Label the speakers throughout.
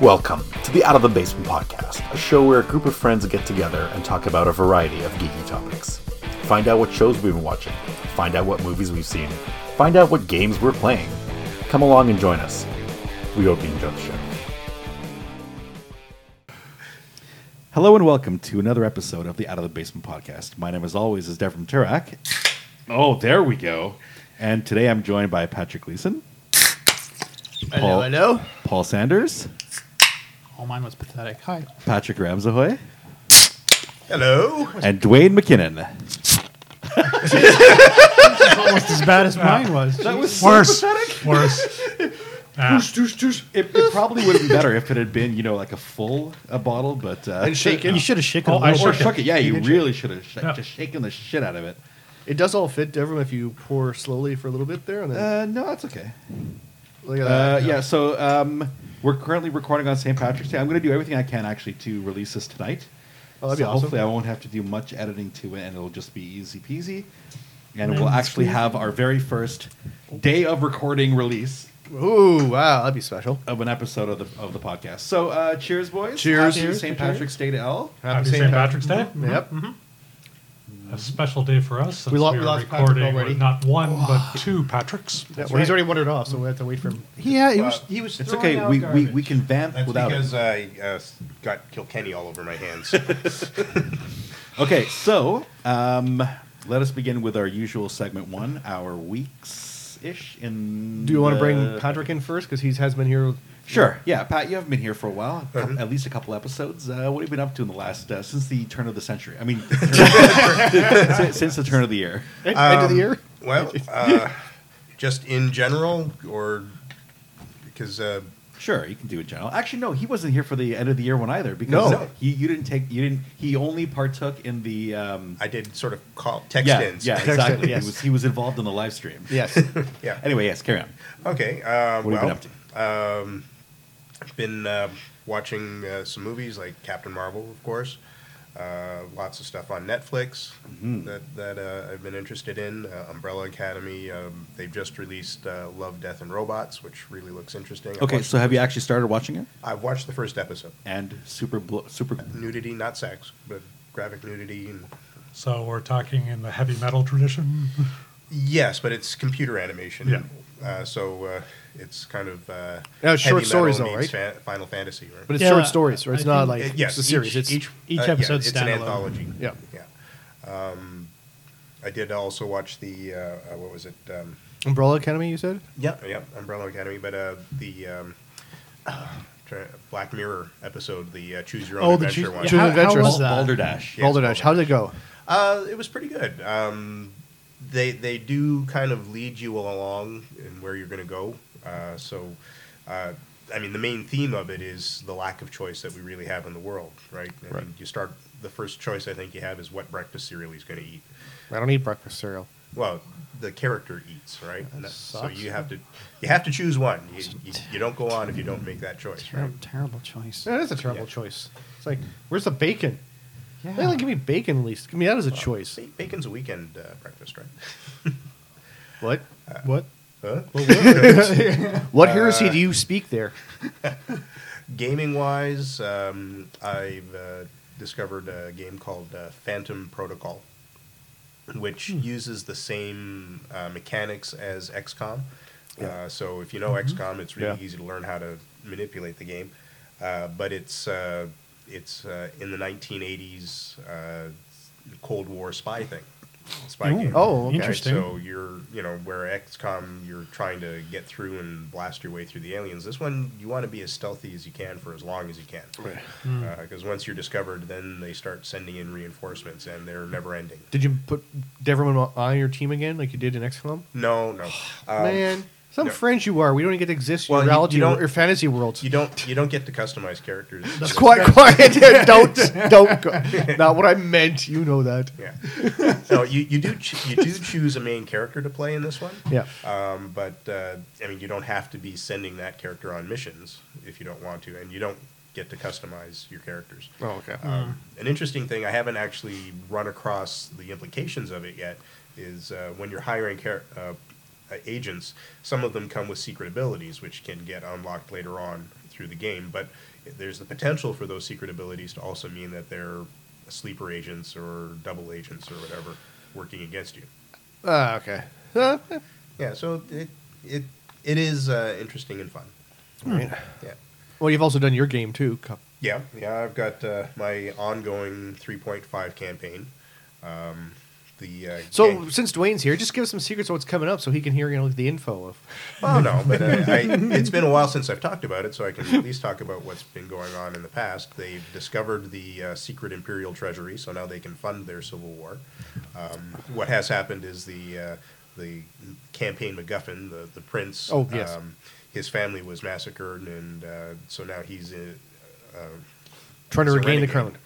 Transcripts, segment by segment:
Speaker 1: Welcome to the Out of the Basement podcast, a show where a group of friends get together and talk about a variety of geeky topics. Find out what shows we've been watching, find out what movies we've seen, find out what games we're playing. Come along and join us. We hope you enjoy the show.
Speaker 2: Hello and welcome to another episode of the Out of the Basement podcast. My name, as always, is Devram Turak. Oh, there we go. And today I'm joined by Patrick Leeson, Paul-
Speaker 3: Hello, hello.
Speaker 2: Paul Sanders,
Speaker 3: Oh, mine was pathetic. Hi.
Speaker 2: Patrick Ramsahoy,
Speaker 4: Hello.
Speaker 2: and Dwayne McKinnon.
Speaker 3: Almost as bad as mine was. That was
Speaker 4: Worse. Worse.
Speaker 2: It, it probably would have been better if it had been, you know, like a full a bottle, but uh,
Speaker 4: And shaking.
Speaker 3: You should have shaken.
Speaker 4: Oh,
Speaker 3: a
Speaker 4: I
Speaker 2: or
Speaker 3: little
Speaker 4: shook
Speaker 2: shook,
Speaker 3: bit.
Speaker 4: it.
Speaker 2: it. Yeah, you,
Speaker 4: did
Speaker 2: really should have sh-
Speaker 4: Yeah.
Speaker 2: just shaken the shit out of it.
Speaker 4: It does all fit, Devram, if you pour slowly for a little bit there. And then
Speaker 2: Uh, no, that's okay.
Speaker 4: look at
Speaker 2: Uh,
Speaker 4: that.
Speaker 2: yeah, so um, we're currently recording on St. Patrick's Day. I'm going to do everything I can actually to release this tonight.
Speaker 4: Oh, that'd be
Speaker 2: so
Speaker 4: awesome.
Speaker 2: Hopefully, I won't have to do much editing to it, and it'll just be easy peasy. And
Speaker 3: Lemon
Speaker 2: we'll actually have our very first day of recording release
Speaker 4: Ooh, wow. That'd be special.
Speaker 2: of an episode of the of the podcast. So, uh, cheers, boys!
Speaker 4: Cheers.
Speaker 2: Happy
Speaker 4: Cheers.
Speaker 2: St. Patrick's Day to L.
Speaker 5: Happy St. Patrick's Day.
Speaker 4: Yep.
Speaker 5: A special day for us since
Speaker 4: We
Speaker 5: we,
Speaker 4: lo- we
Speaker 5: are
Speaker 4: lost Patrick
Speaker 5: recording
Speaker 4: already.
Speaker 5: with not one but two Patricks.
Speaker 4: Yeah, well, he's already wandered off, so we have to wait for him.
Speaker 3: Yeah, he
Speaker 2: uh,
Speaker 3: was.
Speaker 4: he was
Speaker 2: It's okay. We, we we can vamp
Speaker 6: That's
Speaker 2: without
Speaker 6: because
Speaker 2: it.
Speaker 6: I uh, s- got Kilkenny all over my hands.
Speaker 2: Okay, so um, let us begin with our usual segment one, our weeks ish in.
Speaker 4: Do you want to bring
Speaker 2: the-
Speaker 4: Patrick in first? Because he has been here.
Speaker 2: Sure. Yeah, Pat, you haven't been here for a while, a
Speaker 4: Uh-huh.
Speaker 2: couple- at least a couple episodes. Uh, what have you been up to in the last uh, since the turn of the century? I mean, since, since the turn of the year. Um,
Speaker 4: End, of the year?
Speaker 6: well, uh, just in general, or because uh,
Speaker 2: Sure, you can do it, general. Actually, no, he wasn't here for the end of the year one either
Speaker 4: No.
Speaker 2: because no. he, you didn't take you didn't. He only partook in the. Um,
Speaker 6: I did sort of call text
Speaker 2: yeah,
Speaker 6: ins.
Speaker 2: yeah,
Speaker 4: Text in,
Speaker 2: exactly.
Speaker 4: yes.
Speaker 2: He was he was involved in the live stream.
Speaker 4: Yes.
Speaker 6: yeah.
Speaker 2: Anyway, yes, carry on.
Speaker 6: Okay. Uh,
Speaker 2: What have you been
Speaker 6: well,
Speaker 2: up to?
Speaker 6: been uh, watching uh, some movies like Captain Marvel, of course. Uh, lots of stuff on Netflix
Speaker 2: Mm-hmm.
Speaker 6: that that uh, I've been interested in. Uh, Umbrella Academy. Um, they've just released uh, Love, Death, and Robots, which really looks interesting. I've
Speaker 2: Okay,
Speaker 6: watched-
Speaker 2: so have you actually started watching it?
Speaker 6: I've watched the first episode.
Speaker 2: And super blo- super.
Speaker 6: nudity, not sex, but graphic nudity. And
Speaker 5: So we're talking in the heavy metal tradition.
Speaker 6: yes, but it's computer animation.
Speaker 5: Yeah.
Speaker 6: Uh, so uh, it's kind of uh,
Speaker 4: Now, it's short
Speaker 6: heavy metal
Speaker 4: stories, though,
Speaker 6: meets
Speaker 4: right?
Speaker 6: fa- Final Fantasy. Right?
Speaker 4: But it's
Speaker 3: Yeah,
Speaker 4: short
Speaker 3: I-
Speaker 4: stories, right? It's
Speaker 3: I
Speaker 4: not
Speaker 3: think-
Speaker 4: like
Speaker 6: Uh, yes,
Speaker 4: it's a series.
Speaker 6: each-
Speaker 4: it's
Speaker 6: each,
Speaker 3: each
Speaker 6: uh, yeah,
Speaker 3: episode's
Speaker 6: it's an
Speaker 3: standalone.
Speaker 6: anthology.
Speaker 4: Yeah.
Speaker 6: yeah. Um, I did also watch the uh, uh, what was it? Um,
Speaker 4: Umbrella Academy, you said?
Speaker 6: yeah, yeah, Umbrella Academy, but uh, the um, try- Black Mirror episode, the uh, Choose Your Own
Speaker 3: Oh, the
Speaker 6: Adventure
Speaker 3: Choose-
Speaker 6: one.
Speaker 3: yeah. How- how
Speaker 4: Adventures.
Speaker 3: was that?
Speaker 2: Balderdash.
Speaker 6: Yeah, it's
Speaker 4: Balderdash. How did it go?
Speaker 6: Uh, it was pretty good. Um, they they do kind of lead you along in where you're going to go. Uh, so, uh, I mean, the main theme of it is the lack of choice that we really have in the world, right? I
Speaker 4: Right.
Speaker 6: mean, you start the first choice I think you have is what breakfast cereal he's going to eat.
Speaker 4: I don't eat breakfast cereal.
Speaker 6: Well, the character eats, right? And that- so
Speaker 4: sucks.
Speaker 6: you have to you have to choose one. You, you, you don't go on if you don't make that choice, right?
Speaker 3: Terrible, terrible choice.
Speaker 4: That is a terrible
Speaker 6: Yeah.
Speaker 4: choice. It's like, where's the bacon?
Speaker 3: Yeah.
Speaker 4: Hey, like, give me bacon at least. Give me that as a choice.
Speaker 6: Ba- Bacon's a weekend uh, breakfast, right?
Speaker 4: What?
Speaker 6: Uh,
Speaker 4: what?
Speaker 6: Huh?
Speaker 4: What heresy
Speaker 6: uh,
Speaker 4: do you speak there?
Speaker 6: Gaming wise, um, I've uh, discovered a game called uh, Phantom Protocol, which uses the same uh, mechanics as XCOM. Uh, so if you know XCOM, it's really
Speaker 4: Yeah.
Speaker 6: easy to learn how to manipulate the game. Uh, but it's uh, it's uh, in the 1980s uh, Cold War spy thing, spy
Speaker 5: Ooh.
Speaker 6: game.
Speaker 4: Oh, okay.
Speaker 6: Right,
Speaker 5: Interesting.
Speaker 6: So you're, you know, where XCOM, you're trying to get through and blast your way through the aliens. This one, you want to be as stealthy as you can for as long as you can. Because once you're discovered, then they start sending in reinforcements, and they're never ending.
Speaker 4: Did you put Deverman on your team again, like you did in XCOM?
Speaker 6: No, no, um,
Speaker 4: Man, some
Speaker 6: no.
Speaker 4: friends you are. We don't even get to exist in
Speaker 6: Well,
Speaker 4: your
Speaker 6: you-
Speaker 4: reality
Speaker 6: you
Speaker 4: or
Speaker 6: don't-
Speaker 4: your fantasy worlds.
Speaker 6: You don't, you don't get to customize characters.
Speaker 4: It's quite quiet. don't don't. Go. Not what I meant. You know that.
Speaker 6: Yeah. So you, you do ch- you do choose a main character to play in this one.
Speaker 4: Yeah.
Speaker 6: Um, but uh, I mean, you don't have to be sending that character on missions if you don't want to, and you don't get to customize your characters.
Speaker 4: Oh, okay.
Speaker 6: Um, an interesting thing I haven't actually run across the implications of it yet is uh, when you're hiring char- uh, uh, agents, some of them come with secret abilities which can get unlocked later on through through the game, but there's the potential for those secret abilities to also mean that they're sleeper agents or double agents or whatever working against you.
Speaker 4: Ah, okay. Huh?
Speaker 6: Yeah, so it it it is uh, interesting and fun.
Speaker 4: Alright.
Speaker 6: Yeah.
Speaker 4: Well, you've also done your game too. Cup.
Speaker 6: Yeah, yeah. I've got uh, my ongoing 3.5 campaign. Um, the uh,
Speaker 4: So
Speaker 6: gang-
Speaker 4: since Dwayne's here, just give us some secrets of what's coming up, so he can hear you know the info of.
Speaker 6: well, no, but uh, I, it's been a while since I've talked about it, so I can at least talk about what's been going on in the past. They've discovered the uh, secret imperial treasury, so now they can fund their civil war. Um, what has happened is the uh, the campaign MacGuffin, the the prince.
Speaker 4: Oh, yes.
Speaker 6: Um, his family was massacred, and uh, so now he's uh, in,
Speaker 4: Trying to
Speaker 6: He's a
Speaker 4: regain the
Speaker 6: renegade.
Speaker 4: crown.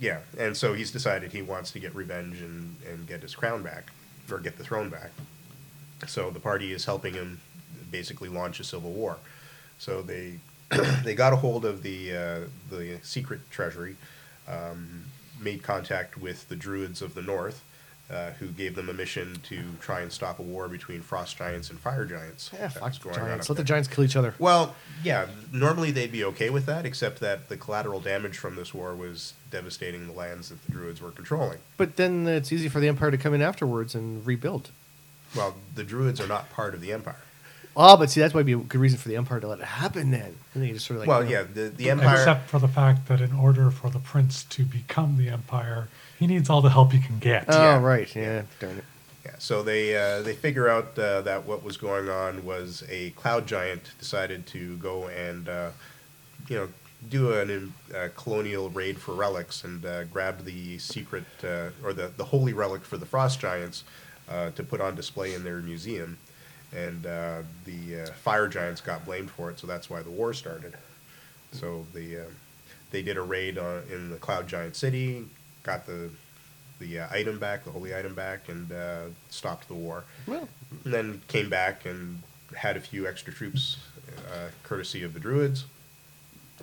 Speaker 6: Yeah, and so he's decided he wants to get revenge and, and get his crown back, or get the throne back. So the party is helping him basically launch a civil war. So they they got a hold of the uh, the secret treasury, um, made contact with the druids of the north, uh, who gave them a mission to try and stop a war between frost giants and fire giants.
Speaker 4: Yeah,
Speaker 6: that
Speaker 4: fuck
Speaker 6: was
Speaker 4: the
Speaker 6: going on
Speaker 4: giants.
Speaker 6: up
Speaker 4: Let the
Speaker 6: there.
Speaker 4: giants kill each other.
Speaker 6: Well, yeah, normally they'd be okay with that, except that the collateral damage from this war was devastating the lands that the Druids were controlling.
Speaker 4: But then it's easy for the empire to come in afterwards and rebuild.
Speaker 6: Well, the Druids are not part of the Empire.
Speaker 4: Ah, but see, that's why be a good reason for the empire to let it happen then. And they just sort of like. oh.
Speaker 6: well,
Speaker 4: you know,
Speaker 6: yeah, the, the Empire.
Speaker 5: Except for the fact that in order for the prince to become the empire, he needs all the help he can get.
Speaker 4: Oh
Speaker 6: yeah.
Speaker 4: right, yeah, darn it.
Speaker 6: Yeah, so they uh, they figure out uh, that what was going on was a cloud giant decided to go and uh, you know do an uh, colonial raid for relics and uh, grabbed the secret uh, or the the holy relic for the frost giants uh, to put on display in their museum, and uh, the uh, fire giants got blamed for it, so that's why the war started. So the uh, they did a raid on, in the cloud giant city, got the the uh, item back, the holy item back, and uh, stopped the war.
Speaker 4: Well,
Speaker 6: And then came back and had a few extra troops, uh, courtesy of the Druids,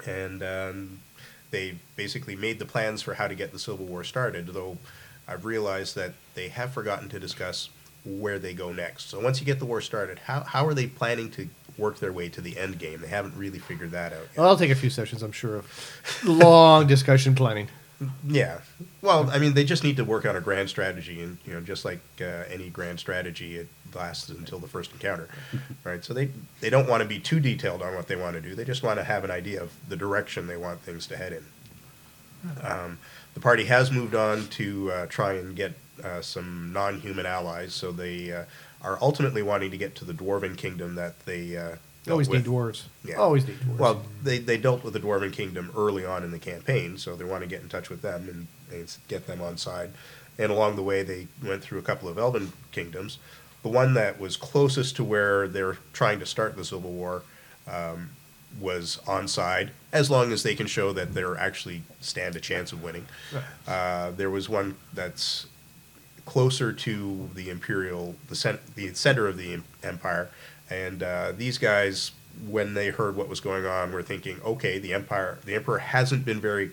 Speaker 6: and um, they basically made the plans for how to get the Civil War started. Though I've realized that they have forgotten to discuss where they go next. So once you get the war started, how how are they planning to work their way to the end game? They haven't really figured that out. Yet.
Speaker 4: that'll take a few sessions, I'm sure, of long discussion planning.
Speaker 6: Yeah. Well, I mean, they just need to work on a grand strategy, and you know, just like uh, any grand strategy, it lasts until the first encounter, right? So they they don't want to be too detailed on what they want to do. They just want to have an idea of the direction they want things to head in. Um, the party has moved on to uh, try and get uh, some non-human allies, so they uh, are ultimately wanting to get to the dwarven kingdom that they uh, dealt
Speaker 4: Always
Speaker 6: with.
Speaker 4: need dwarves.
Speaker 6: Yeah.
Speaker 4: Always need dwarves.
Speaker 6: Well, they, they dealt with the Dwarven Kingdom early on in the campaign, so they want to get in touch with them and, and s- get them on side. And along the way, they went through a couple of Elven kingdoms. The one that was closest to where they're trying to start the Civil War um, was on side, as long as they can show that they're actually stand a chance of winning. Uh, there was one that's closer to the imperial, the, cent- the center of the em- empire. And uh, these guys, when they heard what was going on, were thinking, okay, the empire, the emperor hasn't been very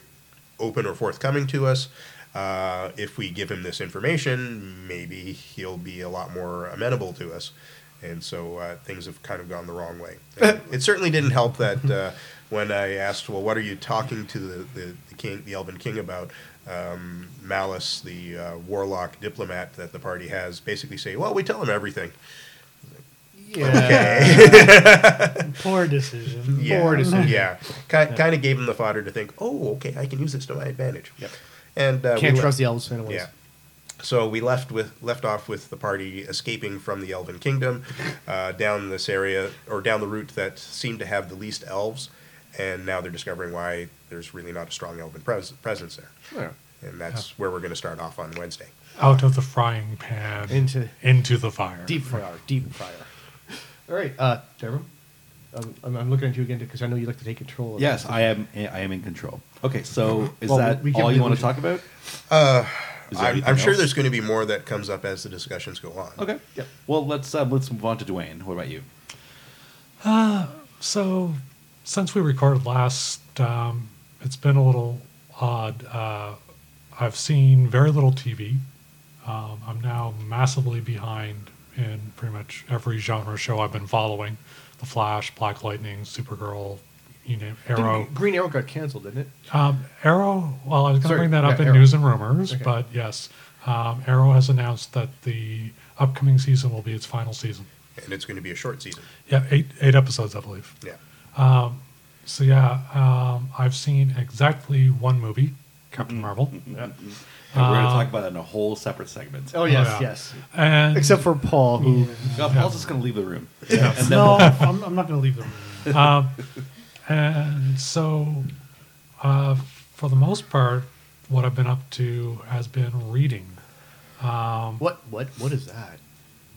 Speaker 6: open or forthcoming to us. Uh, if we give him this information, maybe he'll be a lot more amenable to us. And so uh, things have kind of gone the wrong way. And it certainly didn't help that uh, when I asked, well, what are you talking to the, the, the king, the Elven king about? Um, Malice, the uh, warlock diplomat that the party has, basically say, well, we tell him everything.
Speaker 4: yeah.
Speaker 3: Poor decision.
Speaker 6: yeah.
Speaker 4: Poor decision.
Speaker 6: Yeah, kind, kind of gave him the fodder to think, oh, okay, I can use this to my advantage. Yep. And uh, we
Speaker 4: Can't
Speaker 6: le-
Speaker 4: trust the elves anyways.
Speaker 6: Yeah. So we left with left off with the party escaping from the Elven Kingdom, uh, down this area or down the route that seemed to have the least elves, and now they're discovering why there's really not a strong Elven pres- presence there,
Speaker 4: Yeah.
Speaker 6: and that's where we're going to start off on Wednesday.
Speaker 5: Out of the frying pan
Speaker 4: Into-
Speaker 5: into the fire.
Speaker 4: Deep fryer. Deep fryer. All right, uh, Trevor. Um, I'm, I'm looking at you again because I know you like to take control. Of
Speaker 2: Yes, I am. I am in control. Okay, so is
Speaker 4: Well,
Speaker 2: that
Speaker 4: we can-
Speaker 2: all
Speaker 4: we
Speaker 2: you want
Speaker 4: should-
Speaker 2: to talk about? Is there
Speaker 6: Uh, I'm,
Speaker 2: anything
Speaker 6: I'm sure
Speaker 2: else?
Speaker 6: there's going to be more that comes up as the discussions go on.
Speaker 2: Okay.
Speaker 4: Yep.
Speaker 2: Well, let's um, let's move on to Dwayne. What about you?
Speaker 5: Uh, So, since we recorded last, um, it's been a little odd. Uh, I've seen very little TV. Um, I'm now massively behind in pretty much every genre show I've been following The Flash, Black Lightning, Supergirl, you know, Arrow.
Speaker 4: Didn't- Green Arrow got canceled, didn't it?
Speaker 5: Um, Arrow. Well, I was going to
Speaker 4: Sorry,
Speaker 5: bring that up
Speaker 4: yeah,
Speaker 5: in
Speaker 4: Arrow.
Speaker 5: news and rumors,
Speaker 4: Okay.
Speaker 5: but yes, um, Arrow has announced that the upcoming season will be its final season.
Speaker 6: and it's going to be a short season.
Speaker 5: Yeah, eight eight episodes, I believe.
Speaker 6: Yeah.
Speaker 5: So yeah, um, I've seen exactly one movie,
Speaker 3: Mm.
Speaker 5: Captain Marvel,
Speaker 2: And we're going to talk about that in a whole separate segment.
Speaker 4: Oh yes,
Speaker 5: yeah.
Speaker 4: yes.
Speaker 5: and
Speaker 4: Except for Paul, who
Speaker 2: God, Paul's just going to leave the room. And then
Speaker 3: No, I'm, I'm not going to leave them.
Speaker 5: um, and so uh, for the most part, what I've been up to has been reading.
Speaker 4: what what what is that?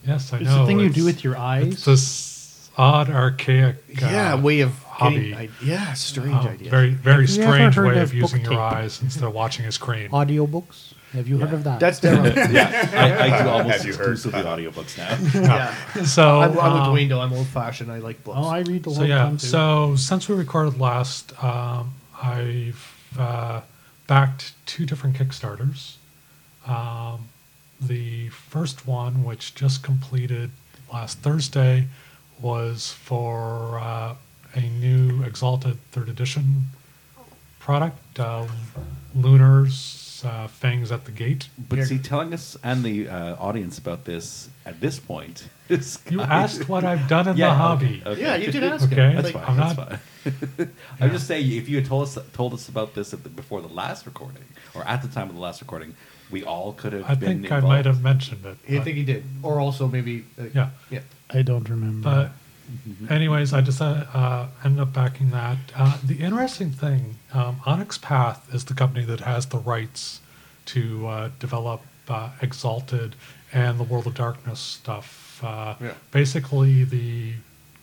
Speaker 5: Yes, I
Speaker 3: It's
Speaker 5: know.
Speaker 3: the thing you
Speaker 5: it's-
Speaker 3: do with your eyes.
Speaker 5: It's this odd, archaic.
Speaker 4: yeah,
Speaker 5: uh,
Speaker 4: way of
Speaker 5: hobby.
Speaker 4: Getting, I, yeah, strange
Speaker 5: um,
Speaker 4: idea.
Speaker 5: Very, very
Speaker 3: Have you ever
Speaker 5: strange
Speaker 3: heard
Speaker 5: way
Speaker 3: of
Speaker 5: of using
Speaker 3: book
Speaker 5: your
Speaker 3: tape?
Speaker 5: eyes instead of watching a screen.
Speaker 3: Audiobooks. Have you heard of that?
Speaker 4: That's Deborah.
Speaker 2: I, I do almost
Speaker 6: Have you heard?
Speaker 2: exclusively audiobooks now.
Speaker 4: yeah.
Speaker 5: So
Speaker 4: I'm, I'm
Speaker 5: um,
Speaker 4: with Dwayne, though. I'm old fashioned. I like books.
Speaker 3: oh, I read the
Speaker 5: So
Speaker 3: whole
Speaker 5: yeah,
Speaker 3: time too.
Speaker 5: so since we recorded last, um, I've uh, backed two different Kickstarters. Um, the first one, which just completed last Thursday, was for uh, a new Exalted Third Edition product, uh, Lunar's uh, Fangs at the Gate.
Speaker 2: But see, telling us and the uh, audience about this at this point is
Speaker 5: You asked what I've done in the
Speaker 2: Yeah,
Speaker 5: hobby.
Speaker 2: okay.
Speaker 4: yeah, you did ask.
Speaker 5: Okay,
Speaker 4: him.
Speaker 5: that's
Speaker 4: Like,
Speaker 2: That's
Speaker 5: I'm
Speaker 2: fine. That's
Speaker 5: not-
Speaker 2: fine. I'm just saying, if you had told us told us about this at the, before the last recording, or at the time of the last recording, we all could have
Speaker 5: I
Speaker 2: been
Speaker 5: think I
Speaker 2: involved.
Speaker 5: might have mentioned it.
Speaker 4: You
Speaker 5: but-
Speaker 4: think he did, or also maybe. Uh,
Speaker 5: Yeah.
Speaker 4: Yeah.
Speaker 3: I don't remember.
Speaker 5: But, anyways, I decided uh, ended up backing that. Uh, the interesting thing, um, Onyx Path is the company that has the rights to uh, develop uh, Exalted and the World of Darkness stuff. Uh,
Speaker 4: Yeah.
Speaker 5: Basically, the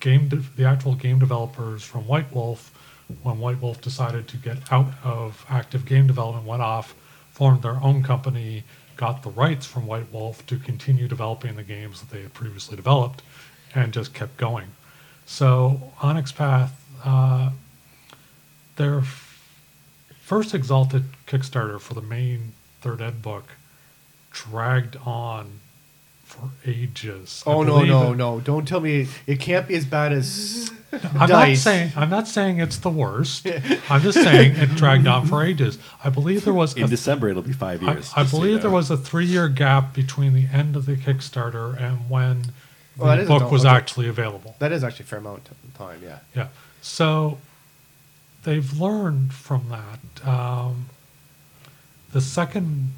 Speaker 5: game, de- the actual game developers from White Wolf, when White Wolf decided to get out of active game development, went off, formed their own company. Got the rights from White Wolf to continue developing the games that they had previously developed, and just kept going. So Onyx Path, uh, their f- first Exalted Kickstarter for the main third ed book dragged on for ages. I
Speaker 4: Oh no
Speaker 5: believe
Speaker 4: no
Speaker 5: it-
Speaker 4: no! Don't tell me it can't be as bad as.
Speaker 5: I'm
Speaker 4: Dice.
Speaker 5: not saying I'm not saying it's the worst. I'm just saying it dragged on for ages. I believe there was
Speaker 2: In
Speaker 5: a
Speaker 2: December, it'll be five
Speaker 5: I-
Speaker 2: years.
Speaker 5: I,
Speaker 2: just so you
Speaker 5: believe
Speaker 2: know.
Speaker 5: there was a three-year gap between the end of the Kickstarter and when the
Speaker 4: Well, that is
Speaker 5: book
Speaker 4: adult-
Speaker 5: was
Speaker 4: okay.
Speaker 5: actually available.
Speaker 4: That is actually a fair amount of time. Yeah.
Speaker 5: Yeah. So they've learned from that. Um, the second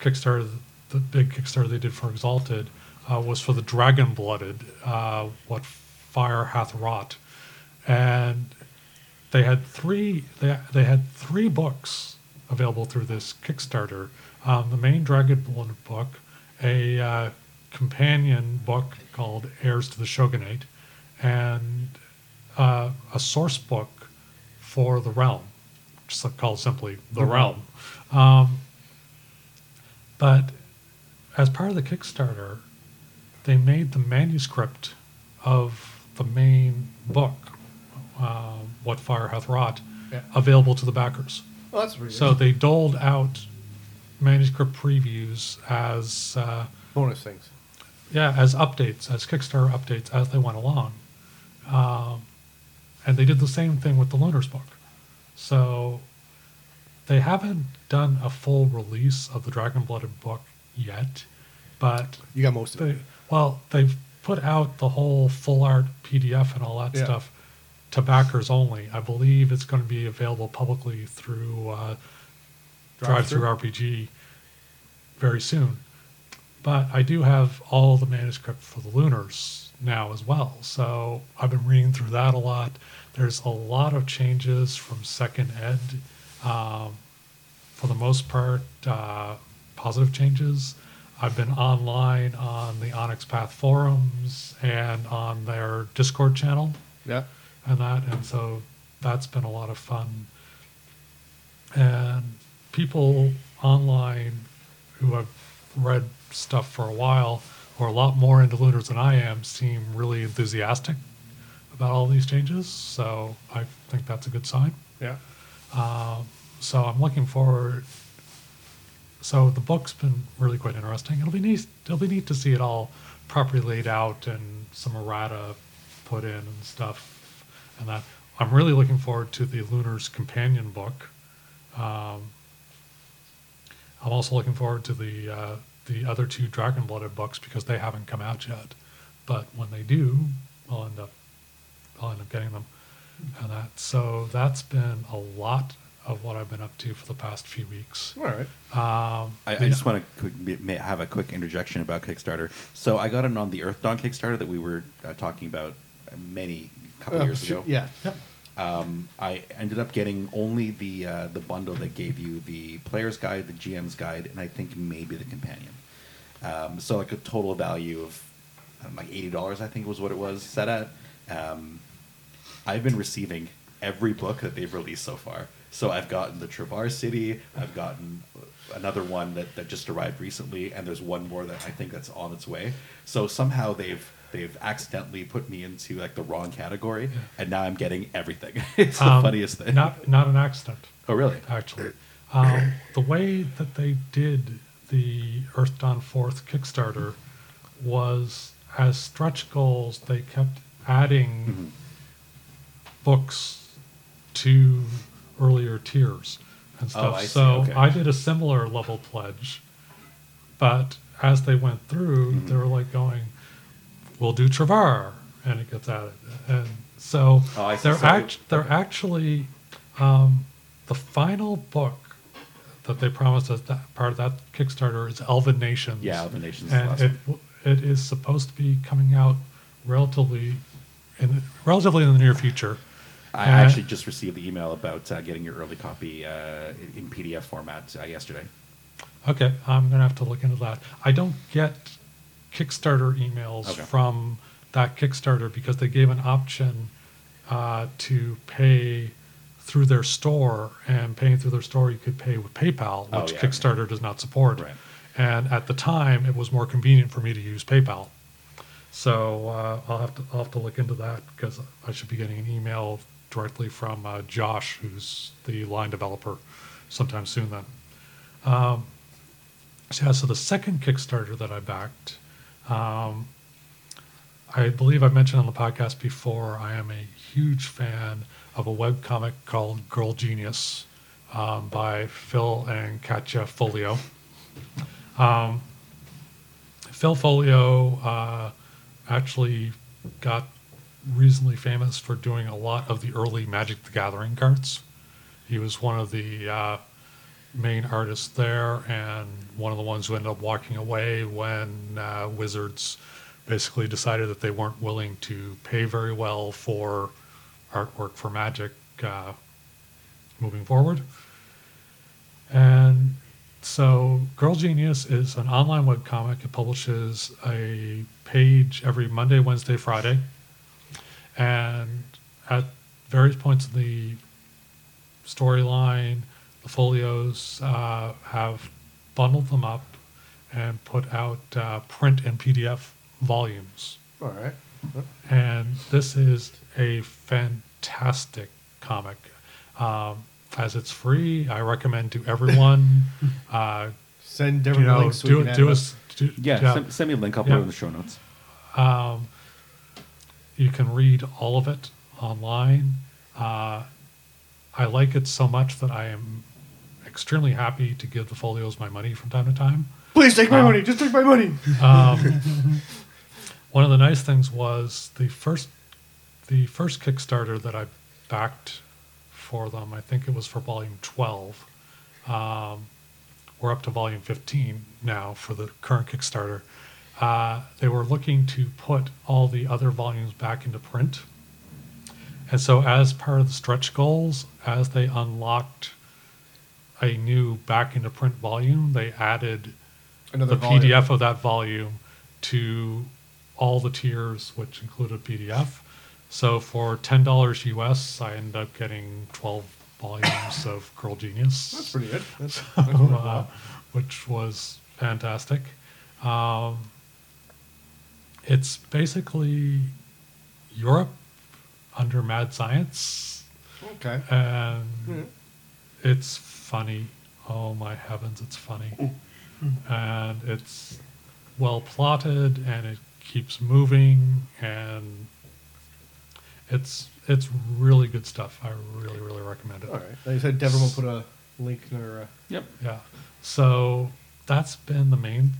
Speaker 5: Kickstarter, the big Kickstarter they did for Exalted, uh, was for the Dragon Blooded, uh, What Fire Hath Wrought. And they had three they, they had three books available through this Kickstarter. Um, the main Dragon Blooded book, a uh, companion book called Heirs to the Shogunate, and uh, a source book for the realm, just like- called simply the, realm. Um, but as part of the Kickstarter, they made the manuscript of the main book, uh, "What Fire Hath Wrought,"
Speaker 4: Yeah.
Speaker 5: available to the backers.
Speaker 4: Well, that's pretty
Speaker 5: So they doled out manuscript previews as uh,
Speaker 4: good. bonus things.
Speaker 5: yeah, as updates, as Kickstarter updates as they went along. Um, and they did the same thing with the Lunars book. So they haven't done a full release of the Dragon Blooded book yet, but
Speaker 4: You got most of
Speaker 5: they,
Speaker 4: it.
Speaker 5: well, they've put out the whole full art PDF and all that
Speaker 4: Yeah.
Speaker 5: stuff to backers only. I believe it's going to be available publicly through uh, Drive
Speaker 4: Drive-thru?
Speaker 5: Through RPG very soon. But I do have all the manuscript for the Lunars now as well. So I've been reading through that a lot. There's a lot of changes from Second Ed. Um, for the most part, uh, positive changes. I've been online on the Onyx Path forums and on their Discord channel
Speaker 4: Yeah.
Speaker 5: and that, and so that's been a lot of fun. And people online who have read stuff for a while or a lot more into Lunars than I am seem really enthusiastic about all these changes. So I think that's a good sign.
Speaker 4: Yeah.
Speaker 5: So I'm looking forward. So the book's been really quite interesting. It'll be neat. It'll be neat to see it all properly laid out and some errata put in and stuff, and that. I'm really looking forward to the Lunar's companion book. Um, I'm also looking forward to the uh, the other two Dragon Blooded books because they haven't come out yet. But when they do, I'll end up I'll end up getting them. And that so that's been a lot of what I've been up to for the past few weeks.
Speaker 4: All right.
Speaker 5: Um,
Speaker 2: I, I just want to quick, be- may have a quick interjection about Kickstarter. So I got in on the Earth Dawn Kickstarter that we were uh, talking about many couple
Speaker 4: Uh,
Speaker 2: years
Speaker 4: sure,
Speaker 2: ago.
Speaker 4: Yeah. yeah.
Speaker 2: Um, I ended up getting only the uh, the bundle that gave you the player's guide, the GM's guide, and I think maybe the companion. Um, so like a total value of um, like eighty dollars, I think was what it was set at. Um, I've been receiving every book that they've released so far. So I've gotten the Traverse City. I've gotten another one that, that just arrived recently, and there's one more that I think that's on its way. So somehow they've they've accidentally put me into like the wrong category, and now I'm getting everything. it's the
Speaker 5: um,
Speaker 2: funniest thing.
Speaker 5: Not Uh, not an accident.
Speaker 2: oh really?
Speaker 5: actually. Um, the way that they did the Earth Dawn Fourth Kickstarter was as stretch goals. They kept adding
Speaker 2: Mm-hmm.
Speaker 5: books to earlier tiers and stuff.
Speaker 2: Oh, I see,
Speaker 5: So
Speaker 2: okay.
Speaker 5: I did a similar level pledge, but as they went through,
Speaker 2: Mm-hmm.
Speaker 5: they were like going, "We'll do Travar," and it gets added, and so
Speaker 2: Oh, I see.
Speaker 5: they're
Speaker 2: So-
Speaker 5: act- they're actually um, the final book that they promised as that part of that Kickstarter is Elven Nations.
Speaker 2: Yeah, Elven Nations. is the
Speaker 5: and
Speaker 2: last
Speaker 5: it
Speaker 2: one.
Speaker 5: w- it is supposed to be coming out relatively in relatively in the near future.
Speaker 2: I
Speaker 5: and-
Speaker 2: actually just received the email about uh, getting your early copy uh, in PDF format uh, yesterday.
Speaker 5: Okay, I'm gonna have to look into that. I don't get Kickstarter emails
Speaker 2: Okay.
Speaker 5: from that Kickstarter because they gave an option uh, to pay through their store, and paying through their store you could pay with PayPal,
Speaker 2: Oh,
Speaker 5: which
Speaker 2: yeah,
Speaker 5: Kickstarter does not support.
Speaker 2: Right.
Speaker 5: And at the time, it was more convenient for me to use PayPal. So uh, I'll have to I'll have to look into that because I should be getting an email directly from uh, Josh, who's the line developer, sometime soon. Then. Um, So, yeah, so the second Kickstarter that I backed, um, I believe I mentioned on the podcast before, I am a huge fan of a webcomic called Girl Genius um, by Phil and Katja Folio. Um, Phil Folio uh, actually got reasonably famous for doing a lot of the early Magic the Gathering cards. He was one of the. Uh, main artist there and one of the ones who ended up walking away when uh, Wizards basically decided that they weren't willing to pay very well for artwork for Magic uh, moving forward. And so Girl Genius is an online webcomic. It publishes a page every Monday, Wednesday, Friday. And at various points in the storyline, the folios uh, have bundled them up and put out uh, print and PDF volumes.
Speaker 4: All right.
Speaker 5: And this is a fantastic comic. Um, as it's free, I recommend to everyone. uh,
Speaker 4: Send
Speaker 5: you
Speaker 4: Devin the
Speaker 5: know,
Speaker 4: link so we
Speaker 5: do
Speaker 4: can
Speaker 5: it.
Speaker 4: add
Speaker 5: Do
Speaker 4: up.
Speaker 5: us. Do,
Speaker 2: Yeah, Send, send me a link. I'll put
Speaker 5: Yeah.
Speaker 2: it in the show notes.
Speaker 5: um, you can read all of it online. Uh, I like it so much that I am extremely happy to give the folios my money from time to time.
Speaker 4: Please take my
Speaker 5: Um,
Speaker 4: money. Just take my money.
Speaker 5: One of the nice things was the first the first Kickstarter that I backed for them. I think it was for volume twelve. Um, we're up to volume fifteen now for the current Kickstarter. Uh, they were looking to put all the other volumes back into print. And so, as part of the stretch goals, as they unlocked a new back into print volume, they added
Speaker 4: Another
Speaker 5: the
Speaker 4: volume.
Speaker 5: PDF of that volume to all the tiers, which included PDF. So for ten dollars US, I ended up getting twelve volumes of Girl Genius
Speaker 4: That's pretty good. That's,
Speaker 5: uh, which was fantastic. Um, it's basically Europe under mad science,
Speaker 4: okay.
Speaker 5: and
Speaker 4: Yeah.
Speaker 5: it's funny. Oh my heavens, it's funny. and it's well plotted and it keeps moving and It's it's really good stuff. I really really recommend it.
Speaker 4: All right. Like I said, Devram will put a link in our. Uh,
Speaker 2: Yep.
Speaker 5: Yeah. So that's been the main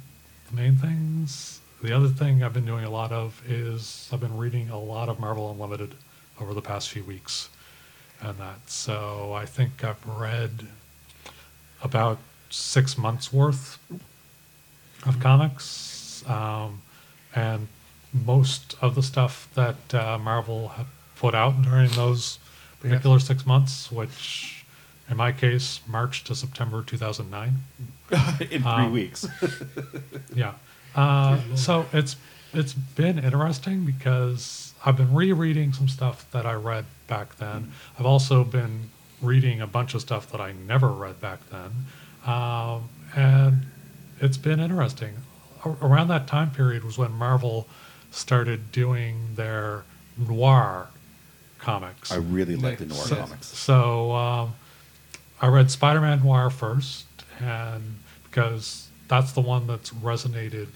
Speaker 5: the main things. The other thing I've been doing a lot of is I've been reading a lot of Marvel Unlimited over the past few weeks and that. So I think I've read about six months worth of comics. Um, and most of the stuff that uh, Marvel have put out during those particular six months, which in my case, March to September 2009.
Speaker 2: In three
Speaker 5: Um,
Speaker 2: weeks.
Speaker 5: Yeah. Uh, so it's it's been interesting because I've been rereading some stuff that I read back then. I've also been reading a bunch of stuff that I never read back then, um, and it's been interesting. A- around that time period was when Marvel started doing their noir comics.
Speaker 2: I really like the noir
Speaker 5: So-
Speaker 2: comics.
Speaker 5: So um, I read Spider Man Noir first, and because that's the one that's resonated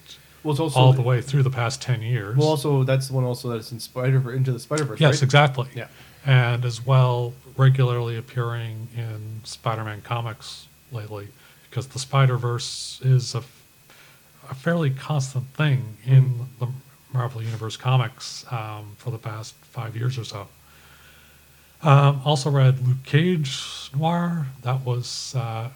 Speaker 4: well, it's also
Speaker 5: all the way through the past 10 years.
Speaker 4: Well, also that's the one also that's in Spider into the Spider Verse.
Speaker 5: yes, exactly.
Speaker 4: Yeah.
Speaker 5: And as well, regularly appearing in Spider Man comics lately, because the Spider Verse is a, a fairly constant thing in
Speaker 2: Mm-hmm.
Speaker 5: the Marvel Universe comics um, for the past five years or so. Um, also read Luke Cage Noir. That was uh,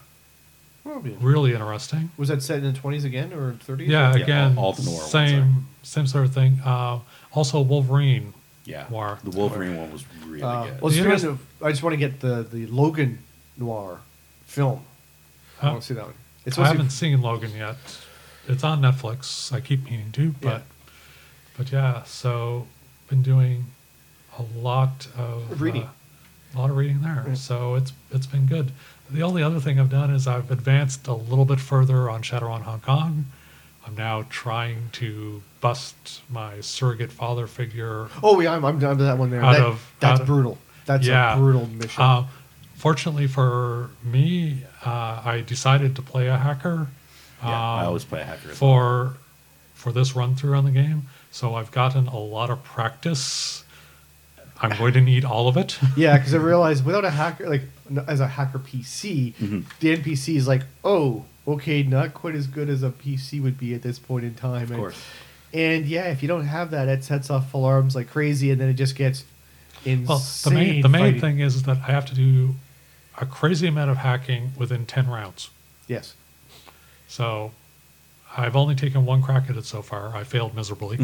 Speaker 4: exactly.
Speaker 5: really interesting.
Speaker 4: Was that set in the twenties again or thirties?
Speaker 5: Yeah,
Speaker 2: Yeah,
Speaker 5: again,
Speaker 2: all- all the noir ones are.
Speaker 5: same same sort of thing. Uh, also Wolverine.
Speaker 2: Yeah.
Speaker 5: Noir.
Speaker 2: The Wolverine one was really
Speaker 4: Uh,
Speaker 2: good.
Speaker 4: well,
Speaker 5: The
Speaker 4: speaking
Speaker 5: interest-
Speaker 4: of, I just want to get the the Logan Noir film. I
Speaker 5: Huh?
Speaker 4: want to see that one. It's supposed
Speaker 5: I
Speaker 4: to be-
Speaker 5: haven't seen Logan yet. It's on Netflix. I keep meaning to, but
Speaker 4: Yeah.
Speaker 5: but yeah. So been doing a lot of
Speaker 4: Reading.
Speaker 5: uh, a lot of reading there. So it's it's been good. The only other thing I've done is I've advanced a little bit further on Shadow on Hong Kong. I'm now trying to bust my surrogate father figure
Speaker 4: Oh yeah, I'm I'm down to that one there.
Speaker 5: Out
Speaker 4: That-
Speaker 5: of-
Speaker 4: that's
Speaker 5: out of-
Speaker 4: brutal. That's
Speaker 5: Yeah.
Speaker 4: a brutal mission.
Speaker 5: Uh, fortunately for me, uh, I decided to play a hacker
Speaker 2: yeah, I
Speaker 5: um,
Speaker 2: always play a hacker. as well.
Speaker 5: for for this run through on the game, so I've gotten a lot of practice. I'm going to need all of it.
Speaker 4: yeah, because I realized without a hacker, like n- as a hacker PC,
Speaker 2: Mm-hmm.
Speaker 4: the NPC is like, oh, okay, not quite as good as a PC would be at this point in time. Of
Speaker 2: course.
Speaker 4: And, yeah, if you don't have that, it sets off alarms like crazy, and then it just gets insane.
Speaker 5: Well, the main the main
Speaker 4: fighting.
Speaker 5: thing is that I have to do a crazy amount of hacking within ten rounds.
Speaker 4: Yes.
Speaker 5: So I've only taken one crack at it so far. I failed miserably,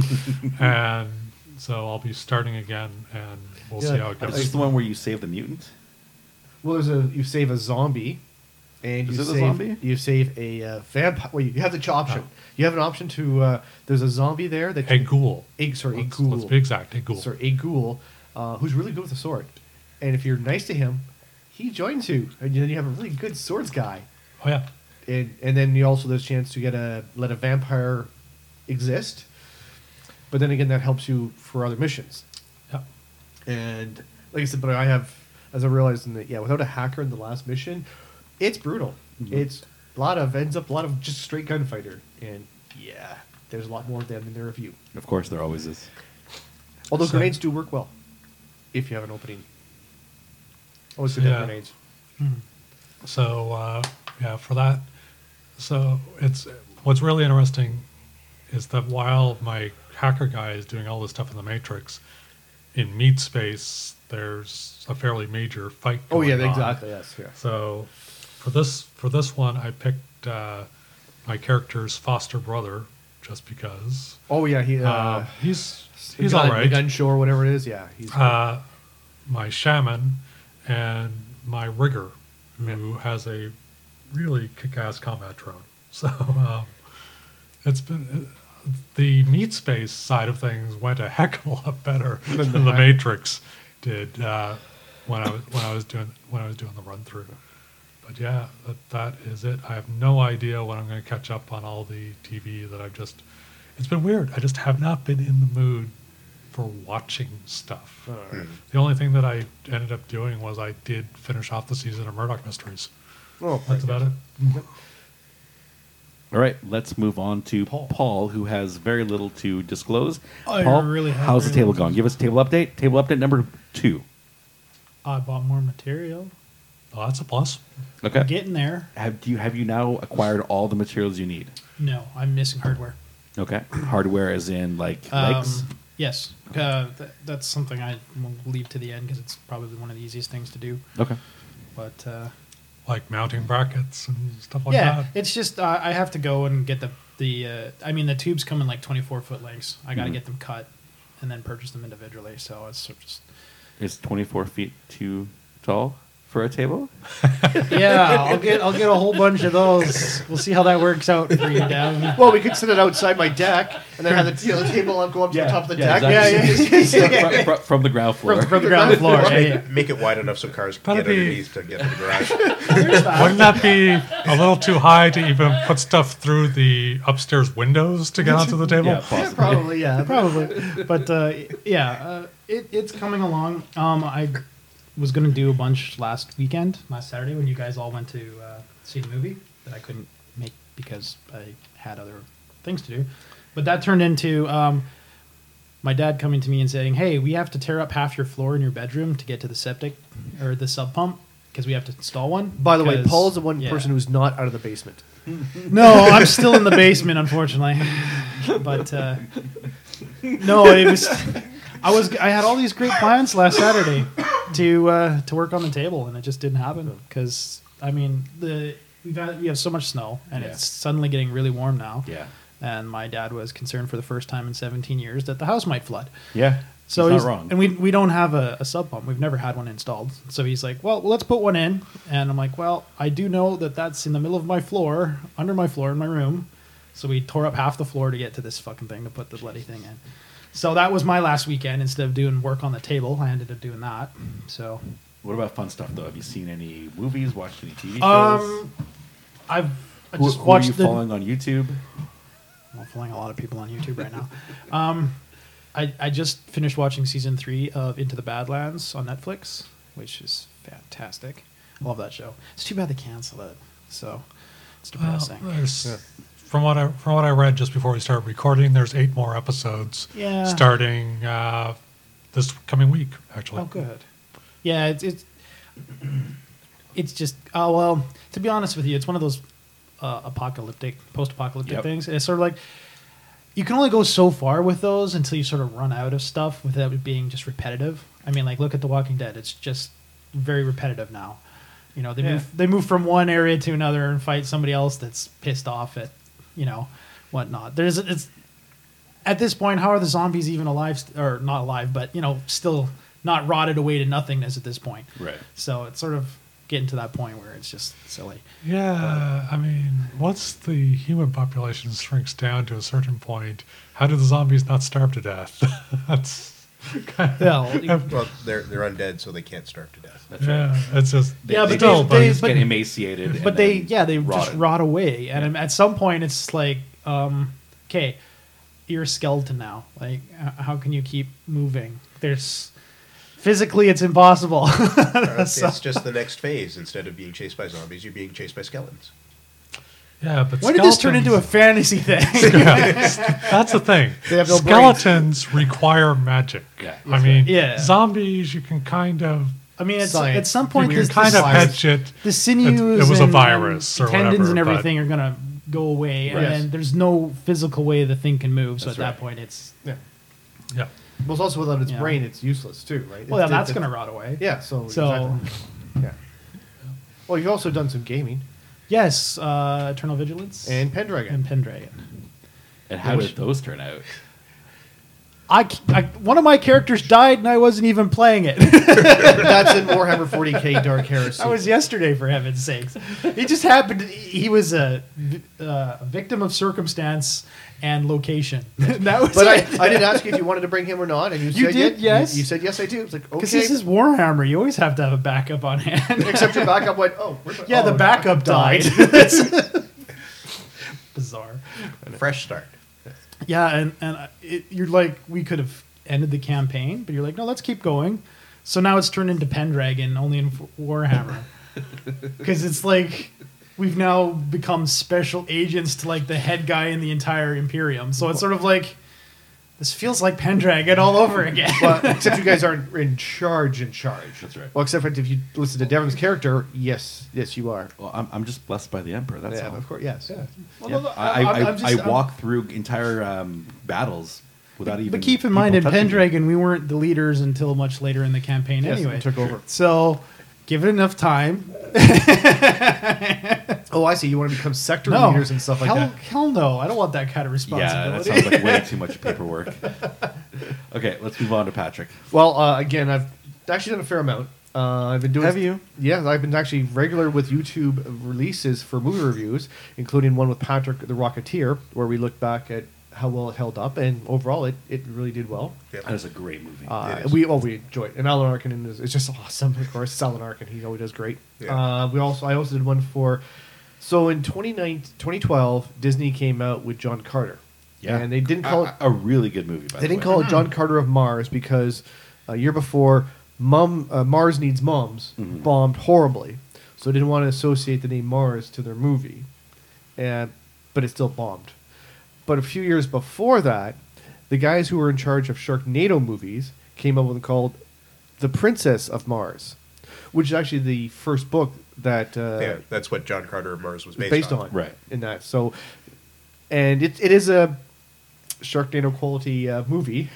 Speaker 5: and so I'll be starting again, and we'll see
Speaker 4: Yeah.
Speaker 5: how it
Speaker 2: Is
Speaker 5: goes.
Speaker 2: this the one where you save the mutant?
Speaker 4: Well, there's a you save a zombie, and you
Speaker 2: Is it a
Speaker 4: save
Speaker 2: zombie?
Speaker 4: you save a uh, vampire. Well, you have the ch- option.
Speaker 5: Oh.
Speaker 4: You have an option to. Uh, there's a zombie there that
Speaker 5: a ghoul.
Speaker 4: egg sorry a
Speaker 5: Let's,
Speaker 4: ghoul.
Speaker 5: let's be exact. A ghoul.
Speaker 4: Sir a ghoul uh, who's really good with a sword. And if you're nice to him, he joins you, and then you have a really good swords guy.
Speaker 5: Oh yeah.
Speaker 4: And and then you also there's a chance to get a let a vampire exist. But then again, that helps you for other missions.
Speaker 5: Yeah.
Speaker 4: And like I said, but I have as I realized in the yeah without a hacker in the last mission, it's brutal. It's a lot of ends up a lot of just straight gunfighter, and yeah, there's a lot more of them in the review.
Speaker 2: Of course, there always is.
Speaker 4: Although
Speaker 5: So-
Speaker 4: grenades do work well, if you have an opening. Always good to have
Speaker 5: Yeah.
Speaker 4: grenades.
Speaker 5: So uh, yeah, for that. So it's what's really interesting is that while my hacker guy is doing all this stuff in the Matrix, in Meat Space there's a fairly major fight.
Speaker 4: Oh yeah,
Speaker 5: going on.
Speaker 4: exactly. Yes, yeah.
Speaker 5: So for this for this one, I picked uh, my character's foster brother just because
Speaker 4: Oh yeah, he. Uh,
Speaker 5: uh, he's
Speaker 4: the
Speaker 5: he's
Speaker 4: gun,
Speaker 5: all
Speaker 4: The
Speaker 5: right.
Speaker 4: gun show or whatever it is. Yeah, he's.
Speaker 5: uh, my shaman and my rigger, who has a really kick-ass combat drone. So um, it's been uh, the meat space side of things went a heck of a lot better than the Matrix did uh, when I was when I was doing when I was doing the run through. But yeah, that, that is it. I have no idea when I'm going to catch up on all the TV that I've just. It's been weird. I just have not been in the mood for watching stuff. The only thing that I ended up doing was I did finish off the season of Murdoch Mysteries.
Speaker 4: oh,
Speaker 5: That's about it.
Speaker 2: All right, let's move on to Paul, who has very little to disclose.
Speaker 3: I
Speaker 2: Paul,
Speaker 3: really have
Speaker 2: how's the
Speaker 3: very
Speaker 2: table
Speaker 3: little to
Speaker 2: going? Give us a table update. Table update number two.
Speaker 3: I bought more material.
Speaker 5: Oh, that's a plus.
Speaker 2: Okay.
Speaker 3: Getting there.
Speaker 2: Have do you have you now acquired all the materials you need?
Speaker 3: No, I'm missing hardware.
Speaker 2: Okay. Hardware as in like legs.
Speaker 3: Um, yes, uh, th- that's something I will leave to the end because it's probably one of the easiest things to do.
Speaker 2: Okay.
Speaker 3: But uh,
Speaker 5: Like mounting brackets and stuff like
Speaker 3: yeah,
Speaker 5: that.
Speaker 3: it's just uh, I have to go and get the the. Uh, I mean, the tubes come in like 24 foot lengths. I got to
Speaker 2: Mhm.
Speaker 3: get them cut and then purchase them individually. So it's sort of just
Speaker 2: Is twenty four feet too tall for a table?
Speaker 3: yeah. I'll get I'll get a whole bunch of those. We'll see how that works out for you, Dev.
Speaker 4: Well, we could sit it outside my deck and then have the, you know, the table up, go up to the top of the deck. Yeah, yeah, yeah.
Speaker 2: yeah. From, from- from the ground floor.
Speaker 3: From, from the ground floor. Yeah,
Speaker 6: Make,
Speaker 3: yeah.
Speaker 6: make it wide enough so cars can get
Speaker 5: That'd be-
Speaker 6: underneath to get to the garage.
Speaker 5: Wouldn't that be a little too high to even put stuff through the upstairs windows to get onto the table?
Speaker 2: yeah,
Speaker 4: yeah,
Speaker 2: possibly.
Speaker 4: probably, yeah.
Speaker 3: probably. But uh, yeah, uh, it, it's coming along. Um, I was gonna do a bunch last weekend, last Saturday, when you guys all went to uh, see the movie that I couldn't make because I had other things to do. But that turned into um, my dad coming to me and saying, "Hey, we have to tear up half your floor in your bedroom to get to the septic or the sub pump." Because we have to install one.
Speaker 4: By the way,
Speaker 3: 'Cause-
Speaker 4: Paul's the one
Speaker 3: yeah.
Speaker 4: person who's not out of the basement.
Speaker 3: No, I'm still in the basement, unfortunately. But uh, no, it was. I was. I had all these great plans last Saturday to uh, to work on the table, and it just didn't happen because I mean the we've had we have so much snow, and
Speaker 2: Yeah.
Speaker 3: it's suddenly getting really warm now.
Speaker 2: Yeah.
Speaker 3: And my dad was concerned for the first time in 17 years that the house might flood.
Speaker 2: Yeah.
Speaker 3: So
Speaker 2: He's
Speaker 3: he's,
Speaker 2: not wrong.
Speaker 3: And we, we don't have a, a sub pump. We've never had one installed. So he's like, well, let's put one in. And I'm like, well, I do know that that's in the middle of my floor, under my floor in my room. So we tore up half the floor to get to this fucking thing to put the bloody thing in. So that was my last weekend. Instead of doing work on the table, I ended up doing that. So
Speaker 2: What about fun stuff though? Have you seen any movies? Watched any TV shows?
Speaker 3: um, I've I
Speaker 2: who,
Speaker 3: just
Speaker 2: who are
Speaker 3: watched
Speaker 2: you
Speaker 3: the,
Speaker 2: following on YouTube?
Speaker 3: I'm following a lot of people on YouTube right now. Um, I, I just finished watching season three of Into the Badlands on Netflix, which is fantastic. I love that show. It's too bad they canceled it. So it's
Speaker 5: Well,
Speaker 3: depressing.
Speaker 5: there's- From what I from what I read just before we started recording, there's eight more episodes
Speaker 3: Yeah.
Speaker 5: starting uh, this coming week. Actually,
Speaker 3: Oh, good. Yeah, it's it's it's just oh well. To be honest with you, it's one of those uh, apocalyptic, post-apocalyptic
Speaker 2: Yep.
Speaker 3: things. It's sort of like you can only go so far with those until you sort of run out of stuff without it being just repetitive. I mean, like look at The Walking Dead; it's just very repetitive now. You know, they
Speaker 4: Yeah.
Speaker 3: move they move from one area to another and fight somebody else that's pissed off at you know whatnot. There's it's at this point, how are the zombies even alive st- or not alive, but you know, still not rotted away to nothingness at this point?
Speaker 2: Right.
Speaker 3: So it's sort of getting to that point where it's just silly.
Speaker 5: yeah. I mean, once the human population shrinks down to a certain point, how do the zombies not starve to death? That's kind of,
Speaker 3: Well,
Speaker 6: Well, they're they're undead, so they can't starve to death.
Speaker 2: That's right.
Speaker 5: yeah. It's just
Speaker 3: Yeah, but
Speaker 5: still,
Speaker 3: they-
Speaker 5: but
Speaker 3: they-
Speaker 2: just
Speaker 3: but-
Speaker 2: get emaciated. and
Speaker 3: but they
Speaker 2: then
Speaker 3: yeah they just
Speaker 2: rotted.
Speaker 3: rot away, and um, at some point it's like um, okay, you're a skeleton now. Like h- how can you keep moving? There's physically it's impossible.
Speaker 6: Uh, it's just the next phase. Instead of being chased by zombies, you're being chased by skeletons.
Speaker 5: yeah. But
Speaker 3: Why did this turn into a
Speaker 5: skeletons-
Speaker 3: fantasy thing?
Speaker 5: That's the thing.
Speaker 4: They have no
Speaker 5: Skeletons require magic.
Speaker 2: Yeah.
Speaker 5: I mean,
Speaker 3: Yeah.
Speaker 5: zombies, you can kind of
Speaker 3: I mean, it's,
Speaker 4: Science.
Speaker 3: at some
Speaker 5: you
Speaker 3: point
Speaker 5: can
Speaker 3: this,
Speaker 5: kind
Speaker 3: this
Speaker 5: of
Speaker 4: virus-
Speaker 5: hedge it.
Speaker 3: the sinews
Speaker 5: it was a
Speaker 3: and, um,
Speaker 5: virus or
Speaker 3: tendons
Speaker 5: whatever,
Speaker 3: and
Speaker 5: but-
Speaker 3: everything are gonna go away
Speaker 4: Right.
Speaker 3: and then there's no physical way the thing can move so
Speaker 2: That's
Speaker 3: at
Speaker 2: right.
Speaker 3: that point it's
Speaker 4: Yeah.
Speaker 5: Yeah.
Speaker 4: Well, it's also without its
Speaker 3: Yeah.
Speaker 4: brain, it's useless too, right?
Speaker 3: well
Speaker 4: It's-
Speaker 3: that's
Speaker 4: it's-
Speaker 3: gonna rot away
Speaker 4: Yeah. So.
Speaker 3: so
Speaker 4: exactly. Yeah. Well, you've also done some gaming
Speaker 3: yes uh, eternal vigilance
Speaker 4: and Pendragon.
Speaker 3: and pendragon
Speaker 2: And how did those turn out?
Speaker 3: I, c- I- one of my characters died and I wasn't even playing it.
Speaker 4: That's in Warhammer 40k Dark Heresy.
Speaker 3: that was yesterday, for heaven's sakes. It just happened. He was a, vi- uh, a victim of circumstance and location. that was
Speaker 4: but
Speaker 3: it.
Speaker 4: I, I did ask you if you wanted to bring him or not, and you,
Speaker 3: You
Speaker 4: said
Speaker 3: did,
Speaker 4: yeah.
Speaker 3: yes.
Speaker 4: You, said yes, I do. It's like okay.
Speaker 3: Because this is Warhammer, you always have to have a backup on hand.
Speaker 4: Except your backup went. Oh, we're-
Speaker 3: yeah, the
Speaker 4: oh,
Speaker 3: backup died. It's Bizarre.
Speaker 6: Fresh start.
Speaker 3: Yeah, and and I- it, you're like, we could have ended the campaign, but you're like, no, let's keep going. So now it's turned into Pendragon, only in F- Warhammer, because it's like we've now become special agents to like the head guy in the entire Imperium. So it's sort of like this feels like Pendragon all over again.
Speaker 4: Well, except you guys aren't in charge. In charge.
Speaker 2: That's right.
Speaker 4: Well, except for if you listen to Devon's character, yes, yes, you are.
Speaker 2: Well, I'm, I'm just blessed by the emperor. That's
Speaker 4: yeah,
Speaker 2: all.
Speaker 4: of course. Yes. Yeah.
Speaker 2: Yeah. I, I, I, I walk through entire um, battles without even.
Speaker 3: but keep in
Speaker 2: people
Speaker 3: mind, in
Speaker 2: touching me.
Speaker 3: Pendragon, we weren't the leaders until much later in the campaign.
Speaker 4: Yes,
Speaker 3: anyway,
Speaker 4: we took over.
Speaker 3: So give it enough time.
Speaker 4: Oh, I see. You want to become sector
Speaker 3: No,
Speaker 4: leaders and stuff like
Speaker 3: hell,
Speaker 4: that.
Speaker 3: Hell no, I don't want that kind of
Speaker 2: Yeah, that
Speaker 3: responsibility.
Speaker 2: sounds like way too much paperwork. okay, let's move on to Patrick.
Speaker 4: Well, uh, again, I've actually done a fair amount. Uh, I've been doing.
Speaker 2: Have you?
Speaker 4: Yeah, I've been actually regular with YouTube releases for movie reviews, including one with Patrick the Rocketeer, where we looked back at how well it held up, and overall, it, it really did well.
Speaker 2: That is a great movie.
Speaker 4: Uh,
Speaker 6: It is.
Speaker 4: we oh we enjoy it, and Alan Arkin is, is just awesome. Of course, it's Alan Arkin; he always does great.
Speaker 6: Yeah.
Speaker 4: Uh, we also I also did one for so in 29 2012, Disney came out with John Carter.
Speaker 2: Yeah.
Speaker 4: and they didn't call it
Speaker 2: a, a really good movie. By
Speaker 4: they
Speaker 2: the
Speaker 4: didn't
Speaker 2: way.
Speaker 4: call it John Carter of Mars because a year before, Mum uh, Mars Needs Moms
Speaker 2: Hmm.
Speaker 4: bombed horribly, so they didn't want to associate the name Mars to their movie, and but it still bombed. But a few years before that, the guys who were in charge of Sharknado movies came up with it called "The Princess of Mars," which is actually the first book that uh,
Speaker 6: yeah, that's what John Carter of Mars was
Speaker 4: based,
Speaker 6: based,
Speaker 4: on.
Speaker 2: Right.
Speaker 4: in that. So, and it, it is a Sharknado quality uh, movie.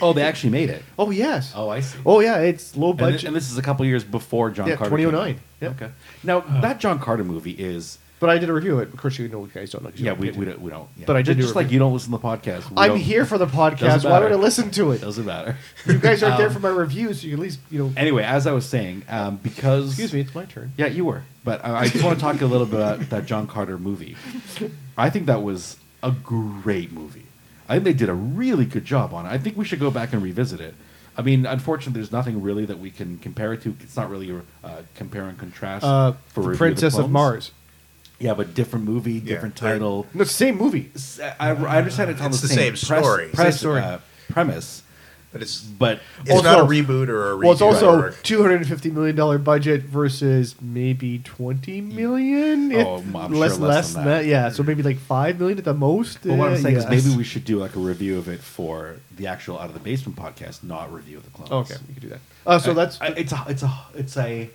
Speaker 2: Oh, they actually made it.
Speaker 4: Oh yes.
Speaker 2: Oh, I see.
Speaker 4: Oh yeah, it's low
Speaker 2: and, thi-
Speaker 4: budget.
Speaker 2: and this is a couple years before John
Speaker 4: Yeah,
Speaker 2: Carter.
Speaker 4: 2009.
Speaker 2: came out.
Speaker 4: Yep.
Speaker 2: Okay. Now that John Carter movie is
Speaker 4: but I did a review of it. Of course, you know, you guys don't know. 'cause you
Speaker 2: yeah
Speaker 4: don't
Speaker 2: we,
Speaker 4: get
Speaker 2: we
Speaker 4: it.
Speaker 2: don't we don't. yeah.
Speaker 4: But I did do
Speaker 2: just
Speaker 4: a
Speaker 2: like
Speaker 4: review.
Speaker 2: you don't listen to the podcast. we
Speaker 4: I'm
Speaker 2: don't-
Speaker 4: here for the podcast.
Speaker 2: Doesn't
Speaker 4: Why would I
Speaker 2: matter.
Speaker 4: listen to it?
Speaker 2: Doesn't matter.
Speaker 4: You guys aren't there for my reviews. So you at least you know.
Speaker 2: Anyway, as I was saying, um, because
Speaker 4: Excuse me, it's my turn.
Speaker 2: Yeah, you were. But uh, I, I just want to talk a little bit about that John Carter movie. I think that was a great movie. I think they did a really good job on it. I think we should go back and revisit it. I mean, unfortunately, there's nothing really that we can compare it to. It's not really a uh, compare and contrast
Speaker 4: Uh,
Speaker 2: for Review
Speaker 4: the
Speaker 2: of
Speaker 4: Princess of
Speaker 2: Clones.
Speaker 4: Mars.
Speaker 2: Yeah, but different movie, different
Speaker 6: they're-
Speaker 2: title.
Speaker 4: No, it's the same movie.
Speaker 2: S- I, I understand it's on
Speaker 6: It's
Speaker 2: the,
Speaker 6: the same
Speaker 2: press-
Speaker 6: story.
Speaker 2: press-
Speaker 4: Same story.
Speaker 2: uh, premise,
Speaker 6: But it's
Speaker 2: but
Speaker 6: it's not a
Speaker 4: Also-
Speaker 6: reboot or a redo.
Speaker 4: Well, it's also
Speaker 6: or-
Speaker 4: two hundred and fifty million dollar budget versus maybe twenty million.
Speaker 2: Oh,
Speaker 4: if-
Speaker 2: I'm sure
Speaker 4: less
Speaker 2: less
Speaker 4: less
Speaker 2: than
Speaker 4: than
Speaker 2: that.
Speaker 4: that. Yeah, so maybe like five million at the most.
Speaker 2: But what I'm
Speaker 4: uh,
Speaker 2: saying
Speaker 4: yes.
Speaker 2: is maybe we should do like a review of it for the actual Out of the Basement podcast, not review of the clones.
Speaker 4: okay, we could do that. Uh, so
Speaker 2: I-
Speaker 4: that's
Speaker 2: I, it's a it's a it's a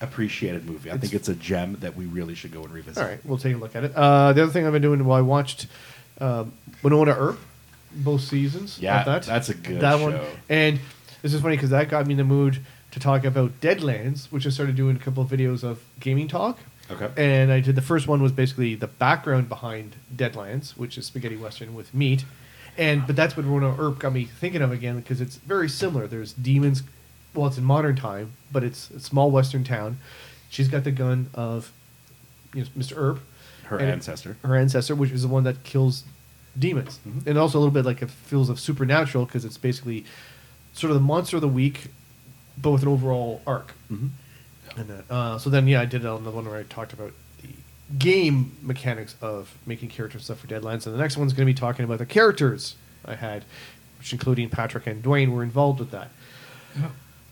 Speaker 2: unappreciated movie. I think it's a gem that we really should go and revisit.
Speaker 4: All right, we'll take a look at it. Uh, the other thing I've been doing, well, I watched um, Winona Earp, both seasons.
Speaker 2: Yeah,
Speaker 4: at that.
Speaker 2: that's a good
Speaker 4: that one.
Speaker 2: show.
Speaker 4: And this is funny because that got me in the mood to talk about Deadlands, which I started doing a couple of videos of gaming talk.
Speaker 2: Okay.
Speaker 4: And I did the first one was basically the background behind Deadlands, which is spaghetti western with meat. And but that's what Winona Earp got me thinking of again because it's very similar. There's demons. Well, it's in modern time, but it's a small western town. She's got the gun of you know, Mr. Erb.
Speaker 2: Her
Speaker 4: And-
Speaker 2: ancestor. Mm-hmm.
Speaker 4: Her ancestor, which is the one that kills demons. And also a little bit like it feels of supernatural because it's basically sort of the monster of the week, but with an overall arc.
Speaker 2: Mm-hmm.
Speaker 4: And uh, uh, so then, yeah, I did another one where I talked about the game mechanics of making character stuff for Deadlands. And the next one's going to be talking about the characters I had, which including Patrick and Dwayne were involved with that.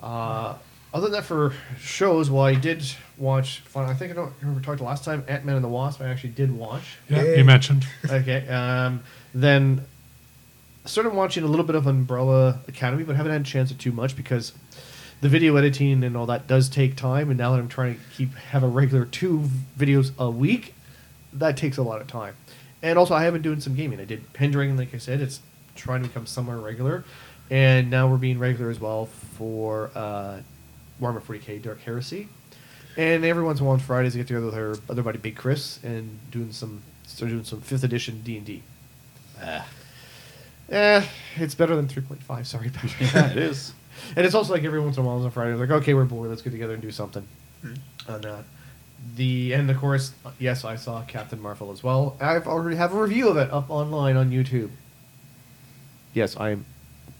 Speaker 4: Uh, other than that, for shows, well, I did watch. fun- I think I don't remember talking last time. Ant Man and the Wasp. I actually did watch.
Speaker 5: Yeah,
Speaker 6: Hey.
Speaker 5: you mentioned.
Speaker 4: Okay. Um, then I started watching a little bit of Umbrella Academy, but haven't had a chance to too much because the video editing and all that does take time. And now that I'm trying to keep have a regular two videos a week, that takes a lot of time. And also, I have been doing some gaming. I did Pendragon, like I said. It's trying to become somewhere regular, and now we're being regular as well for uh, Warhammer 40k Dark Heresy. And every once in a while on Fridays, I get together with her other buddy Big Chris and doing some start doing some fifth edition D and D. Eh, it's better than 3.5. Sorry, Patrick.
Speaker 2: Yeah, it is.
Speaker 4: And it's also like every once in a while on a Friday, like, okay, we're bored. Let's get together and do something.
Speaker 2: Mm.
Speaker 4: And uh, the end, of course, yes, I saw Captain Marvel as well. I've already have a review of it up online on YouTube. Yes, I'm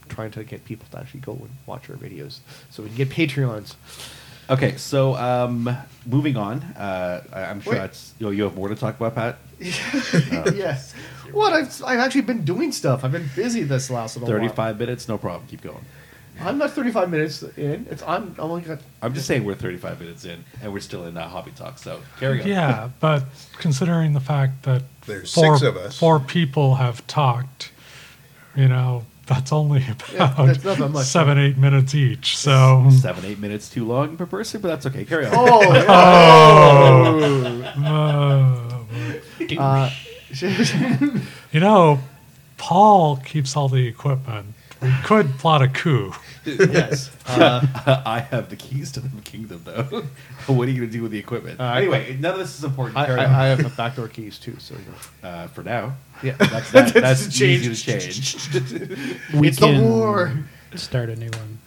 Speaker 4: trying to get people to actually go and watch our videos so we can get Patreons.
Speaker 2: Okay, so um, moving on. Uh, I- I'm sure
Speaker 4: Wait.
Speaker 2: that's you, know, you have more to talk about, Pat.
Speaker 4: yes. What I've I've actually been doing stuff. I've been busy this last little while.
Speaker 2: Thirty-five minutes, no problem. Keep going.
Speaker 4: I'm not 35 minutes in. It's I'm. I'm only got.
Speaker 2: I'm just saying we're 35 minutes in and we're still in uh, hobby talk. So carry on.
Speaker 5: Yeah, but considering the fact that
Speaker 6: There's
Speaker 5: four,
Speaker 6: six of us.
Speaker 5: four people have talked, you know, that's only
Speaker 4: Yeah,
Speaker 5: about
Speaker 4: that's not that much.
Speaker 5: seven, eight minutes each. So
Speaker 2: Seven, eight minutes too long per person, but that's okay. Carry on.
Speaker 4: Oh. yeah.
Speaker 5: uh,
Speaker 4: Uh,
Speaker 5: you know, Paul keeps all the equipment. We could plot a coup.
Speaker 4: yes. Uh,
Speaker 2: I have the keys to the kingdom, though. what are you going to do with the equipment?
Speaker 4: Uh,
Speaker 2: anyway, none of this is important.
Speaker 4: I,
Speaker 2: Carry
Speaker 4: I,
Speaker 2: on.
Speaker 4: I have the backdoor keys too. So you know.
Speaker 2: uh, for now,
Speaker 4: yeah.
Speaker 2: that's, that,
Speaker 4: That's
Speaker 2: that's
Speaker 4: changed.
Speaker 2: easy to change.
Speaker 3: We
Speaker 4: It's the
Speaker 3: can
Speaker 4: war.
Speaker 3: Start a new one.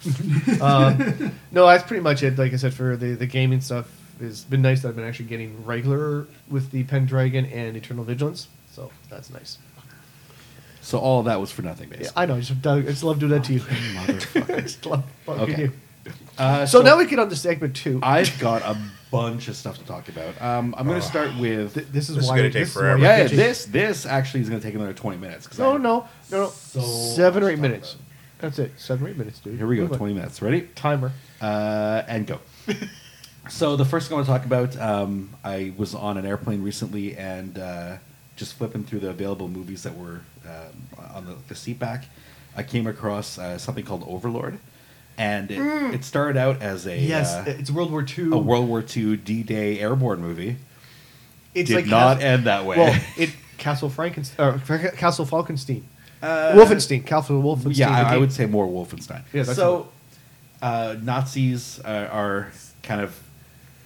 Speaker 4: Um, no, that's pretty much it. Like I said, for the, the gaming stuff, it's been nice that I've been actually getting regular with the Pendragon and Eternal Vigilance. So that's nice.
Speaker 2: so all of that was for nothing,
Speaker 4: Yeah,
Speaker 2: basically.
Speaker 4: I know. I just, I just love doing that to you. I just love fucking
Speaker 2: Okay.
Speaker 4: you.
Speaker 2: Uh,
Speaker 4: So, now we get on to segment two.
Speaker 2: I've got a bunch of stuff to talk about. Um, I'm going to start with
Speaker 4: Th- this is
Speaker 6: This is
Speaker 4: why
Speaker 6: gonna take
Speaker 4: this is why
Speaker 6: forever.
Speaker 4: we
Speaker 2: yeah.
Speaker 4: get you-
Speaker 2: This this actually is going to take another 20 minutes. 'cause
Speaker 4: No,
Speaker 2: I-
Speaker 4: no, no, no.
Speaker 2: So
Speaker 4: Seven or eight
Speaker 2: much
Speaker 4: minutes. That's it. Seven or eight minutes, dude.
Speaker 2: Here we go.
Speaker 4: Move on.
Speaker 2: 20 minutes. Ready?
Speaker 4: Timer.
Speaker 2: uh, and go. so the first thing I want to talk about, um, I was on an airplane recently and uh, just flipping through the available movies that were um, on the, the seat back. I came across uh, something called Overlord, and it, it started out as a
Speaker 4: Mm. Yes,
Speaker 2: uh,
Speaker 4: it's World War II.
Speaker 2: a World War II D-Day airborne movie.
Speaker 4: it's
Speaker 2: did
Speaker 4: like
Speaker 2: not
Speaker 4: Cas-
Speaker 2: end that way.
Speaker 4: Well, it Castle Frankenstein, or Castle Falkenstein, Wolfenstein, Castle Wolfenstein.
Speaker 2: Yeah,
Speaker 4: the
Speaker 2: I, I
Speaker 4: game.
Speaker 2: would say more Wolfenstein.
Speaker 4: Yeah, that's
Speaker 2: so uh, Nazis uh, are kind of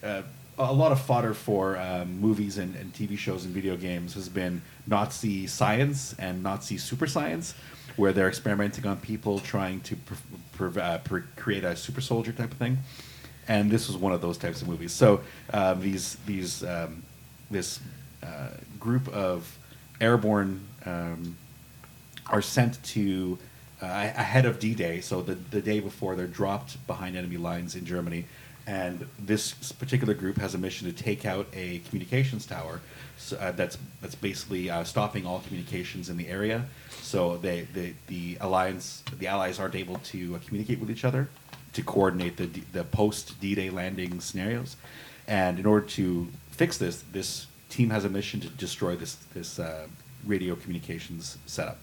Speaker 2: uh, a lot of fodder for um, movies and, and TV shows and video games has been Nazi science and Nazi super science, where they're experimenting on people trying to pr- pr- uh, pr- create a super soldier type of thing. And this was one of those types of movies. So um, these these um, this uh, group of airborne um, are sent to uh, ahead of D-Day, so the the day before they're dropped behind enemy lines in Germany, and this particular group has a mission to take out a communications tower so, uh, that's that's basically uh, stopping all communications in the area. So they, they the alliance the allies aren't able to uh, communicate with each other to coordinate the D- the post D-Day landing scenarios, and in order to fix this, this team has a mission to destroy this this uh, radio communications setup.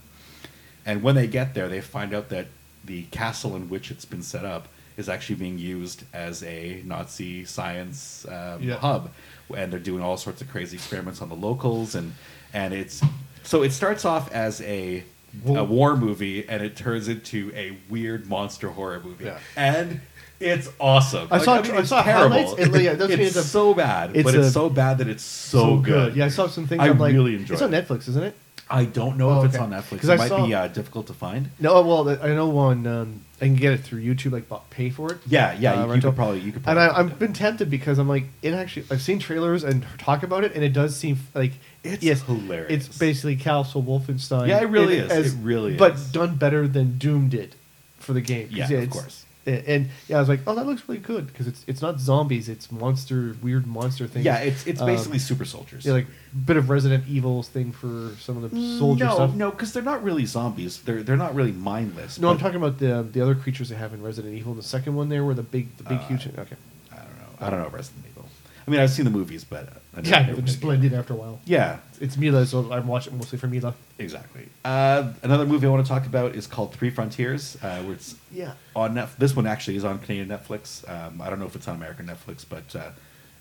Speaker 2: And when they get there, they find out that the castle in which it's been set up is actually being used as a Nazi science um,
Speaker 4: Yeah.
Speaker 2: hub, and they're doing all sorts of crazy experiments on the locals, and and it's so it starts off as a a war movie, and it turns into a weird monster horror movie,
Speaker 4: Yeah.
Speaker 2: and it's awesome.
Speaker 4: I saw- I
Speaker 2: it's
Speaker 4: saw
Speaker 2: terrible.
Speaker 4: highlights, and, yeah, that's- it's
Speaker 2: it's
Speaker 4: a-
Speaker 2: so bad,
Speaker 4: it's
Speaker 2: but it's
Speaker 4: a-
Speaker 2: so bad that it's so, good.
Speaker 4: Yeah, I saw some things.
Speaker 2: I
Speaker 4: am like,
Speaker 2: really enjoyed
Speaker 4: It's on
Speaker 2: it.
Speaker 4: Netflix, isn't it?
Speaker 2: I don't know
Speaker 4: Oh,
Speaker 2: if it's
Speaker 4: okay.
Speaker 2: on Netflix.
Speaker 4: 'Cause
Speaker 2: It
Speaker 4: I
Speaker 2: might
Speaker 4: saw-
Speaker 2: be uh, difficult to find.
Speaker 4: No, well, I know one. Um, I can get it through YouTube, like bu- pay for it.
Speaker 2: Yeah, yeah,
Speaker 4: Uh,
Speaker 2: you- you,
Speaker 4: rental.
Speaker 2: could probably you could
Speaker 4: And
Speaker 2: probably.
Speaker 4: I, I've been tempted because I'm like, it actually. I've seen trailers and talk about it, and it does seem f- like
Speaker 2: It's
Speaker 4: yes,
Speaker 2: hilarious.
Speaker 4: It's basically Castle Wolfenstein.
Speaker 2: Yeah, it really
Speaker 4: in-
Speaker 2: is. It really
Speaker 4: but
Speaker 2: is.
Speaker 4: done better than Doom did for the game. 'Cause,
Speaker 2: Yeah, of
Speaker 4: it's-
Speaker 2: course.
Speaker 4: a- And yeah, I was like, oh, that looks really good because it's it's not zombies, it's monster, weird monster things.
Speaker 2: yeah, it's it's
Speaker 4: Um,
Speaker 2: basically super soldiers.
Speaker 4: yeah, like bit of Resident Evil's thing for some of the soldier
Speaker 2: Mm, no,
Speaker 4: stuff.
Speaker 2: no, because they're not really zombies. They're they're not really mindless.
Speaker 4: No, I'm
Speaker 2: but-
Speaker 4: talking about the the other creatures they have in Resident Evil. The second one there, where the big, the big,
Speaker 2: Uh,
Speaker 4: huge. Okay.
Speaker 2: I don't know. I don't know Resident Evil. I mean, I've seen the movies, but uh, I never knew
Speaker 4: Yeah,
Speaker 2: what
Speaker 4: just
Speaker 2: they-
Speaker 4: blend in after a while.
Speaker 2: Yeah,
Speaker 4: It's Mila, so I'm watching mostly for Mila.
Speaker 2: exactly. Uh, another movie I want to talk about is called Three Frontiers, uh, where it's
Speaker 4: Yeah.
Speaker 2: on Netflix. This one actually is on Canadian Netflix. Um, I don't know if it's on American Netflix, but uh,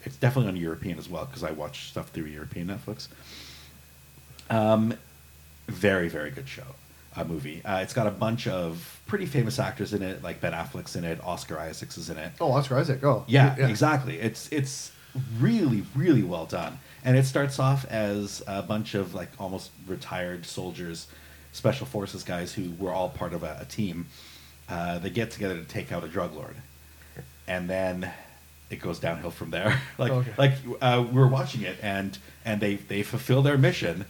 Speaker 2: it's definitely on European as well because I watch stuff through European Netflix. Um, very very good show, uh, movie. Uh, it's got a bunch of pretty famous actors in it, like Ben Affleck's in it, Oscar Isaacs is in it.
Speaker 4: Oh, Oscar Isaac. Oh,
Speaker 2: Yeah, exactly. It's it's really really well done, and it starts off as a bunch of like almost retired soldiers, special forces guys who were all part of a, a team. Uh, they get together to take out a drug lord, and then it goes downhill from there. like
Speaker 4: Okay.
Speaker 2: like uh, we were watching it, and and they they fulfill their mission,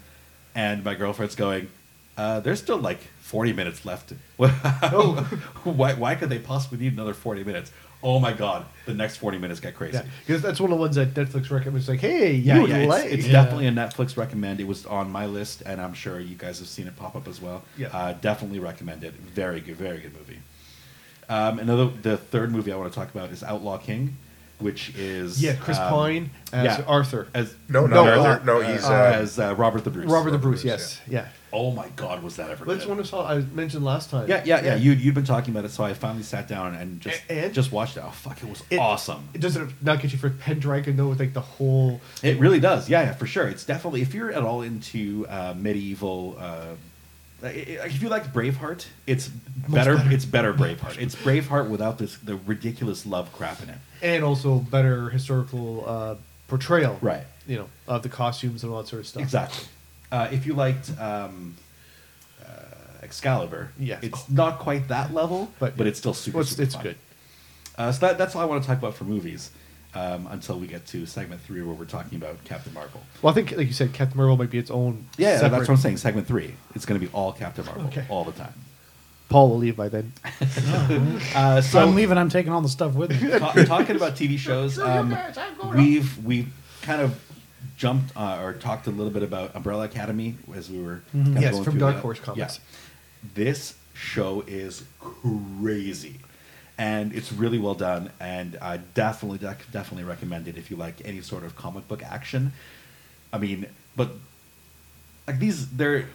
Speaker 2: and my girlfriend's going. Uh, there's still like 40 minutes left. why, why could they possibly need another 40 minutes? Oh my God, the next 40 minutes got crazy.
Speaker 4: Yeah, because that's one of the ones that Netflix recommends. Like, hey,
Speaker 2: Yeah,
Speaker 4: you would
Speaker 2: yeah, it's-
Speaker 4: like.
Speaker 2: it's,
Speaker 3: Yeah.
Speaker 2: definitely a Netflix recommend. It was on my list, and I'm sure you guys have seen it pop up as well.
Speaker 4: Yeah.
Speaker 2: Uh, definitely recommend it. Very good, very good movie. Um, another, the third movie I want to talk about is Outlaw King, which is
Speaker 4: Yeah, Chris
Speaker 2: um,
Speaker 4: Pine as
Speaker 2: yeah.
Speaker 4: Arthur.
Speaker 2: as
Speaker 6: No,
Speaker 4: No,
Speaker 6: no, no,
Speaker 4: uh,
Speaker 6: no, he's.
Speaker 2: uh,
Speaker 6: Uh,
Speaker 2: as uh, Robert the Bruce.
Speaker 4: Robert the
Speaker 6: Bruce,
Speaker 4: Bruce, yes. Yeah.
Speaker 2: Oh my God, was that ever?
Speaker 4: Well, That's
Speaker 2: good.
Speaker 4: one I saw I mentioned last time.
Speaker 2: Yeah, yeah, yeah. You you'd been talking about it, so I finally sat down and just
Speaker 4: A- and-
Speaker 2: just watched it. Oh fuck, it was
Speaker 4: It-
Speaker 2: awesome.
Speaker 4: It doesn't not get you for Pendragon though with like the whole
Speaker 2: It really does. Yeah, yeah, for sure. It's definitely if you're at all into uh, medieval. Uh, i- i- if you liked Braveheart, it's better, It's better Braveheart. It's Braveheart without this the ridiculous love crap in it.
Speaker 4: and also better historical uh, portrayal.
Speaker 2: Right.
Speaker 4: You know, of the costumes and all that sort of stuff.
Speaker 2: Exactly. Uh, if you liked um, uh, Excalibur,
Speaker 4: Yeah.
Speaker 2: it's not quite that level,
Speaker 4: But-
Speaker 2: but, it's still super.
Speaker 4: Well, it's,
Speaker 2: super
Speaker 4: it's
Speaker 2: fun.
Speaker 4: good.
Speaker 2: Uh, so that, that's all I want to talk about for movies um, until we get to segment three where we're talking about Captain Marvel.
Speaker 4: Well, I think like you said, Captain Marvel might be its own.
Speaker 2: Yeah,
Speaker 4: separate-
Speaker 2: that's what I'm saying. Segment three. It's going to be all Captain Marvel
Speaker 4: Okay.
Speaker 2: all the time.
Speaker 4: Paul will leave by then.
Speaker 2: Uh,
Speaker 3: So I'm
Speaker 2: so
Speaker 3: leaving. I'm taking all the stuff with me.
Speaker 2: ta- talking about TV shows, um, we've we've kind of jumped uh, or talked a little bit about Umbrella Academy as we were kind of
Speaker 4: Mm-hmm. Yes,
Speaker 2: going
Speaker 4: from
Speaker 2: through
Speaker 4: Dark
Speaker 2: that.
Speaker 4: Horse Comics.
Speaker 2: Yeah. This show is crazy. And it's really well done, and I definitely, dec- definitely recommend it if you like any sort of comic book action. I mean, but like these there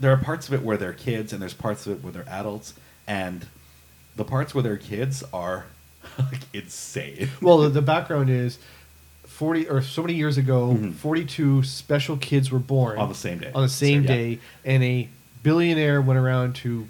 Speaker 2: there are parts of it where they're kids and there's parts of it where they're adults and the parts where they're kids are like insane
Speaker 4: Well, the, the background is forty or so many years ago, forty-two special kids were born
Speaker 2: On the same day.
Speaker 4: On the same
Speaker 2: So, yeah.
Speaker 4: day, and a billionaire went around to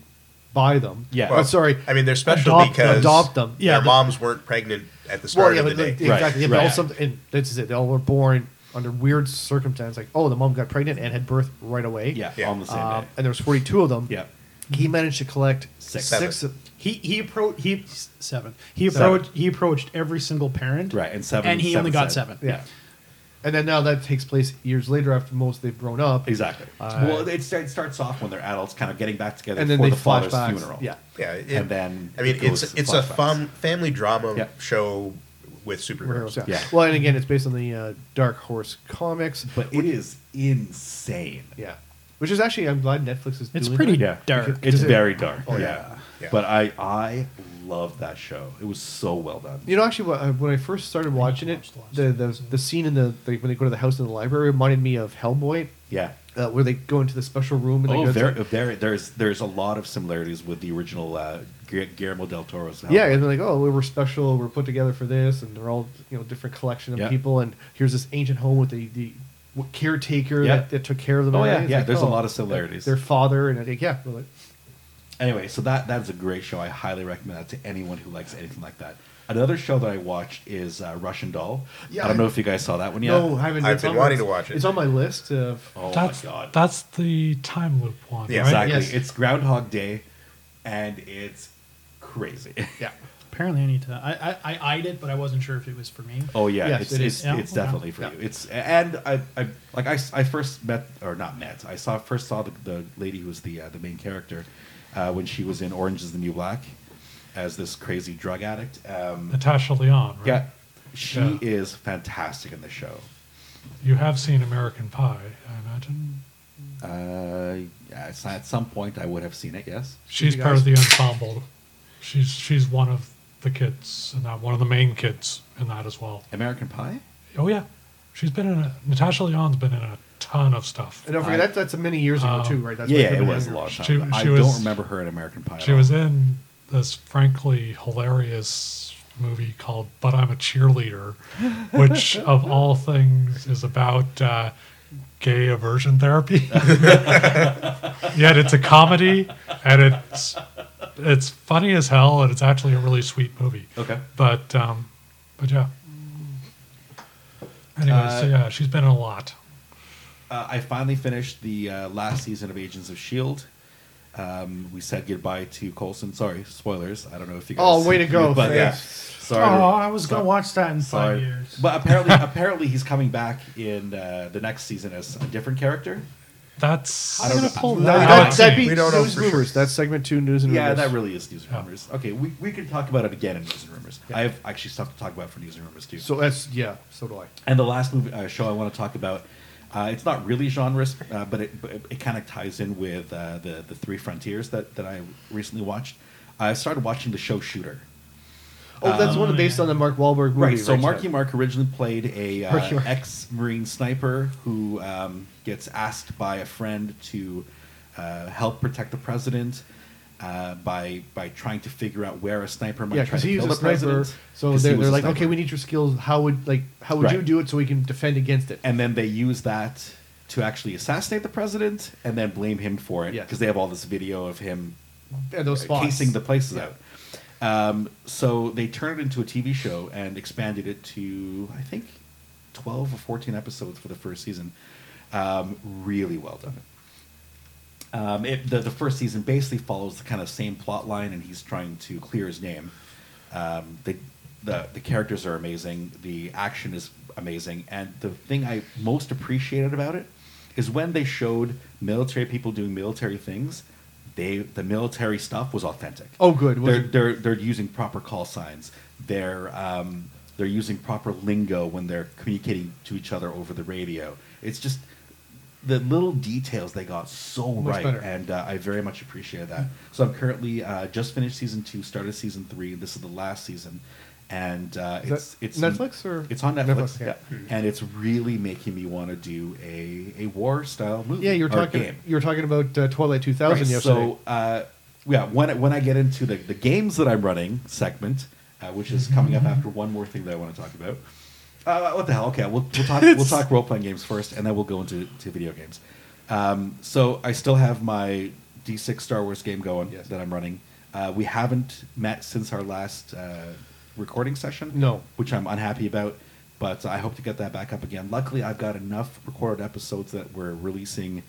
Speaker 4: buy them.
Speaker 2: Yeah.
Speaker 4: oh, sorry.
Speaker 6: I mean, they're special
Speaker 4: Adopt-
Speaker 6: because
Speaker 4: adopt them.
Speaker 3: Yeah,
Speaker 6: their
Speaker 3: the-
Speaker 6: moms weren't pregnant at the start
Speaker 4: yeah,
Speaker 6: of
Speaker 4: but
Speaker 6: the
Speaker 4: like,
Speaker 6: day.
Speaker 4: exactly. yeah,
Speaker 2: Right,
Speaker 4: but
Speaker 2: right.
Speaker 4: also- and this is it. They all were born under weird circumstances. Like, oh, the mom got pregnant and had birth right away.
Speaker 2: yeah,
Speaker 6: Yeah.
Speaker 2: on the same
Speaker 4: Uh,
Speaker 2: day
Speaker 4: and there was forty-two of them.
Speaker 2: yeah
Speaker 4: He managed to collect
Speaker 2: Six.
Speaker 4: six.
Speaker 6: Seven.
Speaker 3: He he appro- he seven. He approached he approached every single parent.
Speaker 2: right and seven
Speaker 3: and he only got seven.
Speaker 4: Yeah. And then now that takes place years later after most they've grown up.
Speaker 2: exactly
Speaker 4: Uh,
Speaker 2: well it, start, it starts off when they're adults kind of getting back together
Speaker 4: And then
Speaker 2: for
Speaker 4: they
Speaker 2: the father's
Speaker 4: flashbacks.
Speaker 2: funeral
Speaker 4: Yeah.
Speaker 6: Yeah, it-
Speaker 2: and then
Speaker 6: I mean,
Speaker 2: it goes
Speaker 6: it's
Speaker 2: to
Speaker 6: it's a
Speaker 2: flashbacks.
Speaker 6: fam- family drama
Speaker 2: Yeah.
Speaker 6: show with superheroes.
Speaker 4: Yeah.
Speaker 2: Yeah.
Speaker 4: Well, and again, it's based on the uh, Dark Horse comics.
Speaker 2: but it is insane
Speaker 4: yeah. Which is actually, I'm glad Netflix is.
Speaker 3: It's
Speaker 4: doing
Speaker 3: pretty
Speaker 4: that.
Speaker 2: Yeah.
Speaker 3: dark.
Speaker 2: it's very dark
Speaker 4: Oh,
Speaker 2: yeah.
Speaker 4: yeah.
Speaker 6: Yeah.
Speaker 2: but i i love that show it was so well done
Speaker 4: You know, actually, wh- uh, when I first started watching it,
Speaker 3: watched the last
Speaker 4: the, the the scene in the like, when they go to the house in the library reminded me of Hellboy,
Speaker 2: yeah
Speaker 4: uh, where they go into the special room and they
Speaker 2: Oh,
Speaker 4: go
Speaker 2: there,
Speaker 4: to,
Speaker 2: there, there's there's a lot of similarities with the original uh, Gu- Guillermo del Toro's.
Speaker 4: yeah, and they're like, oh, we were special, we're put together for this, and they're all you know different collection of
Speaker 2: Yeah.
Speaker 4: people, and here's this ancient home with the the w- caretaker
Speaker 2: Yeah.
Speaker 4: that, that took care of them.
Speaker 2: Oh,
Speaker 4: and
Speaker 2: yeah,
Speaker 4: everything. It's
Speaker 2: yeah,
Speaker 4: like,
Speaker 2: there's a
Speaker 4: oh,
Speaker 2: lot of similarities.
Speaker 4: Their father and I think yeah, we're like,
Speaker 2: Anyway, so that that's a great show. I highly recommend that to anyone who likes anything like that. Another show that I watched is uh, Russian Doll.
Speaker 4: Yeah,
Speaker 2: I don't
Speaker 4: I-
Speaker 2: know if you guys saw that one yet.
Speaker 4: no, I haven't.
Speaker 6: I've
Speaker 4: it's
Speaker 6: been
Speaker 4: on my-
Speaker 6: wanting to watch it.
Speaker 4: It's on my list of.
Speaker 2: Oh
Speaker 5: that's
Speaker 2: my god.
Speaker 5: that's the time loop one.
Speaker 6: Yeah,
Speaker 5: right?
Speaker 2: exactly.
Speaker 4: Yes.
Speaker 2: It's Groundhog Day, and it's crazy.
Speaker 4: Yeah.
Speaker 3: Apparently, I need to. I, I I eyed it, but I wasn't sure if it was for me.
Speaker 2: Oh yeah,
Speaker 4: Yes,
Speaker 2: it's
Speaker 4: it
Speaker 2: it's,
Speaker 4: is.
Speaker 3: Yeah,
Speaker 2: it's
Speaker 3: okay.
Speaker 2: definitely for
Speaker 4: Yeah.
Speaker 2: you. It's and I, I like I, s- I first met or not met. I saw first saw the, the lady who was the uh, the main character uh, when she was in Orange Is the New Black as this crazy drug addict. Um,
Speaker 5: Natasha Leon. Right?
Speaker 2: yeah, she
Speaker 5: Yeah.
Speaker 2: is fantastic in the show.
Speaker 5: You have seen American Pie, I imagine.
Speaker 2: Uh, yeah, it's- at some point I would have seen it. Yes.
Speaker 5: She's
Speaker 4: You
Speaker 5: part of
Speaker 4: guys-
Speaker 5: the ensemble. She's she's one of the kids in that one of the main kids in that as well.
Speaker 2: American Pie.
Speaker 5: Oh yeah, she's been in a, Natasha Leon's been in a ton of stuff.
Speaker 4: And don't forget
Speaker 2: I-
Speaker 4: that that's many years ago
Speaker 3: Oh.
Speaker 5: Um,
Speaker 4: too, right? That's
Speaker 2: yeah,
Speaker 4: like
Speaker 2: it
Speaker 4: when
Speaker 2: was a
Speaker 4: younger.
Speaker 2: long time.
Speaker 5: She-
Speaker 2: ago. I
Speaker 5: she was-
Speaker 2: don't remember her in American Pie. at
Speaker 5: She
Speaker 2: all.
Speaker 5: was in this frankly hilarious movie called "But I'm a Cheerleader," which of all things is about uh, gay aversion therapy. Yet it's a comedy, and it's it's funny as hell, and it's actually a really sweet movie.
Speaker 2: Okay.
Speaker 5: But um, but yeah. Anyway, so yeah, she's been in a lot.
Speaker 2: Uh, I finally finished the uh, last season of Agents of Shield. E Um, we said goodbye to Colson. Sorry, spoilers. I don't know if you guys.
Speaker 4: Oh, way to go,
Speaker 2: But yeah,
Speaker 4: thanks.
Speaker 2: sorry.
Speaker 3: Oh,
Speaker 2: sorry-
Speaker 3: watch that in
Speaker 2: sorry. But apparently, apparently he's coming back in uh, the next season as a different character.
Speaker 5: That's
Speaker 2: I
Speaker 5: I'm
Speaker 2: don't
Speaker 5: gonna
Speaker 2: know.
Speaker 5: pull
Speaker 4: No,
Speaker 5: that.
Speaker 4: that-
Speaker 5: out.
Speaker 4: that'd be
Speaker 6: We don't know
Speaker 4: news
Speaker 6: for sure.
Speaker 4: rumors. That's segment two, news and
Speaker 2: Yeah,
Speaker 4: rumors.
Speaker 2: that really is news
Speaker 4: Oh.
Speaker 2: and rumors. Okay, we, we can talk about it again in news and rumors. I have actually stuff to talk about for news and rumors too.
Speaker 4: So that's yeah. So do I.
Speaker 2: And the last movie uh, show I want to talk about, uh, it's not really genre, uh, but it but it kind of ties in with uh, the the Three Frontiers that that I recently watched. I started watching the show Shooter.
Speaker 4: Oh, that's
Speaker 3: Um,
Speaker 4: one based on the Mark Wahlberg movie.
Speaker 2: Right. So Marky
Speaker 4: Mark.
Speaker 2: Mark originally played a
Speaker 4: Marky
Speaker 2: uh,
Speaker 4: Mark.
Speaker 2: ex-marine sniper who um, gets asked by a friend to uh, help protect the president uh, by by trying to figure out where a sniper might
Speaker 4: Yeah,
Speaker 2: try
Speaker 4: because
Speaker 2: to
Speaker 4: he
Speaker 2: kill
Speaker 4: was
Speaker 2: the
Speaker 4: a sniper.
Speaker 2: president.
Speaker 4: So
Speaker 2: 'cause he
Speaker 4: they're,
Speaker 2: was
Speaker 4: they're
Speaker 2: a
Speaker 4: like,
Speaker 2: sniper.
Speaker 4: okay, we need your skills. How would like how would you
Speaker 2: Right.
Speaker 4: do it so we can defend against it?
Speaker 2: and then they use that to actually assassinate the president and then blame him for it
Speaker 4: Yeah.
Speaker 2: because they have all this video of him uh,
Speaker 4: And those spots.
Speaker 2: casing the places
Speaker 4: Yeah.
Speaker 2: out. Um, so they turned it into a TV show and expanded it to I think twelve or fourteen episodes for the first season. Um, really well done. Um, it, the, the first season basically follows the kind of same plot line, and he's trying to clear his name. Um, the, the the characters are amazing. The action is amazing, and the thing I most appreciated about it is when they showed military people doing military things. They the military stuff was authentic.
Speaker 4: Oh, good. Was
Speaker 2: They're,
Speaker 4: it-
Speaker 2: they're they're using proper call signs. They're um, they're using proper lingo when they're communicating to each other over the radio. It's just the little details they got so
Speaker 4: Much
Speaker 2: right,
Speaker 4: better.
Speaker 2: and uh, I very much appreciate that. So I'm currently uh, just finished season two, started season three. This is the last season, and uh,
Speaker 4: Is
Speaker 2: it's
Speaker 4: that
Speaker 2: it's
Speaker 4: Netflix or-
Speaker 2: it's on Netflix,
Speaker 4: Netflix, yeah.
Speaker 2: yeah. and it's really making me want to do a a war style movie.
Speaker 4: Yeah, you were
Speaker 2: or
Speaker 4: talking.
Speaker 2: game.
Speaker 4: You were talking about uh, Twilight 2000
Speaker 2: Right,
Speaker 4: yesterday.
Speaker 2: So, uh, yeah, when I, when I get into the, the games that I'm running segment, uh, which is coming up after one more thing that I want to talk about. Uh, what the hell? Okay, we'll, we'll talk we'll talk role playing games first, and then we'll go into to video games. Um, so I still have my D6 Star Wars game going
Speaker 4: Yes.
Speaker 2: that I'm running. Uh, we haven't met since our last uh, recording session.
Speaker 4: No.
Speaker 2: which I'm unhappy about, but I hope to get that back up again. Luckily, I've got enough recorded episodes that we're releasing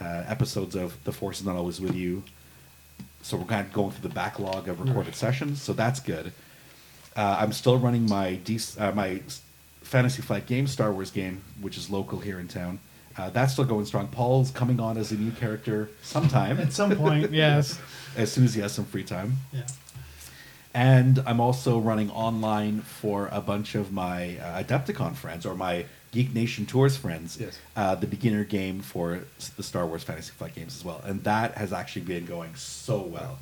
Speaker 2: uh, episodes of The Force is Not Always With You. So we're kind of going through the backlog of recorded sessions, so that's good. Uh, I'm still running my D- uh, my s- Fantasy Flight Games Star Wars game, which is local here in town. Uh, that's still going strong. Paul's coming on as a new character sometime
Speaker 3: At some point, yes.
Speaker 2: as soon as he has some free time.
Speaker 3: Yeah.
Speaker 2: And I'm also running online for a bunch of my uh, Adepticon friends or my Geek Nation Tours friends.
Speaker 4: Yes.
Speaker 2: Uh, the beginner game for s- the Star Wars Fantasy Flight games as well, and that has actually been going so well.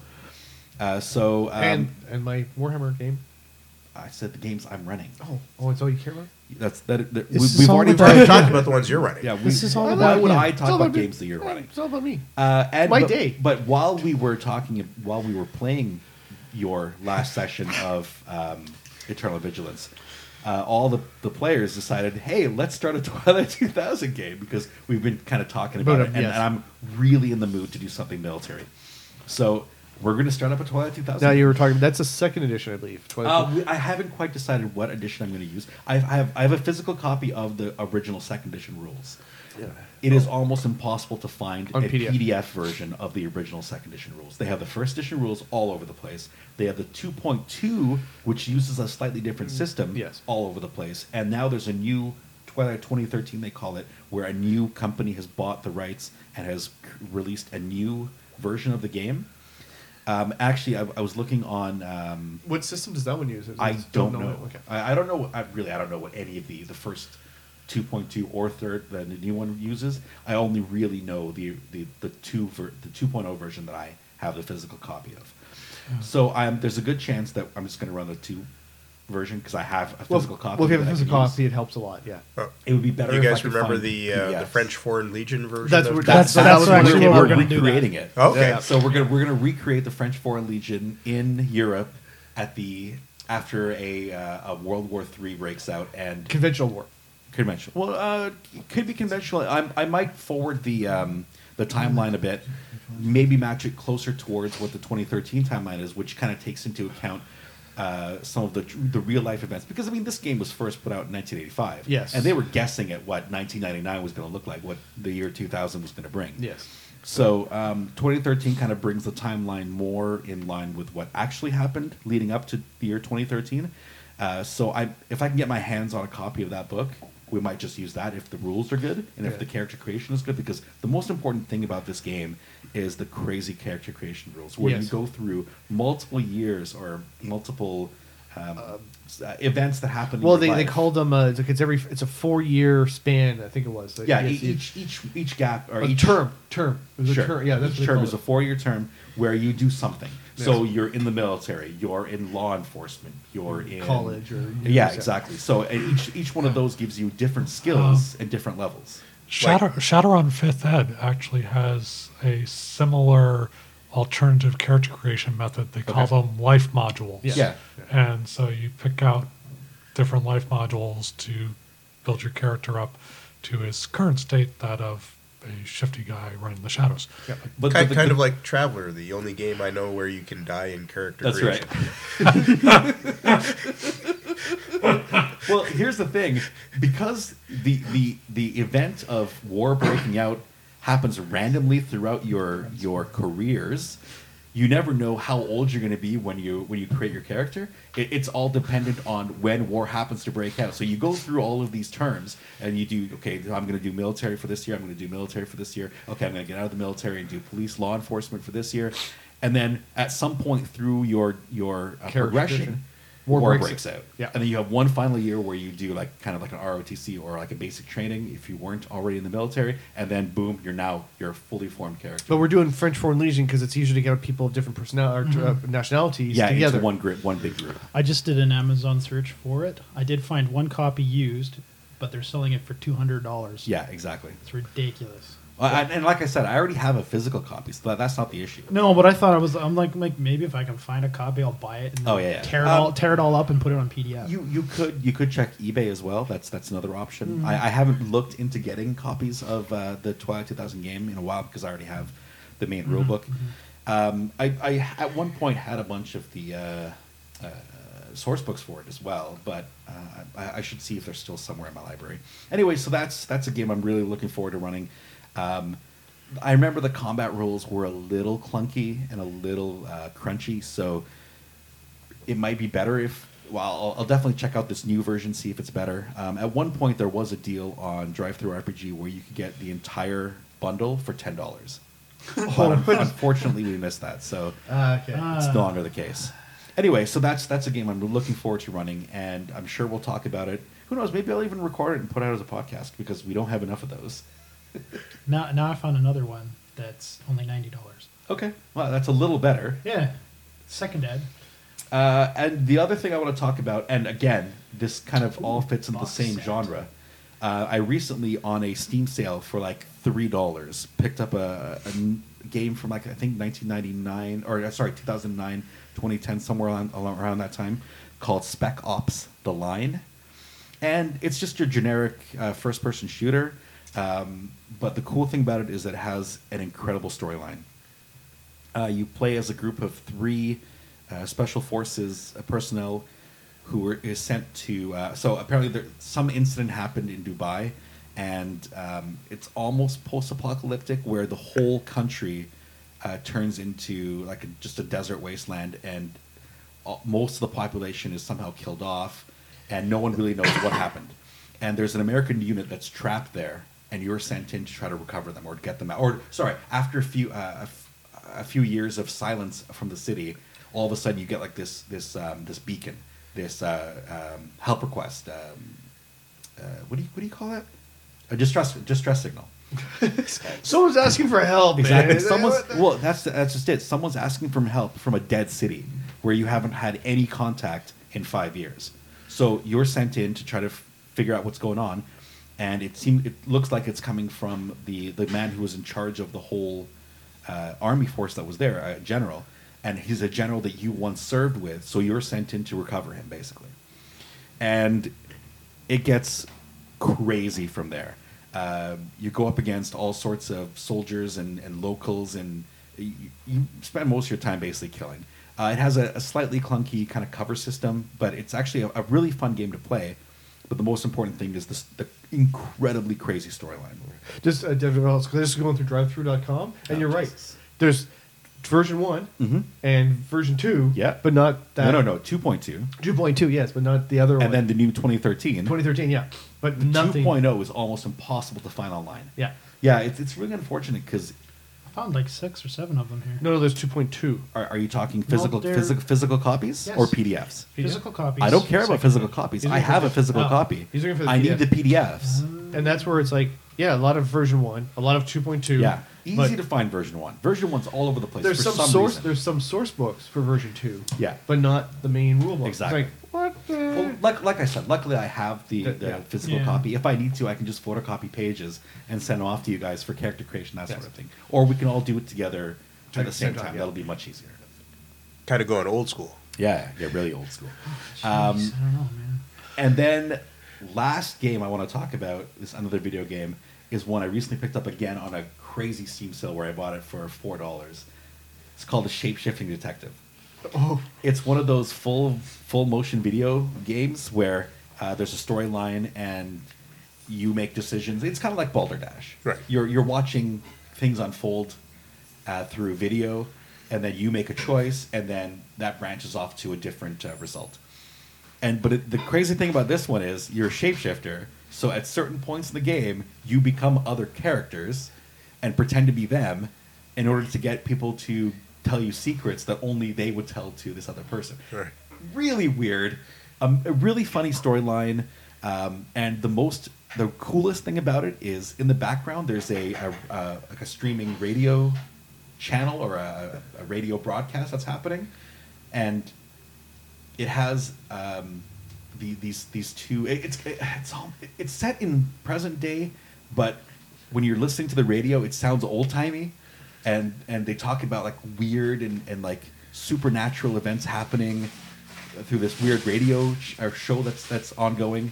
Speaker 2: Uh, so um,
Speaker 4: and and my Warhammer game.
Speaker 2: I said the games I'm running.
Speaker 4: Oh, oh, it's all you care about.
Speaker 2: That's that. that we,
Speaker 6: This is
Speaker 2: we've
Speaker 6: all
Speaker 2: already
Speaker 6: we've
Speaker 2: talked.
Speaker 6: already talked about the ones you're running.
Speaker 2: Yeah, we,
Speaker 3: This is all
Speaker 2: why
Speaker 3: about
Speaker 2: would
Speaker 3: you.
Speaker 2: I
Speaker 4: It's
Speaker 2: talk
Speaker 4: all
Speaker 2: about
Speaker 4: me.
Speaker 2: games that you're running?
Speaker 4: It's all about me.
Speaker 2: Uh, and
Speaker 4: My
Speaker 2: but,
Speaker 4: day.
Speaker 2: But while we were talking, while we were playing your last session of um, Eternal Vigilance, uh, all the, the players decided, hey, let's start a Twilight 2000 game because we've been kind of talking about
Speaker 4: About
Speaker 2: it,
Speaker 4: it,
Speaker 2: and,
Speaker 4: yes.
Speaker 2: and I'm really in the mood to do something military. So we're going to start up a Twilight 2000.
Speaker 4: Now you were talking. That's a second edition, I believe.
Speaker 2: Uh,
Speaker 4: Twilight.
Speaker 2: we- I haven't quite decided what edition I'm going to use. I have, I have I have a physical copy of the original second edition rules. It is almost impossible to find
Speaker 4: On
Speaker 2: a
Speaker 4: PDF.
Speaker 2: PDF. version of the original second edition rules. They have the first edition rules all over the place. They have the 2.2, which uses a slightly different system,
Speaker 4: Mm, yes.
Speaker 2: all over the place. And now there's a new Twilight 2013, they call it, where a new company has bought the rights and has c- released a new version of the game. Um, actually, I, I was looking on. Um,
Speaker 4: what system does that one use? Is it-
Speaker 2: I don't know.
Speaker 4: Okay.
Speaker 2: I, I don't know. I really, I don't know what any of the the first two point two or third that the new one uses. I only really know the the the two ver, the two oh version that I have the physical copy of. So I'm there's a good chance that I'm just going to run the two version because I have a
Speaker 4: Well,
Speaker 2: physical copy.
Speaker 4: well, if you
Speaker 2: that
Speaker 4: have a
Speaker 2: I can
Speaker 4: physical
Speaker 2: use.
Speaker 4: copy, it helps a lot. Yeah.
Speaker 6: Oh,
Speaker 2: it would be better.
Speaker 6: you
Speaker 2: if I
Speaker 6: guys
Speaker 2: could
Speaker 6: remember
Speaker 2: find
Speaker 6: the uh, the
Speaker 2: PDFs.
Speaker 6: French Foreign Legion version?
Speaker 4: That's
Speaker 6: of
Speaker 4: what-
Speaker 6: that?
Speaker 3: That's, that's,
Speaker 4: that's what
Speaker 3: actually
Speaker 4: we're-
Speaker 3: what we're
Speaker 2: we're
Speaker 3: going to do.
Speaker 2: recreating it.
Speaker 6: Okay.
Speaker 4: Yeah.
Speaker 2: So we're gonna we're gonna recreate the French Foreign Legion in Europe at the after a uh, a World War III breaks out and
Speaker 4: Conventional war.
Speaker 2: conventional. Well, uh, it could be conventional. I I might forward the um, the timeline a bit, maybe match it closer towards what the 2013 timeline is, which kind of takes into account. Uh, some of the tr- the real life events because I mean this game was first put out in 1985
Speaker 4: Yes.
Speaker 2: and they were guessing at what 1999 was going to look like what the year 2000 was going to bring
Speaker 4: Yes.
Speaker 2: so um, 2013 kind of brings the timeline more in line with what actually happened leading up to the year 2013. Uh, so I, if I can get my hands on a copy of that book, we might just use that if the rules are good and
Speaker 4: Yeah.
Speaker 2: if the character creation is good. Because the most important thing about this game is the crazy character creation rules, where
Speaker 4: Yes.
Speaker 2: you go through multiple years or multiple um, s- uh, events that happen. in
Speaker 4: Well,
Speaker 2: your
Speaker 4: they, they
Speaker 2: life.
Speaker 4: called them. Uh, it's like it's every it's a four year span. I think it was. Like,
Speaker 2: yeah
Speaker 4: yes,
Speaker 2: e- each each each gap or
Speaker 4: a
Speaker 2: each
Speaker 4: term term. It was
Speaker 2: Sure.
Speaker 4: a term. Yeah, that's what
Speaker 2: Each
Speaker 4: they
Speaker 2: term
Speaker 4: called
Speaker 2: is
Speaker 4: it.
Speaker 2: a four-year term where you do something. So
Speaker 4: Yes.
Speaker 2: you're in the military, you're in law enforcement, you're in
Speaker 4: Mm, College or
Speaker 2: yeah,
Speaker 4: university.
Speaker 2: exactly. So and each each one of those gives you different
Speaker 6: Uh-huh.
Speaker 2: skills and different levels.
Speaker 5: Shatter, Shadowrun Fifth Ed actually has a similar alternative character creation method. They call
Speaker 2: Okay.
Speaker 5: them life modules.
Speaker 4: Yes.
Speaker 2: Yeah.
Speaker 5: And so you pick out different life modules to build your character up to his current state, that of a shifty guy running the shadows.
Speaker 2: But,
Speaker 6: Kind,
Speaker 2: but the-
Speaker 6: kind of like Traveler, the only game I know where you can die in character
Speaker 2: That's
Speaker 6: creation.
Speaker 2: right. well, here's the thing: because the the the event of war breaking out happens randomly throughout your your careers, you never know how old you're going to be when you when you create your character. It, it's all dependent on when war happens to break out. So you go through all of these terms, and you do okay. I'm going to do military for this year. I'm going to do military for this year. Okay, I'm going to get out of the military and do police law enforcement for this year. And then at some point through your your uh,
Speaker 4: Character
Speaker 2: progression,
Speaker 4: creation.
Speaker 2: war,
Speaker 4: War
Speaker 2: breaks,
Speaker 4: breaks
Speaker 2: out.
Speaker 4: out. Yeah.
Speaker 2: And then you have one final year where you do like kind of like an ROTC or like a basic training if you weren't already in the military, and then boom, you're now you're a fully formed character.
Speaker 4: But we're doing French Foreign Legion because it's easier to get people of different personal or, uh,
Speaker 2: Mm-hmm.
Speaker 4: nationalities
Speaker 2: yeah,
Speaker 4: together.
Speaker 2: into one group, one big group.
Speaker 3: I just did an Amazon search for it. I did find one copy used, but they're selling it for two hundred dollars.
Speaker 2: Yeah, exactly.
Speaker 3: it's ridiculous.
Speaker 2: Uh, and, and like I said, I already have a physical copy, so that, that's not the issue.
Speaker 3: No, but I thought I was. I'm like, like maybe if I can find a copy, I'll buy it and
Speaker 2: Oh, yeah, yeah.
Speaker 3: tear it
Speaker 2: Um,
Speaker 3: all tear it all up and put it on PDF.
Speaker 2: You you could you could check eBay as well. That's that's another option. I, I haven't looked into getting copies of uh, the Twilight 2000 game in a while because I already have the main rule book. Um, I, I at one point had a bunch of the uh, uh, source books for it as well, but uh, I, I should see if they're still somewhere in my library. Anyway, so that's that's a game I'm really looking forward to running. Um, I remember the combat rules were a little clunky and a little uh, crunchy, so it might be better if well I'll, I'll definitely check out this new version see if it's better um, at one point there was a deal on drive through rpg where you could get the entire bundle for $10 but un- unfortunately we missed that so
Speaker 4: Ah, okay.
Speaker 2: it's no longer the case anyway so that's that's a game i'm looking forward to running and i'm sure we'll talk about it who knows maybe i'll even record it and put it out as a podcast because we don't have enough of those
Speaker 3: Now, now I found another one that's only ninety dollars.
Speaker 2: okay well that's a little better
Speaker 3: Yeah, second ed.
Speaker 2: Uh, and the other thing I want to talk about, and again, this kind of all fits in the
Speaker 3: box
Speaker 2: same
Speaker 3: set.
Speaker 2: genre. Uh, I recently, on a Steam sale for like three dollars, picked up a, a n- game from like I think 1999 or uh, sorry 2009, 2010, somewhere on, along, around that time, called Spec Ops: The Line, and it's just your generic uh, first-person shooter. Um, but the cool thing about it is that it has an incredible storyline. Uh, you play as a group of three uh, special forces uh, personnel who are is sent to. Uh, so apparently, there, some incident happened in Dubai, and um, it's almost post-apocalyptic, where the whole country uh, turns into like a, just a desert wasteland, and all, most of the population is somehow killed off, and no one really knows what happened. And there's an American unit that's trapped there, and you're sent in to try to recover them or get them out. Or sorry, after a few uh, a f- a few years of silence from the city, all of a sudden you get like this this um, this beacon, this uh, um, help request. Um, uh, what do you what do you call it? A distress distress signal.
Speaker 4: Someone's asking for help.
Speaker 2: Exactly.
Speaker 4: Man.
Speaker 2: Someone's well, that's that's just it. Someone's asking for help from a dead city where you haven't had any contact in five years. So you're sent in to try to f- figure out what's going on, and it seems it looks like it's coming from the the man who was in charge of the whole uh, army force that was there, a general, and he's a general that you once served with. So you're sent in to recover him, basically and it gets crazy from there. Um, you go up against all sorts of soldiers and, and locals, and you, you spend most of your time basically killing. Uh, it has a, a slightly clunky kind of cover system, but it's actually a, a really fun game to play. But the most important thing is this, the incredibly crazy storyline.
Speaker 4: just uh, developers because just going through drivethrough.com and
Speaker 2: Oh,
Speaker 4: you're
Speaker 2: Jesus.
Speaker 4: right. There's version one
Speaker 2: Mhm.
Speaker 4: and version two.
Speaker 2: Yeah.
Speaker 4: but not that.
Speaker 2: No, no, no, 2.2.
Speaker 4: Two point two, yes, but not the other one.
Speaker 2: And then the new 2013.
Speaker 4: twenty thirteen, yeah, but nothing.
Speaker 2: 2.0 is almost oh impossible to find online.
Speaker 4: Yeah,
Speaker 2: Yeah, it's, it's really unfortunate because
Speaker 3: found like six or seven of them here.
Speaker 4: No, no, there's 2.2.
Speaker 2: Are, are you talking physical
Speaker 3: they're-
Speaker 2: physical physical copies
Speaker 4: Yes.
Speaker 2: or PDFs?
Speaker 3: Physical copies.
Speaker 2: I don't care
Speaker 3: Second.
Speaker 2: about physical copies.
Speaker 4: He's
Speaker 2: I
Speaker 4: looking
Speaker 2: have
Speaker 4: for
Speaker 2: a physical
Speaker 3: oh,
Speaker 2: copy.
Speaker 4: he's looking for the
Speaker 2: I need
Speaker 4: PDF.
Speaker 2: the PDFs.
Speaker 4: And that's where it's like, yeah, a lot of version 1, a lot of 2.2.
Speaker 2: Yeah,
Speaker 4: but
Speaker 2: easy to find version one. Version one's all over the place.
Speaker 4: There's
Speaker 2: for
Speaker 4: some,
Speaker 2: some
Speaker 4: source.
Speaker 2: reason.
Speaker 4: There's some source books for version two.
Speaker 2: Yeah.
Speaker 4: but not the main rule book.
Speaker 2: Exactly.
Speaker 4: It's like what? The?
Speaker 2: Well, like, like I said, luckily I have the,
Speaker 4: Yeah.
Speaker 2: the physical
Speaker 3: Yeah.
Speaker 2: copy. If I need to, I can just photocopy pages and send them off to you guys for character creation, that sort
Speaker 4: Yes.
Speaker 2: of thing. Or we can all do it together at
Speaker 4: At
Speaker 2: the same time. That'll be much easier.
Speaker 6: Kind of going old school.
Speaker 2: Yeah, yeah, really old school. Um,
Speaker 3: Jeez, I don't know, man.
Speaker 2: And then last game I want to talk about is another video game is one I recently picked up again on a crazy Steam sale where I bought it for four dollars. It's called The Shape Shifting Detective.
Speaker 4: oh,
Speaker 2: It's one of those full full motion video games where uh, there's a storyline and you make decisions. It's kind of like Balderdash.
Speaker 6: Right.
Speaker 2: You're you're watching things unfold uh, through video, and then you make a choice, and then that branches off to a different uh, result. And but it, the crazy thing about this one is you're a shapeshifter, so at certain points in the game, you become other characters and pretend to be them in order to get people to tell you secrets that only they would tell to this other person.
Speaker 6: Right.
Speaker 2: Really weird, um, a really funny storyline, um, and the most the coolest thing about it is in the background there's a, a, a like a streaming radio channel or a, a radio broadcast that's happening, and it has um, the, these these two. It, it's it's all, it's set in present day, but when you're listening to the radio, it sounds old timey, and and they talk about like weird and and like supernatural events happening through this weird radio sh- or show that's that's ongoing.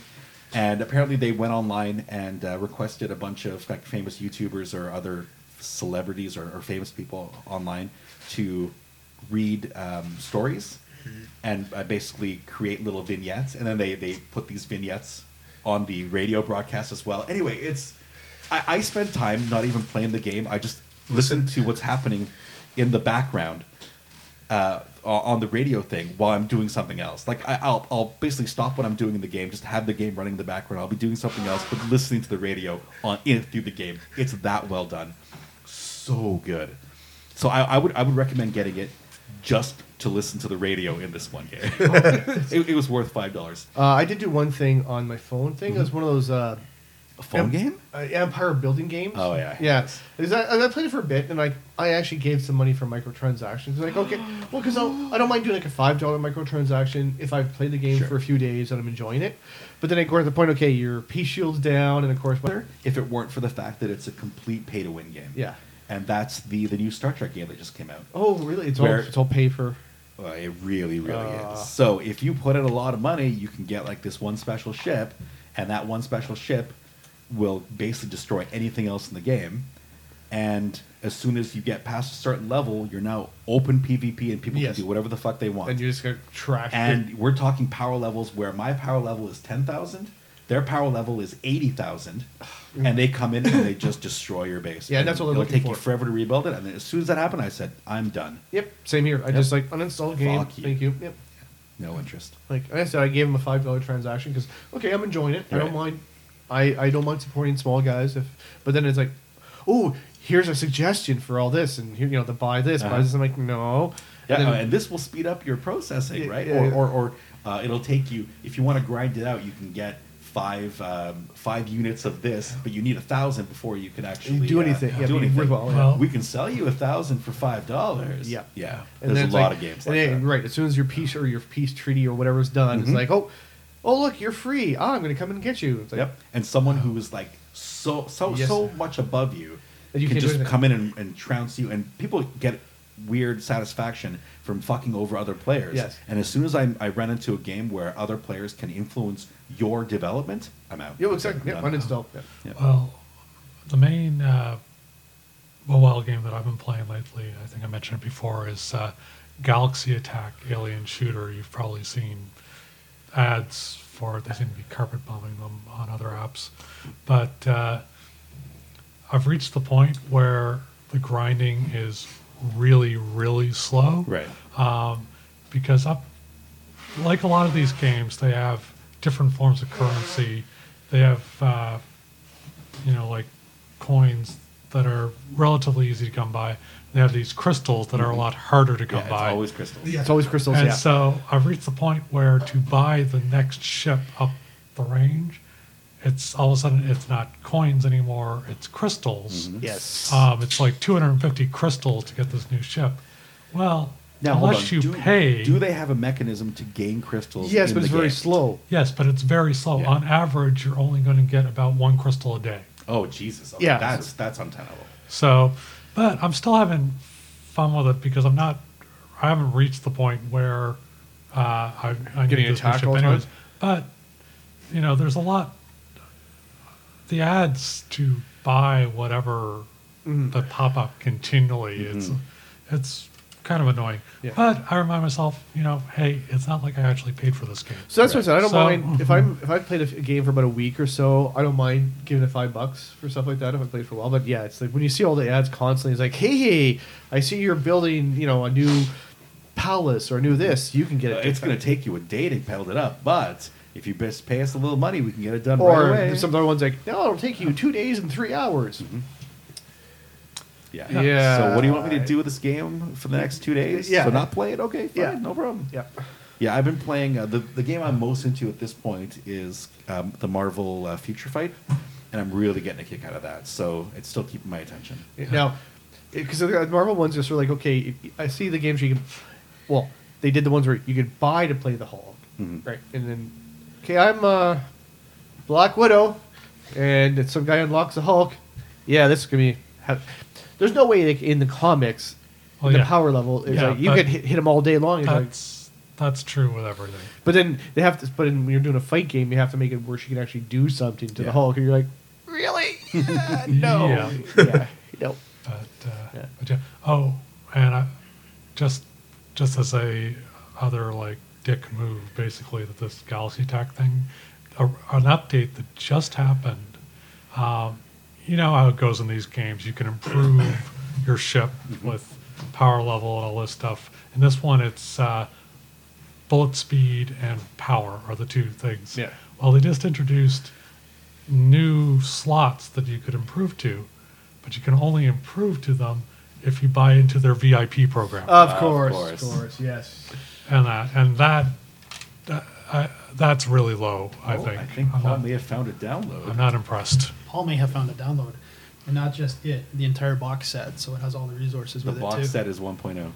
Speaker 2: And apparently, they went online and uh, requested a bunch of like famous YouTubers or other celebrities or, or famous people online to read um, stories and uh, basically create little vignettes. And then they, they put these vignettes on the radio broadcast as well. Anyway, it's I, I spent time not even playing the game. I just listened to what's happening in the background uh, o- on the radio thing while I'm doing something else. Like I, I'll I'll basically stop what I'm doing in the game, just have the game running in the background. I'll be doing something else, but listening to the radio on in through the game. It's that well done, so good. So I, I would I would recommend getting it just to listen to the radio in this one game. it, it was worth five dollars.
Speaker 4: uh, I did do one thing on my phone thing. It
Speaker 2: Mm-hmm.
Speaker 4: was one of those uh,
Speaker 2: A phone
Speaker 4: em-
Speaker 2: game?
Speaker 4: uh, empire building games.
Speaker 2: Oh, yeah.
Speaker 4: yeah. Is that- and I played it for a bit, and like I actually gave some money for microtransactions. Like okay, well, because I don't mind doing like a five dollar microtransaction if I've played the game
Speaker 2: Sure.
Speaker 4: for a few days and I'm enjoying it. But then of course at the point, okay, your P shield's down, and of course, my,
Speaker 2: If it weren't for the fact that it's a complete pay to win game.
Speaker 4: Yeah.
Speaker 2: And that's the the new Star Trek game that just came out.
Speaker 4: oh really? It's
Speaker 2: Where-
Speaker 4: all it's all paper.
Speaker 2: Well, it Oh, really, really
Speaker 4: Uh.
Speaker 2: is. So if you put in a lot of money, you can get like this one special ship, and that one special ship will basically destroy anything else in the game. And as soon as you get past a certain level, you're now open PvP, and people
Speaker 4: Yes.
Speaker 2: can do whatever the fuck they want.
Speaker 4: And you're just gonna trash.
Speaker 2: And we're talking power levels where my power level is 10,000, their power level is 80,000, and they come in and they just destroy your base.
Speaker 4: Mm. Yeah, and that's what they're
Speaker 2: It'll
Speaker 4: looking
Speaker 2: take
Speaker 4: for.
Speaker 2: you forever to rebuild it. And then as soon as that happened, I said, I'm done.
Speaker 4: Yep, same here. I just like uninstall game.
Speaker 2: Fuck you.
Speaker 4: Thank you. Yep.
Speaker 2: No interest.
Speaker 4: Like I said, I gave him a five dollar transaction because okay, I'm enjoying it. I
Speaker 2: Right.
Speaker 4: don't mind. I I don't mind supporting small guys if, but then it's like, oh, here's a suggestion for all this, and here you know to buy this, buy
Speaker 2: Uh-huh.
Speaker 4: this. I'm like, no.
Speaker 2: Yeah, oh,
Speaker 4: and
Speaker 2: and,
Speaker 4: then-
Speaker 2: this will speed up your processing,
Speaker 4: Yeah,
Speaker 2: right?
Speaker 4: yeah,
Speaker 2: or,
Speaker 4: yeah.
Speaker 2: or or uh, it'll take you if you want to grind it out, you can get five um, five units of this, but you need a thousand before you can actually
Speaker 4: do
Speaker 2: uh,
Speaker 4: anything. Yeah,
Speaker 2: do
Speaker 4: be
Speaker 2: anything.
Speaker 4: worthwhile,
Speaker 5: yeah. Well-
Speaker 2: we can sell you a thousand for five dollars.
Speaker 4: Yeah.
Speaker 2: yeah.
Speaker 4: and
Speaker 2: There's
Speaker 4: then
Speaker 2: a
Speaker 4: it's
Speaker 2: lot
Speaker 4: like-
Speaker 2: of games
Speaker 4: and
Speaker 2: like
Speaker 4: then-
Speaker 2: that. Mm-hmm.
Speaker 4: Right, as soon as your peace or your peace treaty or whatever is done, it's like, oh, oh look, you're free. Ah, I'm gonna come and get you. It's like,
Speaker 2: Yep. And someone who is like so so
Speaker 4: Yes.
Speaker 2: so much above you,
Speaker 4: That you
Speaker 2: can
Speaker 4: can't do
Speaker 2: just
Speaker 4: anything.
Speaker 2: come in and, and trounce you, and people get weird satisfaction from fucking over other players.
Speaker 4: Yes.
Speaker 2: And as soon as I, I run into a game where other players can influence your development, I'm out.
Speaker 4: Yo, exactly. Yep,
Speaker 2: I'm out.
Speaker 4: uninstall. Yep.
Speaker 2: Yeah.
Speaker 5: Well, the main uh, mobile game that I've been playing lately, I think I mentioned it before, is uh, Galaxy Attack Alien Shooter. You've probably seen ads for it. They seem to be carpet bombing them on other apps. But uh, I've reached the point where the grinding is really, really slow
Speaker 2: Right.
Speaker 5: because up like a lot of these games they have different forms of currency they have uh, you know like coins that are relatively easy to come by. They have these crystals that are a lot harder to come
Speaker 2: Mm-hmm. Yeah, it's
Speaker 5: by.
Speaker 2: always crystals.
Speaker 4: It's always crystals.
Speaker 5: and
Speaker 4: yeah.
Speaker 5: so I've reached the point where to buy the next ship up the range, it's all of a sudden it's not coins anymore, it's crystals.
Speaker 2: Mm-hmm.
Speaker 4: yes.
Speaker 5: Um, it's like 250 crystals to get this new ship. Well,
Speaker 2: Now, hold
Speaker 5: unless
Speaker 2: on.
Speaker 5: you
Speaker 2: do,
Speaker 5: pay,
Speaker 2: do they have a mechanism to gain crystals?
Speaker 4: yes,
Speaker 2: in
Speaker 4: but
Speaker 2: the
Speaker 4: it's very
Speaker 2: game?
Speaker 4: slow.
Speaker 5: yes, but it's very slow.
Speaker 2: Yeah.
Speaker 5: On average, you're only going to get about one crystal a day.
Speaker 2: Oh Jesus! Okay,
Speaker 4: Yeah.
Speaker 2: that's that's untenable.
Speaker 5: So, but I'm still having fun with it because I'm not, I haven't reached the point where uh, I, I
Speaker 4: Getting
Speaker 5: need this new
Speaker 4: attacked
Speaker 5: ship
Speaker 4: all the
Speaker 5: anyways.
Speaker 4: time?
Speaker 5: But you know, there's a lot. The ads to buy whatever
Speaker 4: Mm-hmm.
Speaker 5: that pop up continually. It's it's kind of annoying.
Speaker 4: Yeah.
Speaker 5: But I remind myself, you know, hey, it's not like I actually paid for this game.
Speaker 4: So that's what I said. I don't
Speaker 5: So-
Speaker 4: mind if I'm if I played a f- a game for about a week or so. I don't mind giving it five bucks for stuff like that if I played for a while. But yeah, it's like when you see all the ads constantly, it's like, hey, hey, I see you're building, you know, a new palace or a new this. You can get it.
Speaker 2: It's going to take you a day to build it up, but if you just pay us a little money, we can get it done
Speaker 4: or
Speaker 2: right away. Mm-hmm.
Speaker 4: there's some other ones like, no, it'll take you two days and three hours.
Speaker 2: yeah.
Speaker 4: Yeah.
Speaker 2: So what do you want me to do with this game for the next two days?
Speaker 4: Yeah.
Speaker 2: So not play it? Okay. Fine,
Speaker 4: Yeah.
Speaker 2: No problem.
Speaker 4: Yeah,
Speaker 2: Yeah, I've been playing uh, the the game I'm most into at this point is um, the Marvel uh, Future Fight, and I'm really getting a kick out of that. So it's still keeping my attention.
Speaker 4: Now, because the Marvel ones are sort of like, okay, I see the games you can. Well, they did the ones where you could buy to play the Hulk,
Speaker 5: Mm-hmm.
Speaker 4: right? And then, okay, I'm uh, Black Widow, and it's some guy unlocks the Hulk. Yeah, this is gonna be. Ha- There's no way like, in the comics,
Speaker 5: Well,
Speaker 4: the
Speaker 5: Oh, yeah.
Speaker 4: power level is
Speaker 5: Yeah,
Speaker 4: like you
Speaker 5: but- Uh-huh.
Speaker 4: could hit, hit him all day long. and you're like-
Speaker 5: That's that's true with everything.
Speaker 4: but then they have to. But in, when you're doing a fight game, you have to make it worse. You can actually do something to
Speaker 2: Yeah.
Speaker 4: the Hulk, and you're like, really? Yeah, no.
Speaker 5: Yeah.
Speaker 4: yeah. No.
Speaker 5: But, uh,
Speaker 4: Yeah.
Speaker 5: but yeah. Oh, and I, just just as a other like dick move, basically that this Galaxy Tech thing, a, an update that just happened. Um, you know how it goes in these games. You can improve your ship with power level and all this stuff. In this one, it's uh, bullet speed and power are the two things.
Speaker 4: Yeah.
Speaker 5: Well, they just introduced new slots that you could improve to, but you can only improve to them if you buy into their VIP program
Speaker 4: Of
Speaker 2: course,
Speaker 4: course,
Speaker 2: of course.
Speaker 4: of course, yes.
Speaker 5: and that and that that- I, that's really low. I
Speaker 2: Oh,
Speaker 5: think.
Speaker 2: I think
Speaker 5: I'm,
Speaker 2: Paul
Speaker 5: not,
Speaker 2: may have found a download.
Speaker 5: I'm not impressed.
Speaker 3: Paul may have found a download, and not just it, the entire box set. So it has all the resources
Speaker 2: the
Speaker 3: with
Speaker 2: box
Speaker 3: it too.
Speaker 2: set is oh. 1.0.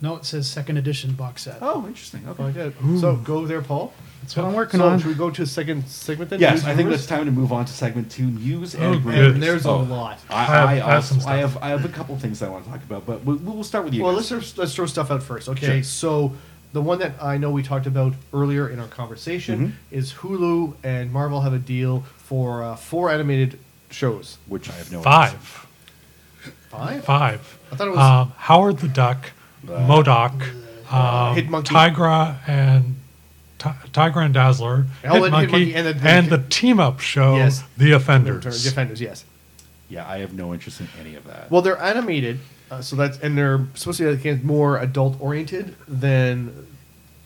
Speaker 3: No, it says second edition box set.
Speaker 2: Oh, interesting. Okay.
Speaker 4: Oh, yeah. So go there, Paul.
Speaker 3: That's what I'm working
Speaker 4: So
Speaker 3: on.
Speaker 4: should we go to the second segment then?
Speaker 2: Yes,
Speaker 4: News
Speaker 2: I think
Speaker 4: rumors?
Speaker 2: it's time to move on to segment two, news
Speaker 5: Oh,
Speaker 2: and
Speaker 5: good.
Speaker 2: rumors.
Speaker 5: And
Speaker 4: there's a
Speaker 2: Oh,
Speaker 4: lot.
Speaker 2: I,
Speaker 5: I have-
Speaker 2: I,
Speaker 5: I have
Speaker 2: also-
Speaker 5: some stuff.
Speaker 2: I have I have a couple things I want to talk about, but we, we will start with you.
Speaker 4: Well,
Speaker 2: guys.
Speaker 4: let's just, let's throw stuff out first. Okay,
Speaker 2: Sure.
Speaker 4: so the one that I know we talked about earlier in our conversation
Speaker 2: Mm-hmm.
Speaker 4: is Hulu and Marvel have a deal for uh, four animated shows.
Speaker 2: which I have no idea.
Speaker 5: Five,
Speaker 4: Five.
Speaker 5: five.
Speaker 4: I thought it was-
Speaker 3: Uh,
Speaker 5: um, Howard the Duck, Modoc, um,
Speaker 4: Hit Monkey.
Speaker 5: Tigra and Ti- Tigra and
Speaker 4: Oh,
Speaker 5: Dazzler,
Speaker 4: and
Speaker 5: Hit
Speaker 4: Hit
Speaker 5: Monkey,
Speaker 4: Monkey and the-
Speaker 5: and the team up show,
Speaker 4: Yes.
Speaker 5: The
Speaker 4: Defenders.
Speaker 5: Offenders.
Speaker 4: Defenders. Yes.
Speaker 2: Yeah, I have no interest in any of that.
Speaker 4: Well, they're animated, uh, so that's and they're supposed to be like, more adult oriented than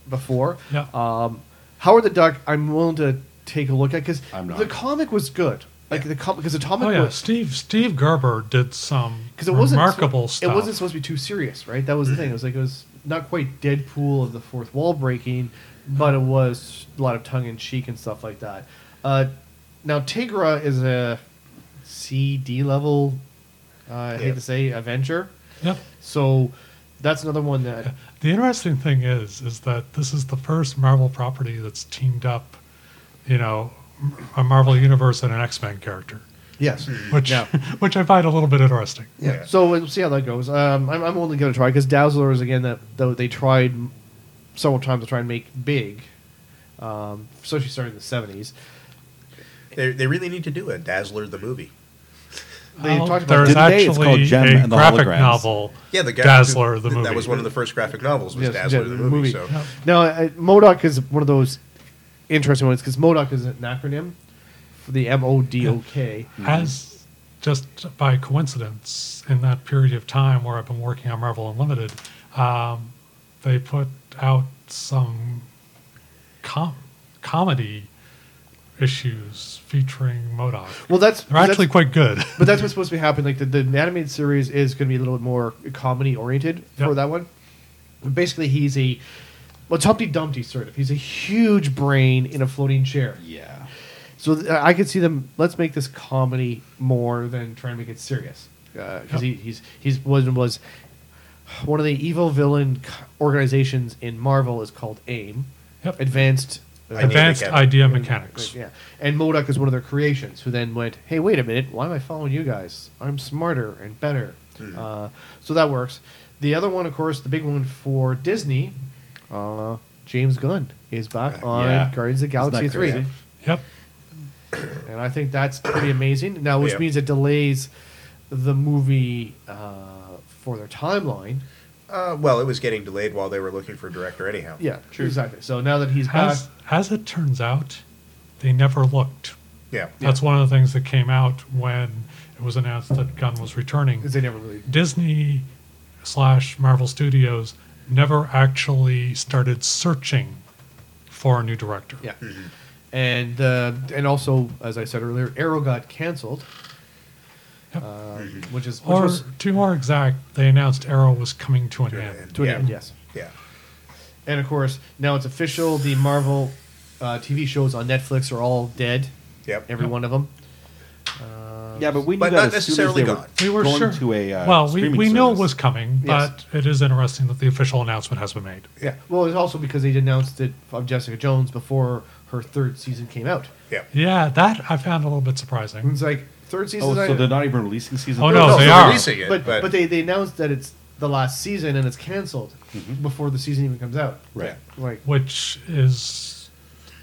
Speaker 4: before.
Speaker 5: Yeah.
Speaker 4: Um, Howard the Duck, I'm willing to take a look at because
Speaker 2: I'm not.
Speaker 4: the comic was good. Like the comic, because the comic
Speaker 5: Oh yeah,
Speaker 4: was
Speaker 5: Steve Steve Gerber did some
Speaker 4: because it wasn't
Speaker 5: remarkable
Speaker 4: it
Speaker 5: stuff.
Speaker 4: wasn't supposed to be too serious, right? That was
Speaker 2: Mm-hmm.
Speaker 4: the thing. It was like it was not quite Deadpool of the fourth wall breaking, but it was a lot of tongue in cheek and stuff like that. Uh, now Tigra is a C D level. Uh, I hate
Speaker 6: Yeah.
Speaker 4: to say Avenger.
Speaker 5: Yep.
Speaker 4: So that's another one that
Speaker 5: The interesting thing is, is that this is the first Marvel property that's teamed up, you know, a Marvel universe and an X Men character,
Speaker 4: yes.
Speaker 5: which
Speaker 4: Yeah.
Speaker 5: which I find a little bit interesting.
Speaker 6: Yeah.
Speaker 4: So we'll see how that goes. Um, I'm, I'm only going to try because Dazzler is again that though they tried several times to try and make big, um, especially starting in the '70s.
Speaker 6: They, they really need to do a Dazzler the movie.
Speaker 4: They talked about
Speaker 5: Oh, there's
Speaker 4: it
Speaker 2: today,
Speaker 5: actually
Speaker 2: it's called Gem
Speaker 5: a
Speaker 2: and the
Speaker 5: graphic
Speaker 2: Holograms.
Speaker 5: novel,
Speaker 6: Yeah, the guy
Speaker 5: Dazzler the
Speaker 6: that
Speaker 5: movie.
Speaker 6: was one of the first graphic novels was
Speaker 4: Yes,
Speaker 6: Dazzler
Speaker 4: yeah,
Speaker 6: the
Speaker 4: the
Speaker 6: movie.
Speaker 4: movie.
Speaker 6: So
Speaker 5: Yep.
Speaker 4: Now, uh, MODOK is one of those interesting ones because MODOK is an acronym for the M O D O K.
Speaker 5: As just by coincidence, in that period of time where I've been working on Marvel Unlimited, um, they put out some com- comedy issues featuring Modoc.
Speaker 4: Well, that's
Speaker 5: They're actually
Speaker 4: that's-
Speaker 5: quite good.
Speaker 4: but that's what's supposed to be happening. Like the, the animated series is going to be a little bit more comedy oriented for
Speaker 5: Yep.
Speaker 4: that one. Basically, he's a well, it's Humpty Dumpty sort of. He's a huge brain in a floating chair.
Speaker 2: Yeah.
Speaker 4: So th- I could see them. Let's make this comedy more than trying to make it serious. Because he, he's he's was was one of the evil villain c- organizations in Marvel is called AIM,
Speaker 5: Yep.
Speaker 4: Advanced.
Speaker 6: Idea
Speaker 5: Advanced
Speaker 6: Mechanics.
Speaker 5: Idea Mechanics.
Speaker 4: Yeah, and Modoc is one of their creations, who then went, "Hey, wait a minute! Why am I following you guys? I'm smarter and better." Uh, so that works. The other one, of course, the big one for Disney, uh, James Gunn is back on
Speaker 2: Yeah.
Speaker 4: Guardians of the
Speaker 2: Isn't that
Speaker 4: Galaxy Three.
Speaker 2: crazy?
Speaker 5: Yep.
Speaker 4: And I think that's pretty amazing. Now, which
Speaker 6: Yeah.
Speaker 4: means it delays the movie uh, for their timeline.
Speaker 6: Uh, well, it was getting delayed while they were looking for a director, anyhow.
Speaker 4: Yeah, true. Exactly. So now that he's
Speaker 5: As,
Speaker 4: back,
Speaker 5: as it turns out, they never looked.
Speaker 6: Yeah.
Speaker 5: That's one of the things that came out when it was announced that Gunn was returning.
Speaker 4: 'cause they never really.
Speaker 5: Disney slash Marvel Studios never actually started searching for a new director.
Speaker 4: Yeah. And uh, and also, as I said earlier, Arrow got canceled,
Speaker 5: Yep.
Speaker 4: um, which is which
Speaker 5: or
Speaker 4: was
Speaker 5: to be more exact, they announced Arrow was coming to an
Speaker 6: To an
Speaker 5: end.
Speaker 6: end.
Speaker 4: to an
Speaker 6: Yeah.
Speaker 4: end. Yes.
Speaker 6: Yeah.
Speaker 4: And of course, now it's official. The Marvel uh, TV shows on Netflix are all dead.
Speaker 6: Yep.
Speaker 4: Every one of them.
Speaker 2: Yeah, but we knew
Speaker 6: But
Speaker 2: that
Speaker 6: not
Speaker 2: as soon as
Speaker 6: necessarily
Speaker 2: they were
Speaker 6: gone.
Speaker 5: We were
Speaker 2: going
Speaker 5: sure.
Speaker 2: to a uh,
Speaker 5: well, we,
Speaker 2: streaming
Speaker 5: we knew it
Speaker 2: service.
Speaker 5: was coming,
Speaker 4: Yes.
Speaker 5: but it is interesting that the official announcement has been made.
Speaker 4: Yeah. Well, it's also because they announced it of Jessica Jones before her third season came out.
Speaker 6: Yeah.
Speaker 5: Yeah, that I found a little bit surprising.
Speaker 4: It's like third season.
Speaker 2: Oh,
Speaker 4: I-
Speaker 2: so they're not even releasing season.
Speaker 5: Oh,
Speaker 2: three?
Speaker 5: no, they
Speaker 6: they're
Speaker 5: are.
Speaker 6: releasing it,
Speaker 4: but,
Speaker 6: but,
Speaker 4: but they, they announced that it's the last season and it's canceled before the season even comes out.
Speaker 2: Right.
Speaker 4: Like
Speaker 5: which is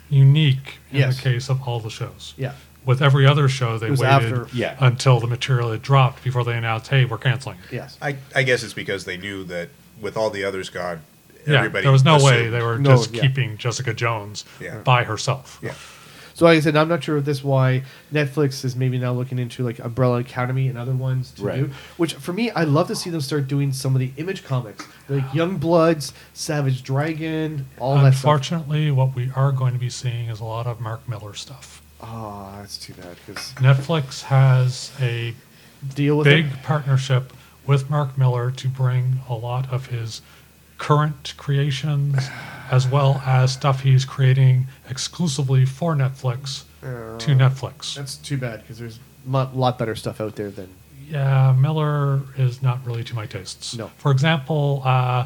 Speaker 5: unique in
Speaker 4: Yes.
Speaker 5: the case of all the shows.
Speaker 4: yeah,
Speaker 5: With every other show, they
Speaker 4: It was
Speaker 5: waited
Speaker 4: after-
Speaker 2: Yeah.
Speaker 5: until the material had dropped before they announced, "Hey, we're canceling."
Speaker 4: yes.
Speaker 6: I, I guess it's because they knew that with all the others gone,
Speaker 5: Yeah,
Speaker 6: everybody.
Speaker 5: there was no way
Speaker 6: assumed-
Speaker 5: they were
Speaker 4: No,
Speaker 5: just
Speaker 4: yeah.
Speaker 5: keeping Jessica Jones
Speaker 6: Yeah.
Speaker 5: by herself.
Speaker 6: Yeah.
Speaker 4: So like I said, I'm not sure if this why Netflix is maybe now looking into like Umbrella Academy and other ones to
Speaker 2: Right.
Speaker 4: do. Which for me, I love to see them start doing some of the image comics, like Young Bloods, Savage Dragon, all that stuff.
Speaker 5: Unfortunately, what we are going to be seeing is a lot of Mark Miller stuff.
Speaker 4: Oh, that's too bad because
Speaker 5: Netflix has a
Speaker 4: deal with
Speaker 5: big
Speaker 4: it.
Speaker 5: partnership with Mark Miller to bring a lot of his current creations as well as stuff he's creating exclusively for Netflix
Speaker 4: Uh,
Speaker 5: to Netflix.
Speaker 4: That's too bad because there's a lot, lot better stuff out there than
Speaker 5: Yeah, Miller is not really to my tastes.
Speaker 4: No.
Speaker 5: For example, uh,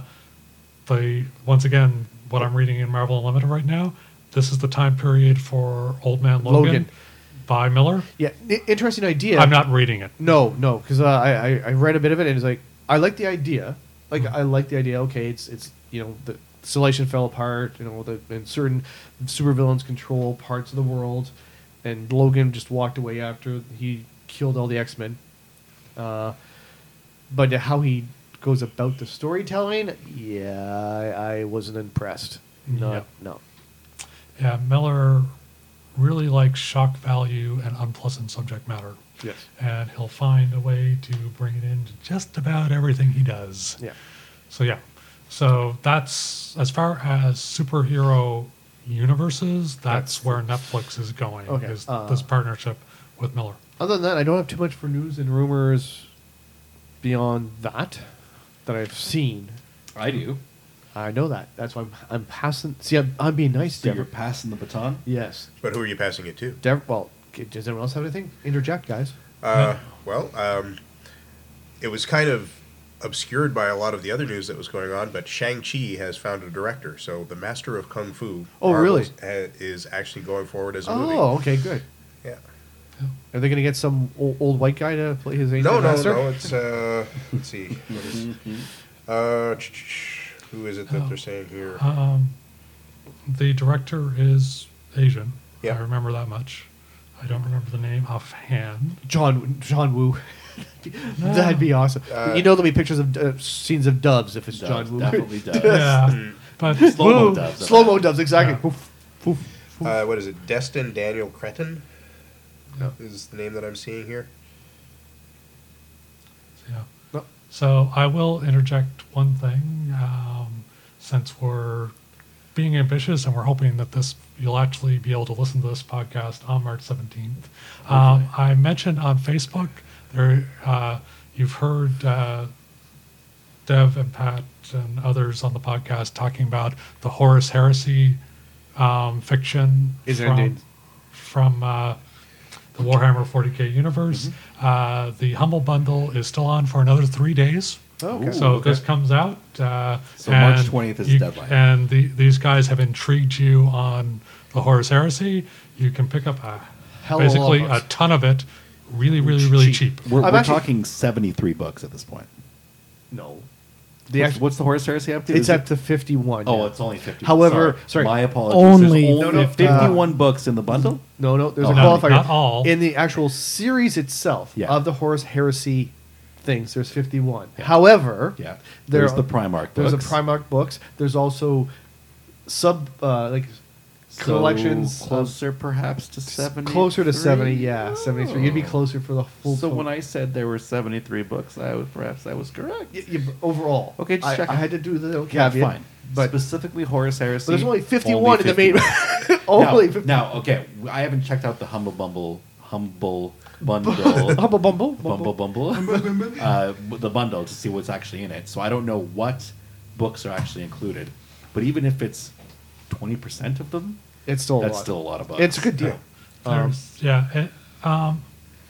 Speaker 5: the once again what I'm reading in Marvel Unlimited right now, this is the time period for Old Man Logan,
Speaker 4: Logan.
Speaker 5: by Miller.
Speaker 4: yeah. i- Interesting idea.
Speaker 5: I'm not reading it.
Speaker 4: No, no, because uh, I, I I read a bit of it and it's like I like the idea. Like I like the idea. Okay, it's it's you know the Salation fell apart. You know the and certain supervillains control parts of the world, and Logan just walked away after he killed all the X Men. Uh, but how he goes about the storytelling, Mm-hmm. yeah, I, I wasn't impressed. No,
Speaker 5: Yeah.
Speaker 4: no.
Speaker 5: Yeah, Miller really likes shock value and unpleasant subject matter.
Speaker 4: Yes.
Speaker 5: and he'll find a way to bring it into just about everything he does.
Speaker 4: Yeah.
Speaker 5: So yeah, so that's as far as superhero universes. That's,
Speaker 4: That's-
Speaker 5: where Netflix is going.
Speaker 4: Okay,
Speaker 5: Is
Speaker 4: uh,
Speaker 5: this partnership with Miller?
Speaker 4: Other than that, I don't have too much for news and rumors beyond that that I've seen.
Speaker 2: I do.
Speaker 4: I know that. That's why I'm, I'm passing. See, I'm, I'm being nice,
Speaker 2: So you're
Speaker 4: Deborah.
Speaker 2: passing the baton.
Speaker 4: Yes,
Speaker 6: But who are you passing it to?
Speaker 4: Deborah. Well, okay, does anyone else have anything? Interject, guys.
Speaker 6: Uh, well, um, it was kind of obscured by a lot of the other news that was going on, but Shang-Chi has found a director. So the Master of Kung Fu
Speaker 4: Oh,
Speaker 6: Marvel's,
Speaker 4: really?
Speaker 6: uh, is actually going forward as a
Speaker 4: Oh,
Speaker 6: movie.
Speaker 4: okay, good.
Speaker 6: Yeah.
Speaker 4: Are they going to get some old, old white guy to play his ancient
Speaker 6: No, no,
Speaker 4: master?
Speaker 6: no. It's, uh, let's see. What is- uh, ch- ch- ch- who is it that they're saying here?
Speaker 5: Um, the director is Asian.
Speaker 6: Yeah.
Speaker 5: I remember that much. I don't remember the name offhand.
Speaker 4: John John Woo. That'd be awesome. you know, there'll be pictures of uh, scenes of doves if it's
Speaker 2: Does,
Speaker 4: John Woo.
Speaker 2: definitely does.
Speaker 5: Yeah,
Speaker 4: Mm.
Speaker 5: but
Speaker 2: Slow-mo
Speaker 5: Woo-
Speaker 2: does.
Speaker 4: Slow mo doves, exactly.
Speaker 5: Yeah.
Speaker 4: Poof, poof.
Speaker 6: Uh, what is it? Destin Daniel Cretton
Speaker 5: Yeah.
Speaker 6: is the name that I'm seeing here.
Speaker 5: Yeah.
Speaker 4: Well-
Speaker 5: So I will interject one thing um, since we're being ambitious, and we're hoping that this you'll actually be able to listen to this podcast on March 17th. Um, I mentioned on Facebook there uh, you've heard uh, Dev and Pat and others on the podcast talking about the Horus Heresy um, fiction
Speaker 4: Is it
Speaker 5: from,
Speaker 4: indeed?
Speaker 5: from uh, the Warhammer 40k universe.
Speaker 2: Mm-hmm.
Speaker 5: Uh, the Humble Bundle is still on for another three days.
Speaker 4: Oh, okay.
Speaker 5: So
Speaker 2: Ooh, okay.
Speaker 5: this comes out. Uh,
Speaker 2: So March
Speaker 5: and
Speaker 2: 20th is the
Speaker 5: you-
Speaker 2: deadline.
Speaker 5: And the, these guys have intrigued you on the Horus Heresy. You can pick up a,
Speaker 4: Hell of a lot of
Speaker 5: basically a
Speaker 4: books.
Speaker 5: ton of it, really, really, really cheap.
Speaker 2: We're,
Speaker 4: I'm
Speaker 2: we're
Speaker 4: actually-
Speaker 2: talking 73 books at this point.
Speaker 4: No. The
Speaker 2: The what's,
Speaker 4: act-
Speaker 2: what's the Horus Heresy up to?
Speaker 4: it's
Speaker 2: Is it-
Speaker 4: up to 51.
Speaker 2: Oh,
Speaker 4: now.
Speaker 2: it's only 50.
Speaker 4: However, sorry.
Speaker 2: My apologies. There's
Speaker 3: Only
Speaker 4: No, no,
Speaker 2: 50. 51 books in the bundle?
Speaker 4: No, no, there's
Speaker 2: Oh,
Speaker 4: a
Speaker 2: no,
Speaker 4: qualifier.
Speaker 5: not all.
Speaker 4: In the actual series itself
Speaker 2: Yeah.
Speaker 4: of the Horus Heresy things, there's 51. However,
Speaker 2: Yeah.
Speaker 4: there
Speaker 2: There's
Speaker 4: are-
Speaker 2: the Primarch
Speaker 4: There's
Speaker 2: books.
Speaker 4: the Primarch books. There's also sub uh, like
Speaker 2: So
Speaker 4: collections of-
Speaker 2: closer perhaps to 70.
Speaker 4: closer to 70, yeah, 73. You'd be closer for the full
Speaker 2: Oh. So when I said there were 73 books, I was perhaps I was correct.
Speaker 4: Y- y- overall.
Speaker 2: Okay, just
Speaker 4: I,
Speaker 2: checking.
Speaker 4: I had to do the little
Speaker 2: Yeah,
Speaker 4: caveat.
Speaker 2: fine. But specifically Horus Heresy.
Speaker 4: But there's only 51 in the
Speaker 2: 51.
Speaker 4: main.
Speaker 2: Now-
Speaker 4: only
Speaker 2: now,
Speaker 4: 50.
Speaker 2: okay, I haven't checked out the Humble Bumble Humble Bundle
Speaker 4: Hubble bumble. bumble.
Speaker 2: Bumble Bumble uh, the bundle to see what's actually in it. So I don't know what books are actually included, but even if it's twenty percent of them,
Speaker 4: It's still a
Speaker 2: that's
Speaker 4: lot.
Speaker 2: still a lot of books.
Speaker 4: It's a good deal. Um,
Speaker 5: There's- yeah, it, um,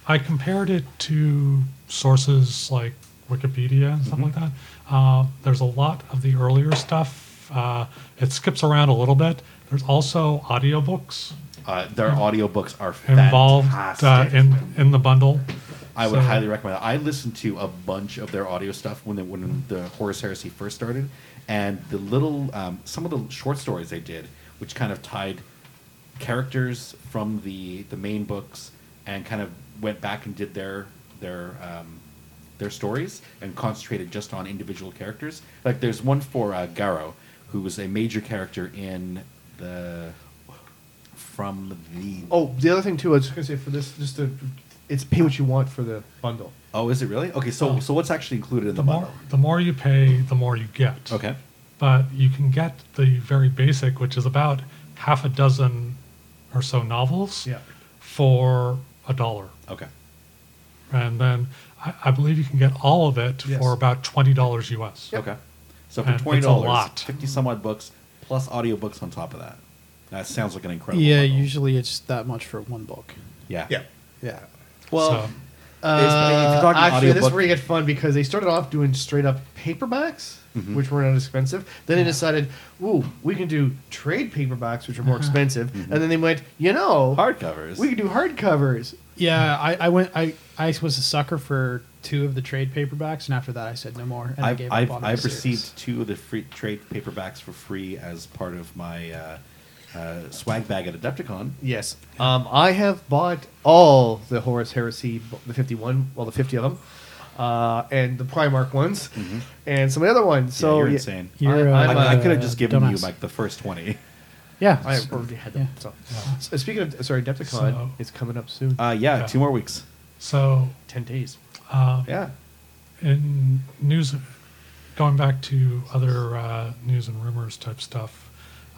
Speaker 5: I compared it to sources like Wikipedia and stuff like that. Uh, there's a lot of the earlier stuff. Uh, it skips around a little bit. There's also audiobooks
Speaker 2: Uh, their audiobooks are
Speaker 5: involved uh,
Speaker 2: fantastic.
Speaker 5: in in the bundle.
Speaker 2: I would
Speaker 5: so-
Speaker 2: highly recommend. That. I listened to a bunch of their audio stuff when the, when the Horus Heresy first started, and the little um, some of the short stories they did, which kind of tied characters from the the main books and kind of went back and did their their um, their stories and concentrated just on individual characters. Like there's one for uh, Garo, who was a major character in the from the oh,
Speaker 4: Oh, the other thing too, I was just gonna say for this, just to, it's pay what you want for the bundle.
Speaker 2: oh, is it really okay? So so what's actually included in the,
Speaker 5: The more
Speaker 2: bundle?
Speaker 5: the more you pay, the more you get.
Speaker 2: Okay.
Speaker 5: but you can get the very basic, which is about half a dozen or so novels
Speaker 4: Yeah.
Speaker 5: for a dollar.
Speaker 2: Okay.
Speaker 5: And then I, I believe you can get all of it
Speaker 4: Yes.
Speaker 5: for about $20 US.
Speaker 2: Okay. So
Speaker 5: And
Speaker 2: for
Speaker 5: it's a
Speaker 2: twenty dollars,
Speaker 5: lot.
Speaker 2: fifty some odd books plus audiobooks on top of that. That sounds like an incredible.
Speaker 3: Yeah,
Speaker 2: bundle.
Speaker 3: usually it's that much for one book.
Speaker 2: Yeah.
Speaker 6: Yeah.
Speaker 4: Yeah.
Speaker 2: Well,
Speaker 5: So-
Speaker 2: if you're talking
Speaker 4: Uh, actually, this is
Speaker 2: audiobook-
Speaker 4: where you get fun because they started off doing straight up paperbacks,
Speaker 2: Mm-hmm.
Speaker 4: which were not expensive. Then they decided, ooh, we can do trade paperbacks, which are more expensive.
Speaker 2: Mm-hmm.
Speaker 4: And then they went, you know,
Speaker 2: hardcovers.
Speaker 4: we can do hardcovers.
Speaker 3: Yeah, I, I went. I, I was a sucker for two of the trade paperbacks, and after that, I said no more. And I
Speaker 2: I've
Speaker 3: gave
Speaker 2: I've,
Speaker 3: up on
Speaker 2: I've
Speaker 3: the series.
Speaker 2: received two of the free trade paperbacks for free as part of my uh, uh, swag bag at Adepticon.
Speaker 4: Yes. Um, I have bought all the Horus Heresy, b- the 51, well, the 50 of them, uh, and the Primark ones, and some of the other ones. So
Speaker 2: Mm-hmm. yeah, you're insane.
Speaker 3: You're,
Speaker 4: I-
Speaker 2: I,
Speaker 4: I'm
Speaker 3: uh,
Speaker 2: could have just given you
Speaker 3: dumbass.
Speaker 2: like the first twenty.
Speaker 3: Yeah,
Speaker 4: I already had them. So.
Speaker 5: Yeah.
Speaker 4: So speaking of, sorry, Decepticon
Speaker 5: So-
Speaker 4: is coming up soon.
Speaker 2: Uh, yeah,
Speaker 5: Yeah.
Speaker 2: two more weeks.
Speaker 5: So,
Speaker 4: 10 days.
Speaker 5: uh,
Speaker 2: Yeah.
Speaker 5: in news, going back to other uh, news and rumors type stuff,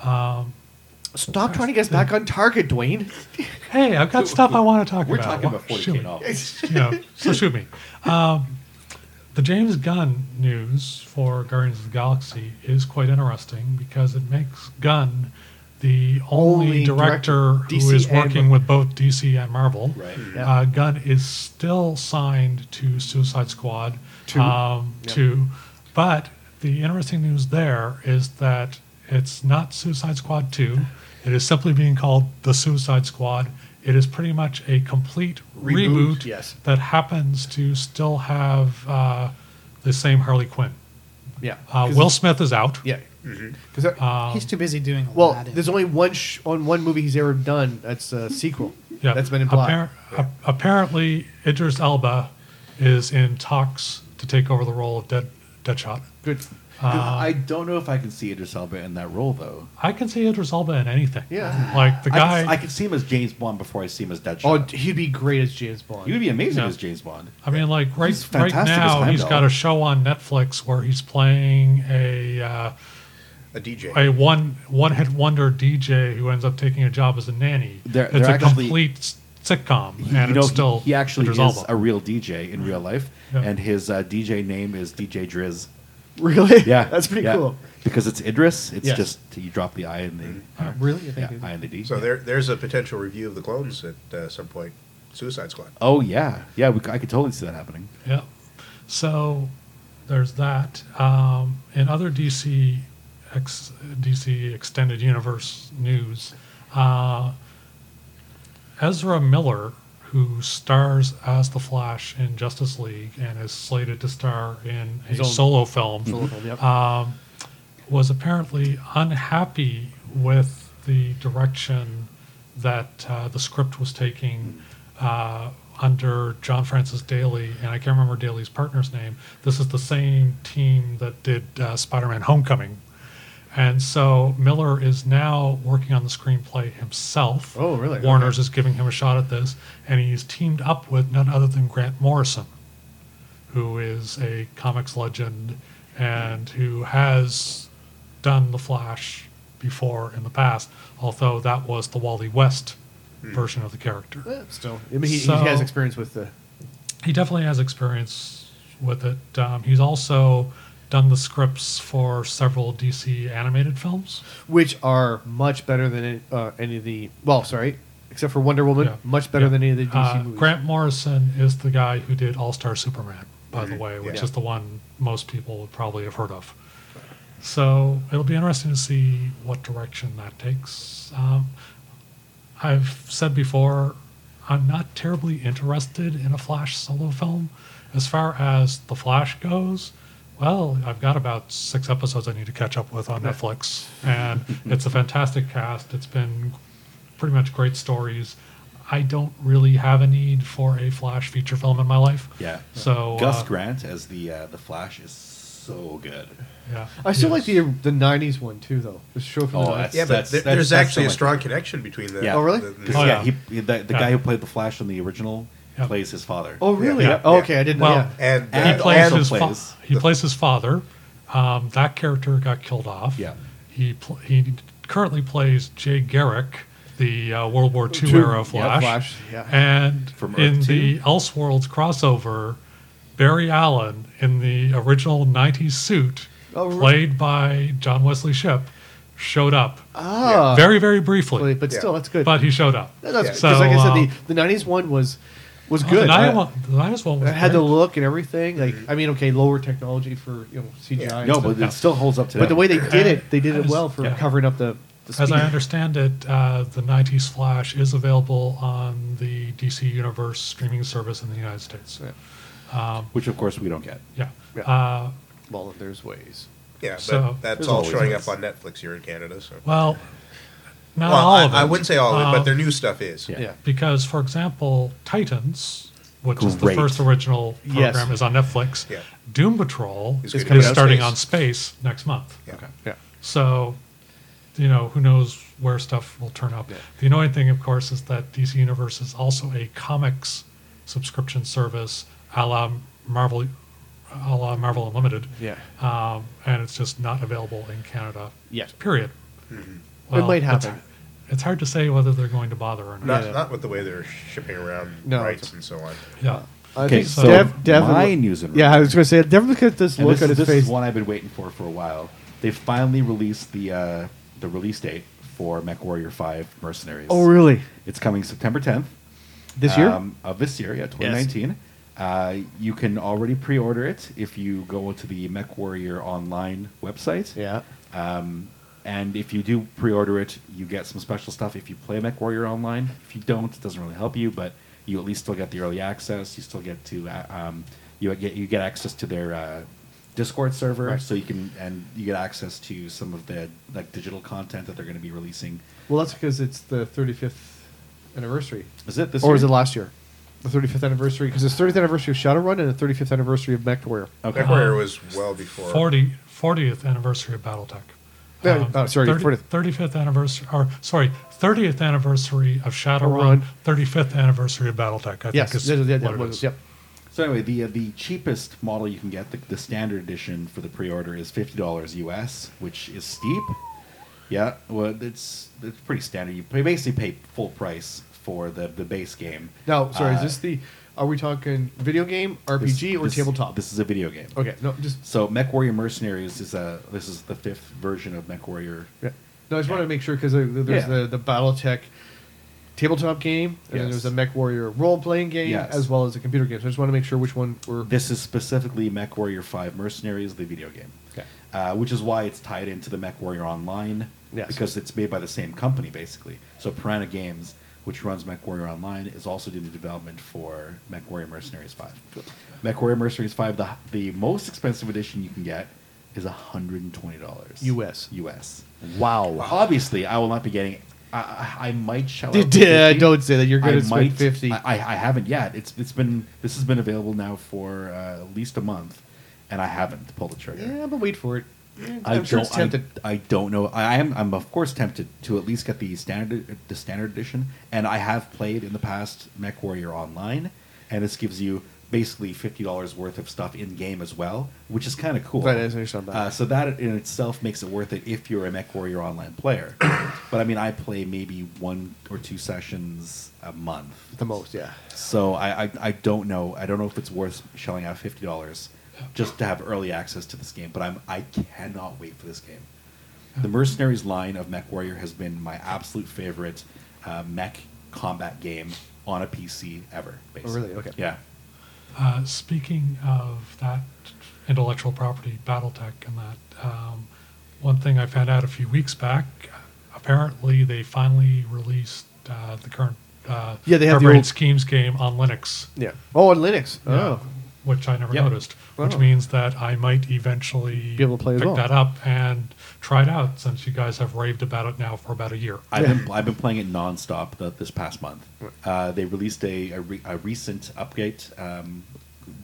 Speaker 5: um,
Speaker 4: Stop trying to get us back on target, Dwayne.
Speaker 5: hey, I've got stuff I want to talk
Speaker 2: We're
Speaker 5: about.
Speaker 2: talking
Speaker 5: Wha-
Speaker 2: about forty
Speaker 5: shoot
Speaker 2: k
Speaker 5: me.
Speaker 2: novels.
Speaker 5: yeah, so shoot me. Um, the James Gunn news for Guardians of the Galaxy is quite interesting because it makes Gunn the only,
Speaker 4: Only
Speaker 5: director,
Speaker 4: director, DC
Speaker 5: who is
Speaker 4: and-
Speaker 5: working with both DC and Marvel.
Speaker 2: Right.
Speaker 4: Yeah.
Speaker 5: Uh, Gunn is still signed to Suicide Squad. Two. Um, Two. But the interesting news there is that it's not Suicide Squad 2. It is simply being called The Suicide Squad. It is pretty much a complete
Speaker 4: Reboot,
Speaker 5: reboot,
Speaker 4: yes.
Speaker 5: that happens to still have uh, the same Harley Quinn.
Speaker 4: Yeah.
Speaker 5: Uh,
Speaker 4: 'Cause
Speaker 5: Will
Speaker 4: it's-
Speaker 5: Smith is out.
Speaker 4: Yeah.
Speaker 2: Mm-hmm.
Speaker 4: Because there-
Speaker 3: He's
Speaker 2: um,
Speaker 3: too busy doing.
Speaker 4: well,
Speaker 3: Aladdin.
Speaker 4: there's only one sh- on one movie he's ever done that's a sequel.
Speaker 5: Yeah.
Speaker 4: That's been implied.
Speaker 5: Appar- ap- apparently, Idris Elba is in talks to take over the role of Dead Deadshot.
Speaker 4: Good.
Speaker 2: I don't know if I can see Idris Elba in that role though.
Speaker 5: I can see Idris Elba in anything.
Speaker 4: Yeah.
Speaker 5: Like the
Speaker 2: I
Speaker 5: guy.
Speaker 2: can, I can see him as James Bond before I see him as Deadshot.
Speaker 4: Oh, d- he'd be great as James Bond.
Speaker 2: He would be amazing
Speaker 5: Yeah.
Speaker 2: as James Bond.
Speaker 5: I mean, like right
Speaker 2: He's
Speaker 5: right
Speaker 2: fantastic as
Speaker 5: now, he's
Speaker 2: Heimdall.
Speaker 5: got a show on Netflix where he's playing a uh,
Speaker 6: a DJ.
Speaker 5: a one one hit wonder DJ who ends up taking a job as a nanny.
Speaker 2: They're-
Speaker 5: it's
Speaker 2: they're
Speaker 5: a
Speaker 2: actually-
Speaker 5: complete s- sitcom,
Speaker 2: He-
Speaker 5: and
Speaker 2: you know,
Speaker 5: it's
Speaker 2: he-
Speaker 5: still
Speaker 2: he, actually is
Speaker 5: Idris Elba.
Speaker 2: a real DJ in real life,
Speaker 5: Yeah.
Speaker 2: and his uh, DJ name is DJ Driz.
Speaker 4: Really?
Speaker 2: Yeah,
Speaker 4: That's pretty
Speaker 2: yeah.
Speaker 4: cool.
Speaker 2: Because it's Idris, it's
Speaker 4: Yes.
Speaker 2: just you drop the I in the uh,
Speaker 4: Really? I think
Speaker 2: yeah, I in the D.
Speaker 6: So there, there's a potential review of the clones at uh, some point. Suicide Squad.
Speaker 2: Oh yeah, yeah. We, c- I could totally see that happening.
Speaker 5: Yeah. So there's that. Um, in other DC ex, DC extended universe news, uh, Ezra Miller, who stars as the Flash in Justice League and is slated to star in a
Speaker 4: His own-
Speaker 5: solo film,
Speaker 4: Solo film, Mm-hmm. yep.
Speaker 5: Uh, was apparently unhappy with the direction that uh, the script was taking uh, under John Francis Daly, and I can't remember Daly's partner's name. This is the same team that did uh, Spider Man Homecoming. And so Miller is now working on the screenplay himself.
Speaker 4: Oh, really?
Speaker 5: Warner's is giving him a shot at this, and he's teamed up with none other than Grant Morrison who is a comics legend and who has done the Flash before in the past, although that was the Wally West version of the character.
Speaker 4: Eh, Still, I mean, he,
Speaker 5: So-
Speaker 4: he has experience with the.
Speaker 5: He definitely has experience with it. Um, he's also done the scripts for several DC animated films.
Speaker 4: which are much better than any- uh, any of the. Well, sorry, except for Wonder Woman,
Speaker 5: Yeah.
Speaker 4: much better
Speaker 5: Yeah.
Speaker 4: than any of the DC
Speaker 5: Uh,
Speaker 4: movies.
Speaker 5: Grant Morrison is the guy who did All Star Superman, by the way, which
Speaker 6: Yeah.
Speaker 5: is the one most people would probably have heard of. So it'll be interesting to see what direction that takes. Um, I've said before, I'm not terribly interested in a Flash solo film. As far as The Flash goes, well, I've got about six episodes I need to catch up with on Netflix. And it's a fantastic cast. It's been pretty much great stories. I don't really have a need for a Flash feature film in my life.
Speaker 2: Yeah.
Speaker 5: So
Speaker 2: Gus
Speaker 5: uh,
Speaker 2: Grant as the uh, the Flash is so good.
Speaker 5: Yeah.
Speaker 4: I still like
Speaker 5: Yes.
Speaker 4: the the '90s one too, though. The show from
Speaker 2: Oh,
Speaker 4: the
Speaker 2: that's-
Speaker 4: 90s.
Speaker 6: Yeah, but
Speaker 2: that's-
Speaker 6: there,
Speaker 2: that's-
Speaker 6: there's
Speaker 2: that's
Speaker 6: actually a
Speaker 2: something.
Speaker 6: strong connection between the.
Speaker 2: Yeah.
Speaker 4: Oh, really?
Speaker 6: the- the-
Speaker 5: Oh,
Speaker 2: yeah,
Speaker 5: yeah.
Speaker 2: He, the, the
Speaker 5: Yeah.
Speaker 2: guy who played the Flash in the original
Speaker 5: Yeah.
Speaker 2: plays his father.
Speaker 4: Oh, really?
Speaker 5: Yeah.
Speaker 4: Oh,
Speaker 6: Yeah.
Speaker 4: okay, I didn't.
Speaker 5: Well-
Speaker 4: yeah.
Speaker 6: and
Speaker 2: He
Speaker 5: he
Speaker 6: uh,
Speaker 5: plays
Speaker 2: also
Speaker 5: his fa-
Speaker 2: plays
Speaker 5: he
Speaker 6: the-
Speaker 5: plays his father. Um, that character got killed off.
Speaker 2: Yeah.
Speaker 5: He pl- he currently plays Jay Garrick, the uh, World War II
Speaker 4: Two-
Speaker 5: era
Speaker 4: yeah,
Speaker 5: Flash.
Speaker 4: Flash, yeah.
Speaker 5: And
Speaker 2: From Earth
Speaker 5: in the
Speaker 2: two?
Speaker 5: Elseworlds crossover, Barry Allen in the original '90s suit,
Speaker 4: Oh, re-
Speaker 5: played by John Wesley Ship, showed up
Speaker 4: Ah,
Speaker 5: very very briefly,
Speaker 4: but
Speaker 6: Yeah.
Speaker 4: still, that's good.
Speaker 5: but he showed up.
Speaker 4: No, that's- 'cause
Speaker 5: So,
Speaker 4: like I said,
Speaker 5: uh,
Speaker 4: the, the '90s one was was
Speaker 5: Oh,
Speaker 4: good.
Speaker 5: The
Speaker 4: I-
Speaker 5: Nine one, the Nine one was
Speaker 4: it had
Speaker 5: great.
Speaker 4: the look and everything. Like, I mean, okay, lower technology for you know CGI. and
Speaker 2: no,
Speaker 4: stuff.
Speaker 2: but it still holds up today.
Speaker 4: but the way they did it, they did it
Speaker 5: As-
Speaker 4: well for
Speaker 5: yeah.
Speaker 4: covering up the. the
Speaker 5: As I
Speaker 4: speed.
Speaker 5: understand it, uh, the 90s Flash is available on the DC Universe streaming service in the United States.
Speaker 4: Yeah.
Speaker 2: which of course we don't get.
Speaker 5: Yeah.
Speaker 4: Yeah.
Speaker 5: Uh,
Speaker 4: Well, there's ways.
Speaker 6: Yeah, but
Speaker 5: So-
Speaker 6: that's
Speaker 2: There's
Speaker 6: all
Speaker 2: always
Speaker 6: showing up
Speaker 2: ways.
Speaker 6: on Netflix here in Canada. So.
Speaker 5: well, not
Speaker 6: Well,
Speaker 5: all
Speaker 6: I,
Speaker 5: of it.
Speaker 6: I wouldn't say all of it, but
Speaker 5: Um,
Speaker 6: their new stuff is.
Speaker 2: Yeah.
Speaker 4: Yeah.
Speaker 5: Because, for example, Titans, which is the
Speaker 2: Great.
Speaker 5: first original
Speaker 4: Yes.
Speaker 5: program, is on Netflix.
Speaker 6: Yeah.
Speaker 5: Doom Patrol
Speaker 6: It's
Speaker 5: is,
Speaker 6: gonna be on
Speaker 5: starting
Speaker 6: Space.
Speaker 5: on Space next month.
Speaker 6: Yeah.
Speaker 4: Yeah.
Speaker 5: So, you know, who knows where stuff will turn up. The annoying thing, of course, is that DC Universe is also a comics subscription service, a la Marvel, a la Marvel Unlimited,
Speaker 4: Yeah.
Speaker 5: um, and it's just not available in Canada.
Speaker 4: Yes. Mm-hmm.
Speaker 5: Period.
Speaker 4: might
Speaker 5: it's-
Speaker 4: happen.
Speaker 5: It's, hard to say whether they're going to bother or not.
Speaker 6: Not,
Speaker 4: Yeah.
Speaker 6: not with the way they're shipping around
Speaker 4: No,
Speaker 6: rights
Speaker 4: it's-
Speaker 6: and so on.
Speaker 5: Yeah.
Speaker 4: I
Speaker 2: Okay,
Speaker 4: think
Speaker 2: so
Speaker 4: Uh, Dev, Dev
Speaker 2: my news and
Speaker 4: Yeah, I was gonna say Dev look at this
Speaker 2: And
Speaker 4: look
Speaker 2: this,
Speaker 4: on his
Speaker 2: is- this
Speaker 4: face.
Speaker 2: is one I've been waiting for for a while. They finally released the uh, the release date for MechWarrior Five Mercenaries.
Speaker 4: Oh, really?
Speaker 2: It's coming September 10th
Speaker 4: This year?
Speaker 2: um, of this year, yeah, 2019. Uh, you can already pre-order it if you go to the MechWarrior online website.
Speaker 4: yeah.
Speaker 2: And if you do pre-order it, you get some special stuff. If you play MechWarrior Online, if you don't, it doesn't really help you, but you at least still get the early access. You still get to uh, um, you get you get access to their uh, Discord server,
Speaker 4: Right.
Speaker 2: so you can and you get access to some of the like digital content that they're going to be releasing.
Speaker 4: Well, that's because it's the 35th anniversary,
Speaker 2: Is it this
Speaker 4: or
Speaker 2: year?
Speaker 4: is it last year? The 35th anniversary because it's 30th anniversary of Shadowrun and the 35th anniversary of MechWarrior.
Speaker 2: Okay.
Speaker 6: MechWarrior was well before.
Speaker 5: 40, 40th anniversary of BattleTech.
Speaker 4: Yeah, oh, sorry, 40th.
Speaker 5: 35th anniversary, or sorry, 30th anniversary of
Speaker 4: Run.
Speaker 5: Shadowrun, 35th anniversary of BattleTech. I
Speaker 4: Yes,
Speaker 5: think is
Speaker 4: yeah, yeah, yeah,
Speaker 5: what it
Speaker 4: was-
Speaker 5: is.
Speaker 4: yep.
Speaker 2: So anyway, the uh, the cheapest model you can get, the, the standard edition for the pre-order is fifty dollars US, which is steep. Yeah, well, it's it's pretty standard. You pay- basically pay full price for the the base game.
Speaker 4: Now, sorry,
Speaker 2: Uh,
Speaker 4: is this the? Are we talking video game,
Speaker 2: this-
Speaker 4: RPG, or
Speaker 2: this-
Speaker 4: tabletop?
Speaker 2: This is a video game.
Speaker 4: okay, no, just
Speaker 2: So MechWarrior Mercenaries is a this is the fifth version of MechWarrior.
Speaker 4: yeah. No, I just wanted to make sure because there's
Speaker 2: Yeah.
Speaker 4: the the BattleTech tabletop game, and then
Speaker 2: Yes.
Speaker 4: there's a MechWarrior role playing game,
Speaker 2: Yes.
Speaker 4: as well as a computer game. So I just want to make sure which one we're.
Speaker 2: This is specifically MechWarrior Five Mercenaries, the video game.
Speaker 4: Okay.
Speaker 2: uh, which is why it's tied into the MechWarrior Online.
Speaker 4: Yes.
Speaker 2: Because it's made by the same company, basically. So Piranha Games, which runs MechWarrior Online, is also doing the development for MechWarrior Mercenaries 5. MechWarrior Mercenaries 5, the, the most expensive edition you can get is $120.
Speaker 4: US.
Speaker 2: US.
Speaker 4: Wow.
Speaker 2: Obviously, I will not be getting... I, I, I might shell out the
Speaker 4: Yeah,
Speaker 2: 50.
Speaker 4: don't say that. You're
Speaker 2: I
Speaker 4: going to
Speaker 2: might-
Speaker 4: spend fifty.
Speaker 2: I, I I haven't yet. It's it's been this has been available now for uh, at least a month, and I haven't pulled the trigger.
Speaker 4: yeah, but wait for it. Yeah,
Speaker 2: I
Speaker 4: I'm sure it's
Speaker 2: don't. I,
Speaker 4: tempted.
Speaker 2: I don't know. I am. I'm of course tempted to at least get the standard, the standard edition, and I have played in the past MechWarrior Online, and this gives you basically fifty dollars worth of stuff in game as well, which is kind of cool.
Speaker 4: That is actually not bad.
Speaker 2: Uh, so that in itself makes it worth it if you're a MechWarrior Online player. but I mean, I play maybe one or two sessions a month.
Speaker 4: the most, yeah.
Speaker 2: So I, I, I don't know. I don't know if it's worth shelling out fifty dollars just to have early access to this game. But I'm I cannot wait for this game. The Mercenaries line of MechWarrior has been my absolute favorite uh, mech combat game on a PC ever.
Speaker 4: Oh,
Speaker 2: Basically.
Speaker 4: really? Okay.
Speaker 2: Yeah.
Speaker 5: Uh, speaking of that intellectual property, BattleTech, and that, um, one thing I found out a few weeks back, apparently they finally released uh, the current uh,
Speaker 4: Yeah, they have the
Speaker 5: Harebrained
Speaker 4: old-
Speaker 5: Schemes game on Linux,
Speaker 4: Yeah. Oh, and Linux.
Speaker 5: yeah,
Speaker 4: Oh.
Speaker 5: which I never
Speaker 2: Yep.
Speaker 5: noticed, which
Speaker 4: Wow.
Speaker 5: means that I might eventually
Speaker 4: Be able to play as
Speaker 5: pick
Speaker 4: well.
Speaker 5: that up and try it out since you guys have raved about it now for about a year.
Speaker 2: I've been I've been playing it nonstop the, this past month. Uh, they released a a, re, a recent update, um,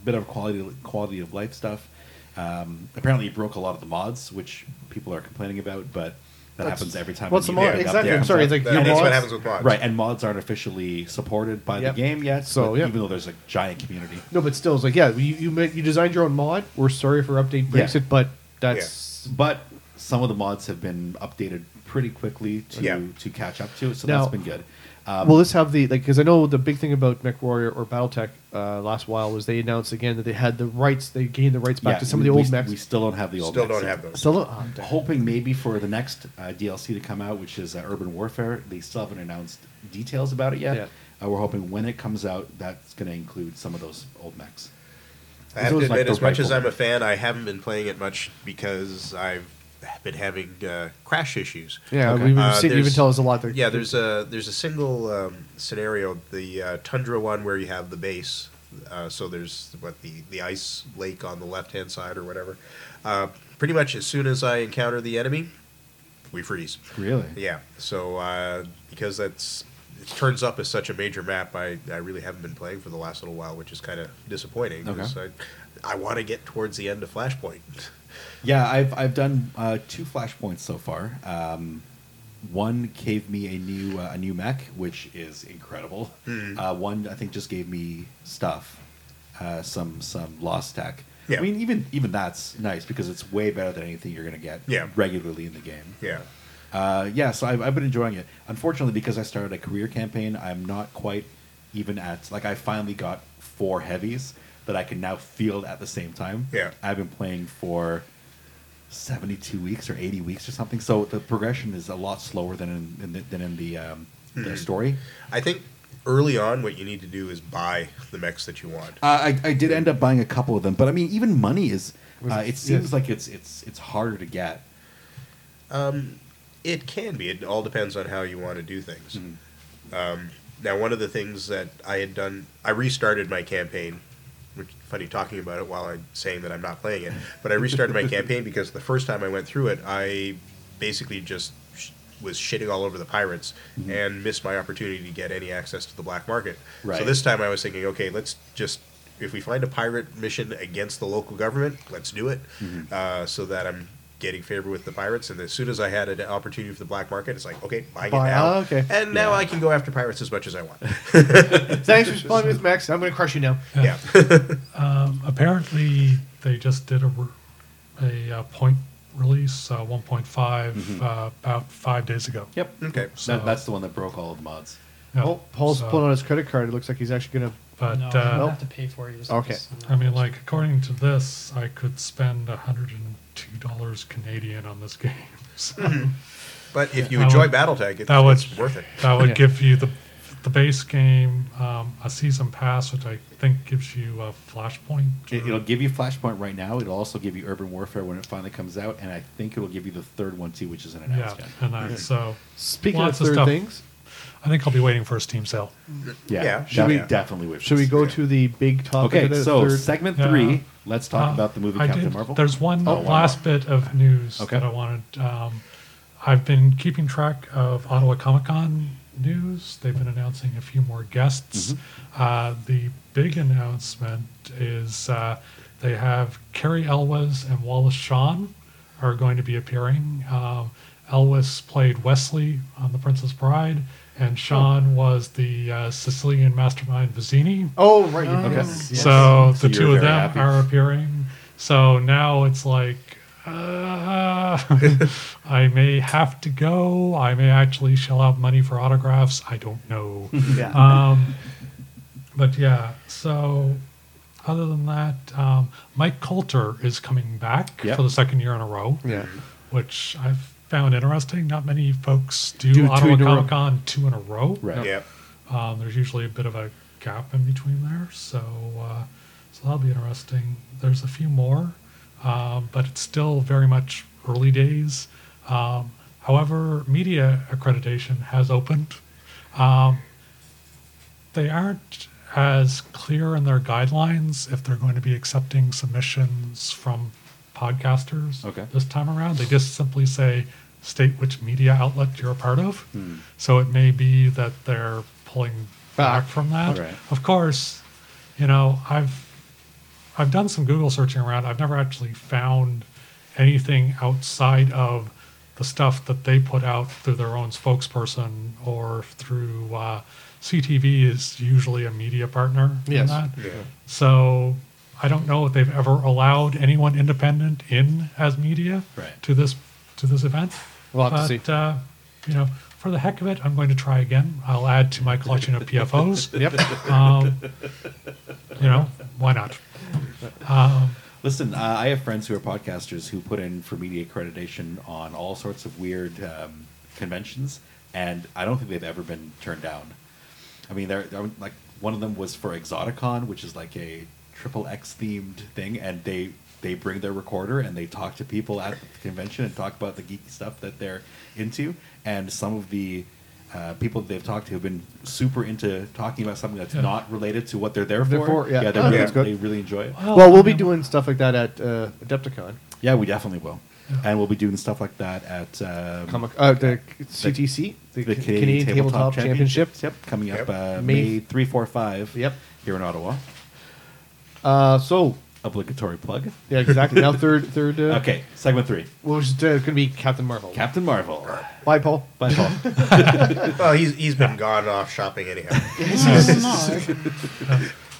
Speaker 2: bit of quality quality of life stuff. Um, apparently, it broke a lot of the mods, which people are complaining about, but that
Speaker 4: That's-
Speaker 2: happens every time.
Speaker 4: what's
Speaker 2: a
Speaker 4: the
Speaker 2: new
Speaker 4: mod-
Speaker 2: big update
Speaker 4: exactly, I'm
Speaker 2: comes
Speaker 4: sorry,
Speaker 2: out.
Speaker 4: it's like
Speaker 6: That-
Speaker 4: your
Speaker 6: that's what
Speaker 4: mods-
Speaker 6: happens with mods.
Speaker 2: right, and mods aren't officially supported by
Speaker 4: Yep.
Speaker 2: the game yet.
Speaker 4: So,
Speaker 2: but
Speaker 4: yeah.
Speaker 2: even though there's a giant community,
Speaker 4: No, but still, it's like, yeah, you you, made, you designed your own mod. We're sorry for update breaks
Speaker 2: Yeah.
Speaker 4: it, but that's
Speaker 2: but some of the mods have been updated pretty quickly to
Speaker 6: Yeah.
Speaker 2: to catch up to it. So
Speaker 4: Now-
Speaker 2: that's been good. Um,
Speaker 4: Will this have the like? Because I know the big thing about MechWarrior or BattleTech uh, last while was they announced again that they had the rights. They gained the rights back
Speaker 2: yeah,
Speaker 4: to some
Speaker 2: we-
Speaker 4: of the
Speaker 2: we-
Speaker 4: old mechs.
Speaker 2: We still don't have the old.
Speaker 6: Still
Speaker 2: mechs
Speaker 6: don't
Speaker 2: yet.
Speaker 6: have those.
Speaker 4: Still, oh, damn.
Speaker 2: hoping maybe for the next uh, DLC to come out, which is uh, Urban Warfare. They still haven't announced details about it yet.
Speaker 4: Yeah.
Speaker 2: Uh, we're hoping when it comes out, that's going to include some of those old mechs.
Speaker 6: I have to
Speaker 2: Those
Speaker 6: admit,
Speaker 2: are like the
Speaker 6: as much as
Speaker 2: rifle.
Speaker 6: I'm a fan, I haven't been playing it much because I've been having uh, crash issues.
Speaker 4: yeah,
Speaker 2: Okay.
Speaker 4: we've
Speaker 6: Uh,
Speaker 4: seen, you've been
Speaker 6: there's-
Speaker 4: telling us a lot. There.
Speaker 6: Yeah, there's a there's a single um, scenario, the uh, tundra one, where you have the base. Uh, so there's what the the ice lake on the left hand side or whatever. Uh, pretty much as soon as I encounter the enemy, we freeze.
Speaker 2: Really?
Speaker 6: Yeah. So uh, because that's it turns up as such a major map, I, I really haven't been playing for the last little while, which is kind of disappointing. 'cause I, I want to get towards the end of Flashpoint.
Speaker 2: Yeah, I've I've done uh, two flashpoints so far. Um, one gave me a new uh, a new mech, which is incredible.
Speaker 6: Hmm.
Speaker 2: Uh, one I think just gave me stuff, uh, some some lost tech.
Speaker 6: Yeah.
Speaker 2: I mean, even even that's nice because it's way better than anything you're going to get
Speaker 6: Yeah.
Speaker 2: regularly in the game.
Speaker 6: yeah.
Speaker 2: Uh, yeah, so I've, I've been enjoying it. Unfortunately, because I started a career campaign, I'm not quite even at like I finally got four heavies that I can now field at the same time.
Speaker 6: Yeah.
Speaker 2: I've been playing for seventy two weeks or eighty weeks or something. So the progression is a lot slower than in, in the, than in the um, the story.
Speaker 6: I think early on, what you need to do is buy the mechs that you want.
Speaker 2: Uh, I, I did end up buying a couple of them, but I mean, even money is.
Speaker 4: Was
Speaker 2: Uh,
Speaker 4: it-
Speaker 2: it seems
Speaker 4: yes.
Speaker 2: like it's it's it's harder to get.
Speaker 6: It can be. It all depends on how you want to do things. Um, now, one of the things that I had done, I restarted my campaign. Which funny talking about it while I'm saying that I'm not playing it, but I restarted my campaign because the first time I went through it, I basically just sh- was shitting all over the pirates and missed my opportunity to get any access to the black market. So
Speaker 2: Right.
Speaker 6: this time I was thinking, okay, let's just if we find a pirate mission against the local government, let's do it, uh, so that I'm getting favor with the pirates, and as soon as I had an opportunity for the black market, it's like, okay, buying
Speaker 4: Buy-
Speaker 6: it now.
Speaker 4: oh, okay.
Speaker 6: And now I can go after pirates as much as I want.
Speaker 4: Thanks for playing with Max. I'm going to crush you now.
Speaker 6: yeah.
Speaker 5: Um, apparently, they just did a, re- a, uh point release, uh, one5
Speaker 4: Mm-hmm.
Speaker 5: uh, about five days ago.
Speaker 2: Yep.
Speaker 6: okay.
Speaker 5: So-
Speaker 2: That, that's the one that broke all of the mods.
Speaker 5: Yeah,
Speaker 4: Oh, Paul's
Speaker 5: so-
Speaker 4: pulling out his credit card. It looks like he's actually going to.
Speaker 5: But
Speaker 3: no,
Speaker 5: uh,
Speaker 3: I have to pay for it. It's
Speaker 4: Okay.
Speaker 3: just-
Speaker 5: I mean, like according to this, I could spend hundred and two dollars Canadian on this game. So
Speaker 6: But if you
Speaker 5: That
Speaker 6: enjoy
Speaker 5: would-
Speaker 6: Battletech, it,
Speaker 5: that would-
Speaker 6: it's worth it.
Speaker 5: that would
Speaker 4: Yeah.
Speaker 5: give you the the base game, um, a season pass, which I think gives you a flashpoint.
Speaker 2: It, it'll give you Flashpoint right now. It'll also give you Urban Warfare when it finally comes out, and I think it'll give you the third one too, which is an
Speaker 5: yeah,
Speaker 2: announcement.
Speaker 5: and I, so
Speaker 4: Speaking
Speaker 5: Lots
Speaker 4: of
Speaker 5: of
Speaker 4: third
Speaker 5: stuff.
Speaker 4: things,
Speaker 5: I think I'll be waiting for a Steam sale.
Speaker 2: Yeah,
Speaker 6: Yeah.
Speaker 2: def-
Speaker 6: Should we-
Speaker 2: definitely wait? for
Speaker 4: should we
Speaker 2: this.
Speaker 4: go to the big topic?
Speaker 2: Okay,
Speaker 4: of the
Speaker 2: so
Speaker 4: third-
Speaker 2: segment
Speaker 5: Yeah.
Speaker 2: three. Let's talk
Speaker 5: Uh,
Speaker 2: about the movie
Speaker 5: I
Speaker 2: Captain
Speaker 5: did-
Speaker 2: Marvel.
Speaker 5: There's one
Speaker 2: Oh, one
Speaker 5: last bit of news
Speaker 2: Okay.
Speaker 5: that I wanted. Um, I've been keeping track of Ottawa Comic Con news. They've been announcing a few more guests.
Speaker 2: Mm-hmm.
Speaker 5: Uh, the big announcement is uh, they have Carrie Elwes and Wallace Shawn are going to be appearing. Um, Elwes played Wesley on The Princess Bride,
Speaker 2: Oh.
Speaker 5: and Sean was the uh, Sicilian mastermind Vizzini
Speaker 4: Oh, right. you
Speaker 2: Okay.
Speaker 4: did.
Speaker 2: Yes.
Speaker 5: so
Speaker 2: So
Speaker 5: the
Speaker 2: you're
Speaker 5: two of
Speaker 2: very
Speaker 5: them
Speaker 2: happy.
Speaker 5: are appearing. So now it's like, uh, I may have to go. I may actually shell out money for autographs. I don't know.
Speaker 4: Yeah.
Speaker 5: um, but yeah, so other than that, um, Mike Coulter is coming back
Speaker 2: Yep.
Speaker 5: for the second year in a row,
Speaker 4: yeah.
Speaker 5: which I've found interesting. Not many folks
Speaker 4: Do
Speaker 5: do,
Speaker 4: two
Speaker 5: Ottawa
Speaker 4: in a row.
Speaker 5: Comic Con two in a row.
Speaker 2: Right.
Speaker 6: Yeah.
Speaker 5: Um, there's usually a bit of a gap in between there, so uh, so that'll be interesting. There's a few more, um, but it's still very much early days. Um, however, media accreditation has opened. Um, they aren't as clear in their guidelines if they're going to be accepting submissions from podcasters
Speaker 2: Okay.
Speaker 5: this time around. They just simply say state which media outlet you're a part of.
Speaker 2: Hmm.
Speaker 5: So it may be that they're pulling
Speaker 4: Back.
Speaker 5: back from that.
Speaker 2: All right.
Speaker 5: Of course, you know, I've I've done some Google searching around. I've never actually found anything outside of the stuff that they put out through their own spokesperson or through uh, CTV is usually a media partner.
Speaker 4: Yes.
Speaker 5: In that.
Speaker 6: Yeah.
Speaker 5: So I don't know if they've ever allowed anyone independent in as media
Speaker 2: Right.
Speaker 5: to this to this event.
Speaker 4: We'll have
Speaker 5: but,
Speaker 4: to see.
Speaker 5: Uh, you know, for the heck of it, I'm going to try again. I'll add to my collection of PFOs.
Speaker 4: Yep.
Speaker 5: Um, you know, why not? Um,
Speaker 2: Listen, uh, I have friends who are podcasters who put in for media accreditation on all sorts of weird um, conventions, and I don't think they've ever been turned down. I mean, they're, they're- like one of them was for Exoticon, which is like a triple X themed thing, and they they bring their recorder and they talk to people at the convention and talk about the geeky stuff that they're into, and some of the. Uh, people that they've talked to have been super into talking about something that's
Speaker 5: Yeah.
Speaker 2: not related to what they're there for.
Speaker 4: Therefore, yeah.
Speaker 2: they,
Speaker 4: Oh,
Speaker 2: really,
Speaker 6: that's
Speaker 4: good.
Speaker 2: they really enjoy it.
Speaker 4: Well, we'll be
Speaker 5: um,
Speaker 4: doing stuff like that at uh, Adepticon,
Speaker 2: Yeah, we definitely will.
Speaker 5: Yeah.
Speaker 2: And we'll be doing stuff like that at um,
Speaker 4: Comic, uh, the CTC, the,
Speaker 2: the
Speaker 4: Ca- Canadian, Tabletop, Championship.
Speaker 2: Yep, coming up
Speaker 6: Yep.
Speaker 2: Uh,
Speaker 4: May-
Speaker 2: May 3, 4, 5
Speaker 4: Yep.
Speaker 2: here in Ottawa.
Speaker 4: Uh, so
Speaker 2: Obligatory plug.
Speaker 4: yeah, exactly. now third, third. Uh,
Speaker 2: Okay, segment three
Speaker 4: Which is uh, going to be Captain Marvel.
Speaker 2: Captain Marvel.
Speaker 4: Bye, Paul.
Speaker 2: Bye, Paul.
Speaker 6: Well, he's, he's been gone off shopping anyhow.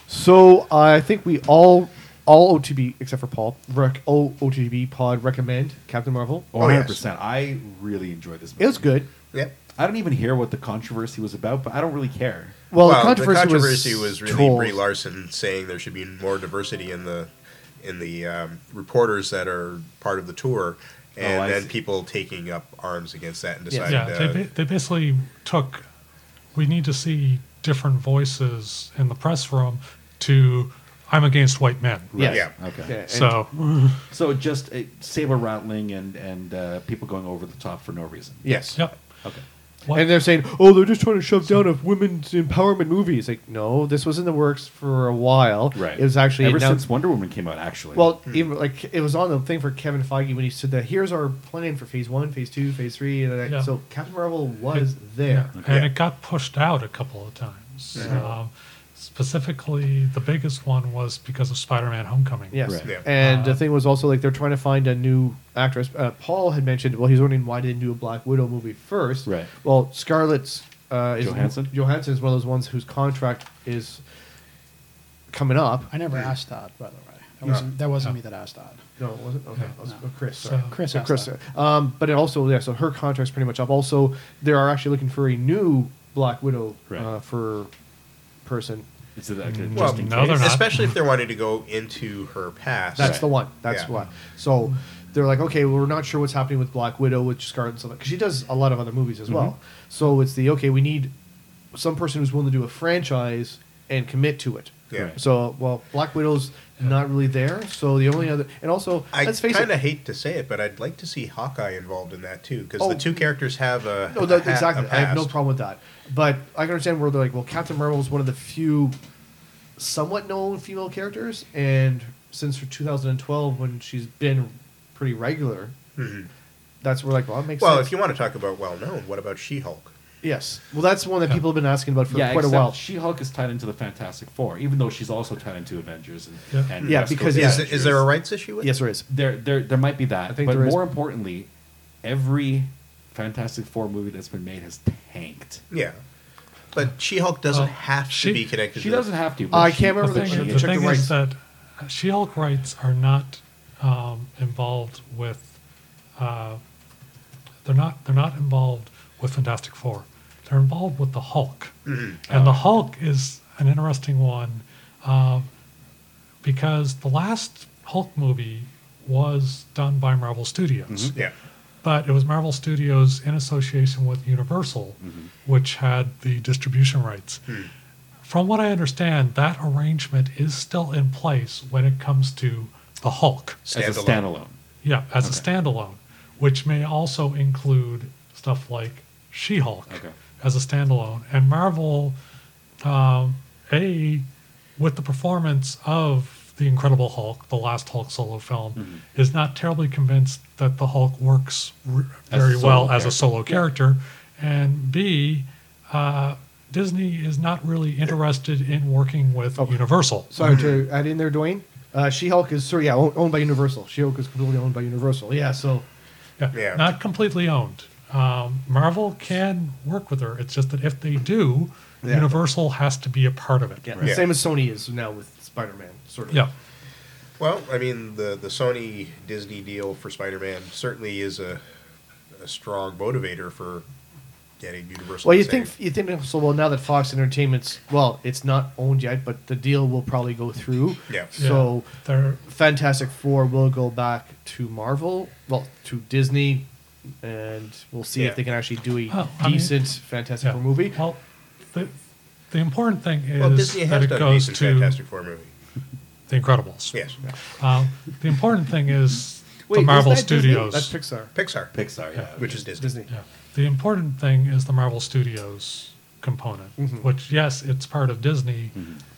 Speaker 4: So I think we all, all OTB except for Paul, rec, all OTB pod recommend Captain Marvel.
Speaker 6: Oh, yes.
Speaker 2: 100%. I really enjoyed this movie.
Speaker 4: It was good.
Speaker 6: Yep.
Speaker 2: I don't even hear what the controversy was about, but I don't really care.
Speaker 4: Well,
Speaker 6: the
Speaker 4: the controversy,
Speaker 6: controversy was, really
Speaker 4: trolls.
Speaker 6: Brie Larson saying there should be more diversity in the in the um, reporters that are part of the tour, and
Speaker 2: I
Speaker 6: then
Speaker 2: see.
Speaker 6: people taking up arms against that and deciding.
Speaker 5: Oh, Yeah, they,
Speaker 6: uh,
Speaker 5: ba- they basically took. We need to see different voices in the press room. To I'm against white men.
Speaker 4: Yes.
Speaker 6: Yeah.
Speaker 2: Okay.
Speaker 4: Yeah, and-
Speaker 5: So
Speaker 2: So just uh, saber rattling and, and uh, people going over the top for no reason.
Speaker 4: yes.
Speaker 5: yep.
Speaker 2: Okay.
Speaker 5: What-
Speaker 4: And they're saying, oh, they're just trying to shove down a women's empowerment movie. It's like, no, this was in the works for a while.
Speaker 2: Right.
Speaker 4: It was actually
Speaker 2: Ever
Speaker 4: announced-
Speaker 2: since Wonder Woman came out, actually.
Speaker 4: Well, even like it was on the thing for Kevin Feige when he said that here's our plan for Phase One, Phase Two, Phase Three, and that,
Speaker 5: Yeah.
Speaker 4: so Captain Marvel was there.
Speaker 5: Yeah, And it got pushed out a couple of times. Um, specifically, the biggest one was because of Spider-Man: Homecoming.
Speaker 4: Yes.
Speaker 2: Right.
Speaker 6: Yeah.
Speaker 4: And
Speaker 5: Uh,
Speaker 4: the thing was also like they're trying to find a new actress. Uh, Paul had mentioned, well, he's wondering why they didn't do a Black Widow movie first.
Speaker 2: Right.
Speaker 4: Well, Scarlett's uh, is
Speaker 2: Johansson?
Speaker 4: Johansson is one of those ones whose contract is coming up.
Speaker 3: I never asked that, by the way. That wasn't, that wasn't me that asked that.
Speaker 4: No, it wasn't. Okay, I was-
Speaker 3: No.
Speaker 4: oh, Chris.
Speaker 5: So-
Speaker 4: Sorry.
Speaker 3: Chris
Speaker 4: So
Speaker 3: asked
Speaker 4: Chris.
Speaker 3: that.
Speaker 4: Um, but it also yeah. So her contract's pretty much up. Also, they are actually looking for a new Black Widow
Speaker 2: Right.
Speaker 4: uh, for person.
Speaker 2: It's a, like, a-
Speaker 5: Mm.
Speaker 2: just
Speaker 5: Well,
Speaker 2: in
Speaker 5: no,
Speaker 2: case.
Speaker 5: they're not.
Speaker 6: Especially if they're wanting to go into her past.
Speaker 4: That's
Speaker 2: Right.
Speaker 4: the one. That's
Speaker 6: Yeah.
Speaker 4: what. So they're like, okay, well, we're not sure what's happening with Black Widow, with Scarlet and stuff, because she does a lot of other movies as well. So it's the okay, we need some person who's willing to do a franchise and commit to it.
Speaker 6: Yeah. Right.
Speaker 4: So well, Black Widow's not really there. So the only other, and also
Speaker 6: I
Speaker 4: let's face
Speaker 6: kind of
Speaker 4: it.
Speaker 6: hate to say it, but I'd like to see Hawkeye involved in that too, because
Speaker 4: Oh.
Speaker 6: the two characters have a
Speaker 4: No, that,
Speaker 6: a ha-
Speaker 4: exactly.
Speaker 6: a
Speaker 4: I have no
Speaker 6: past.
Speaker 4: problem with that. But I can understand where they're like, well, Captain Marvel is one of the few somewhat known female characters, and since 2012, when she's been pretty regular,
Speaker 6: Mhm.
Speaker 4: that's where like, well, it makes
Speaker 6: Well,
Speaker 4: sense.
Speaker 6: if you want to talk about well known, what about She Hulk?
Speaker 4: Yes. Well, that's one that people have been asking about for
Speaker 2: yeah,
Speaker 4: quite a
Speaker 2: except
Speaker 4: while.
Speaker 2: She Hulk is tied into the Fantastic Four, even though she's also tied into Avengers and,
Speaker 5: Yeah.
Speaker 2: and
Speaker 4: Yeah,
Speaker 2: West Coast
Speaker 4: because
Speaker 6: Is,
Speaker 4: Yeah,
Speaker 2: Avengers.
Speaker 6: is there a rights issue with?
Speaker 4: Yes, there is.
Speaker 2: there there there might be that.
Speaker 4: I think
Speaker 2: but
Speaker 4: there is.
Speaker 2: more importantly, every Fantastic Four movie that's been made has tanked.
Speaker 6: Yeah, but She Hulk doesn't
Speaker 5: Well,
Speaker 6: have to
Speaker 5: she-
Speaker 6: be connected. to
Speaker 2: She
Speaker 6: the-
Speaker 2: doesn't have to. but
Speaker 4: I
Speaker 2: she-
Speaker 4: can't
Speaker 5: The
Speaker 4: remember
Speaker 5: thing,
Speaker 4: the,
Speaker 5: is-
Speaker 4: you
Speaker 5: the
Speaker 4: check the
Speaker 5: thing
Speaker 4: rights.
Speaker 5: is that She-Hulk rights are not um, involved with. Uh, they're not. They're not involved with Fantastic Four. They're involved with the Hulk, and the Hulk is an interesting one um, because the last Hulk movie was done by Marvel Studios
Speaker 6: Yeah,
Speaker 5: but it was Marvel Studios in association with Universal, which had the distribution rights. From what I understand, that arrangement is still in place when it comes to the Hulk.
Speaker 2: as a standalone.
Speaker 5: Yeah, as a standalone, which may also include stuff like She Hulk
Speaker 2: Okay.
Speaker 5: as a standalone. And Marvel, um, A, with the performance of The Incredible Hulk, the last Hulk solo film,
Speaker 2: Mm-hmm.
Speaker 5: is not terribly convinced that the Hulk works r
Speaker 2: As a
Speaker 5: very
Speaker 2: solo
Speaker 5: well as a
Speaker 2: character.
Speaker 5: solo character. And B, uh, Disney is not really interested in working with Universal.
Speaker 4: Sorry to
Speaker 6: Mm-hmm.
Speaker 4: add in there, Dwayne. Uh, She-Hulk is, sorry, yeah, owned, owned by Universal. She-Hulk is completely owned by Universal. Yeah, so
Speaker 5: Yeah,
Speaker 6: Yeah.
Speaker 5: Not completely owned. Um, Marvel can work with her. It's just that if they do,
Speaker 4: Yeah.
Speaker 5: Universal has to be a part of it.
Speaker 4: yeah,
Speaker 6: Yeah.
Speaker 4: same as Sony is now with Spider-Man, sort of.
Speaker 5: Yeah.
Speaker 6: Well, I mean, the, the Sony Disney deal for Spider Man certainly is a, a strong motivator for getting Universal.
Speaker 4: Well,
Speaker 6: to
Speaker 4: you
Speaker 6: say-
Speaker 4: think you think so? Well, now that Fox Entertainment's well, it's not owned yet, but the deal will probably go through.
Speaker 6: Yeah.
Speaker 4: So
Speaker 5: Yeah. they're
Speaker 4: Fantastic Four will go back to Marvel, well, to Disney, and we'll see
Speaker 6: Yeah.
Speaker 4: if they can actually do a
Speaker 5: Oh, I mean-
Speaker 4: decent Fantastic
Speaker 5: yeah.
Speaker 4: Four movie.
Speaker 5: Well, the, the important thing is
Speaker 6: Well, Disney
Speaker 5: that
Speaker 6: has
Speaker 5: it
Speaker 6: done a
Speaker 5: goes
Speaker 6: decent
Speaker 5: to
Speaker 6: Fantastic Four movie.
Speaker 5: the Incredibles.
Speaker 6: Yes,
Speaker 5: Um, the important thing is the
Speaker 4: was
Speaker 5: Marvel
Speaker 4: that Disney?
Speaker 5: Studios.
Speaker 4: That's Pixar.
Speaker 6: Pixar,
Speaker 2: Pixar, yeah.
Speaker 6: which is Disney.
Speaker 4: Disney.
Speaker 5: Yeah. The important thing is the Marvel Studios component,
Speaker 6: Mm-hmm.
Speaker 5: which yes, it's part of Disney,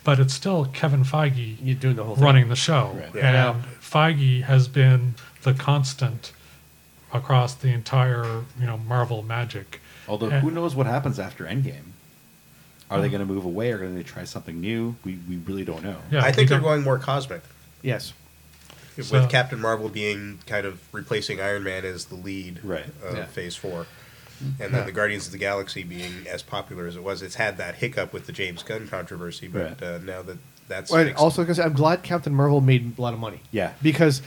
Speaker 5: but it's still Kevin Feige
Speaker 4: You're doing the whole thing.
Speaker 5: running the show.
Speaker 2: Right.
Speaker 6: Yeah.
Speaker 5: And um, Feige has been the constant across the entire, you know, Marvel magic.
Speaker 2: Although
Speaker 5: Yeah.
Speaker 2: who knows what happens after Endgame? Are they going to move away? Are they going to try something new? We we really don't know.
Speaker 5: Yeah,
Speaker 6: I think
Speaker 5: we
Speaker 6: they're
Speaker 5: don't-
Speaker 6: going more cosmic.
Speaker 4: Yes.
Speaker 5: So-
Speaker 6: with Captain Marvel being kind of replacing Iron Man as the lead
Speaker 2: Right.
Speaker 6: of
Speaker 4: Yeah.
Speaker 6: Phase Four, and then
Speaker 4: Yeah.
Speaker 6: the Guardians of the Galaxy being as popular as it was, it's had that hiccup with the James Gunn controversy. But
Speaker 2: Right.
Speaker 6: uh, now that that's
Speaker 4: Well, and
Speaker 6: fixed-
Speaker 4: also, because I'm glad Captain Marvel made a lot of money.
Speaker 2: Yeah.
Speaker 4: Because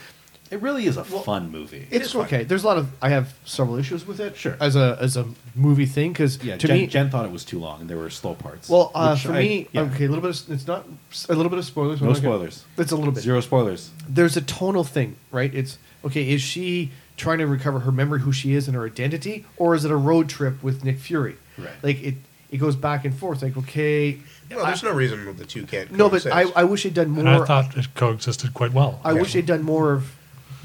Speaker 2: It really is a fun movie.
Speaker 6: It
Speaker 4: it's
Speaker 6: is fun.
Speaker 4: okay. There's a lot of I have several issues with it.
Speaker 2: Sure.
Speaker 4: As a as a movie thing, because
Speaker 2: yeah,
Speaker 4: to
Speaker 2: Jen,
Speaker 4: me,
Speaker 2: Jen thought it was too long, and there were slow parts.
Speaker 4: well, uh,
Speaker 2: which
Speaker 4: for
Speaker 2: I-
Speaker 4: me,
Speaker 2: yeah.
Speaker 4: okay, a little bit. Of, it's not a little bit of spoilers. but
Speaker 2: No
Speaker 4: I'm not gonna-
Speaker 2: spoilers.
Speaker 4: It's a little bit.
Speaker 2: Zero spoilers.
Speaker 4: there's a tonal thing, right? It's okay, is she trying to recover her memory, who she is, and her identity, or is it a road trip with Nick Fury?
Speaker 2: Right.
Speaker 4: Like it, it goes back and forth. Like okay,
Speaker 6: Well, there's no reason the two can't.
Speaker 4: no, but
Speaker 6: coexist.
Speaker 4: I, I wish they'd done more.
Speaker 5: And I thought it coexisted quite well.
Speaker 4: I wish they'd done more of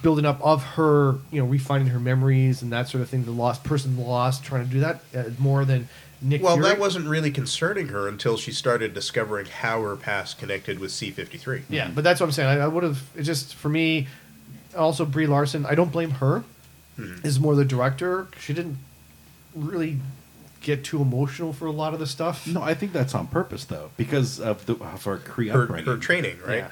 Speaker 4: building up of her, you know, refining her memories and that sort of thing. The lost person, lost, trying to do that uh, more than Nick.
Speaker 6: Well,
Speaker 4: Fury.
Speaker 6: that wasn't really concerning her until she started discovering how her past connected with C53.
Speaker 4: Yeah, but that's what I'm saying. I, I would have. It just for me. Also, Brie
Speaker 2: Mm-hmm.
Speaker 4: Larson. I don't blame her. Is more the director. She didn't really get too emotional for a lot of the stuff.
Speaker 2: No, I think that's on purpose though, because of the of her Cree
Speaker 6: Her,
Speaker 2: upbringing.
Speaker 6: her training, right?
Speaker 4: Yeah.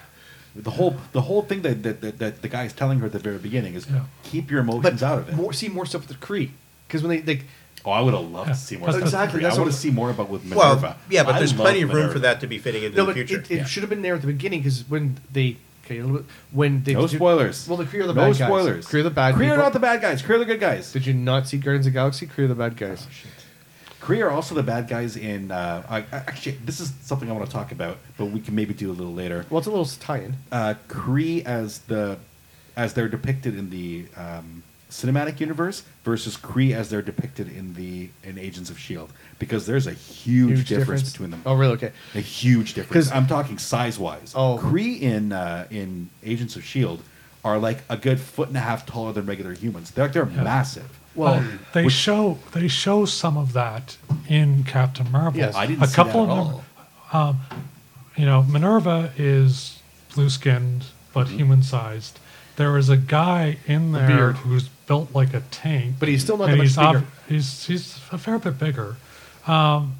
Speaker 2: The whole the whole thing that that, that that the guy's telling her at the very beginning is
Speaker 5: Yeah.
Speaker 2: keep your
Speaker 4: but
Speaker 2: emotions out of it.
Speaker 4: More, see more stuff with the Cree because when they like,
Speaker 2: oh, I would have loved
Speaker 5: Yeah.
Speaker 2: to see more.
Speaker 5: That's-
Speaker 2: about
Speaker 4: Exactly,
Speaker 2: Cree.
Speaker 4: that's
Speaker 2: I
Speaker 4: what-
Speaker 2: want to see more about with Minerva.
Speaker 6: Well, yeah, but
Speaker 2: I
Speaker 6: there's
Speaker 2: love
Speaker 6: plenty of room
Speaker 2: Minerva.
Speaker 6: for that to be fitting into
Speaker 4: no,
Speaker 6: the
Speaker 4: but
Speaker 6: future.
Speaker 4: it, it
Speaker 2: yeah.
Speaker 4: should have been there at the beginning because when they okay, a little bit, when they
Speaker 2: No
Speaker 4: did-
Speaker 2: spoilers.
Speaker 4: Well, the Cree are the
Speaker 2: no
Speaker 4: bad guys.
Speaker 2: spoilers.
Speaker 4: Cree are the bad.
Speaker 2: Cree are
Speaker 4: people.
Speaker 2: not the bad guys. Cree are the good guys.
Speaker 4: Did you not see Guardians of the Galaxy? Cree are the bad guys.
Speaker 2: Kree are also the bad guys in. Uh, I, I- actually, this is something I want to talk about, but we can maybe do a little later.
Speaker 4: Well, it's a little tie-in.
Speaker 2: Uh, Kree as the as they're depicted in the um, cinematic universe versus Kree as they're depicted in the in Agents of Shield, E because there's a huge, difference, between them.
Speaker 4: Oh, really? Okay.
Speaker 2: A huge difference.
Speaker 4: 'Cause-
Speaker 2: I'm talking size wise.
Speaker 4: Oh.
Speaker 2: Kree in uh, in Agents of Shield E are like a good foot and a half taller than regular humans. They're they're
Speaker 5: Yeah.
Speaker 2: massive.
Speaker 5: Well, they
Speaker 2: which-
Speaker 5: show they show some of that in Captain Marvel.
Speaker 4: Yes.
Speaker 2: I didn't
Speaker 5: a
Speaker 2: see
Speaker 5: couple
Speaker 2: that
Speaker 5: of
Speaker 2: at
Speaker 5: them-
Speaker 2: all.
Speaker 5: you know, Minerva is blue skinned but human sized. There is a guy in there
Speaker 4: Mm-hmm. beard.
Speaker 5: who's built like a tank,
Speaker 4: But he's still not
Speaker 5: and
Speaker 4: that much
Speaker 5: he's ob-
Speaker 4: bigger.
Speaker 5: he's he's a fair bit bigger, um,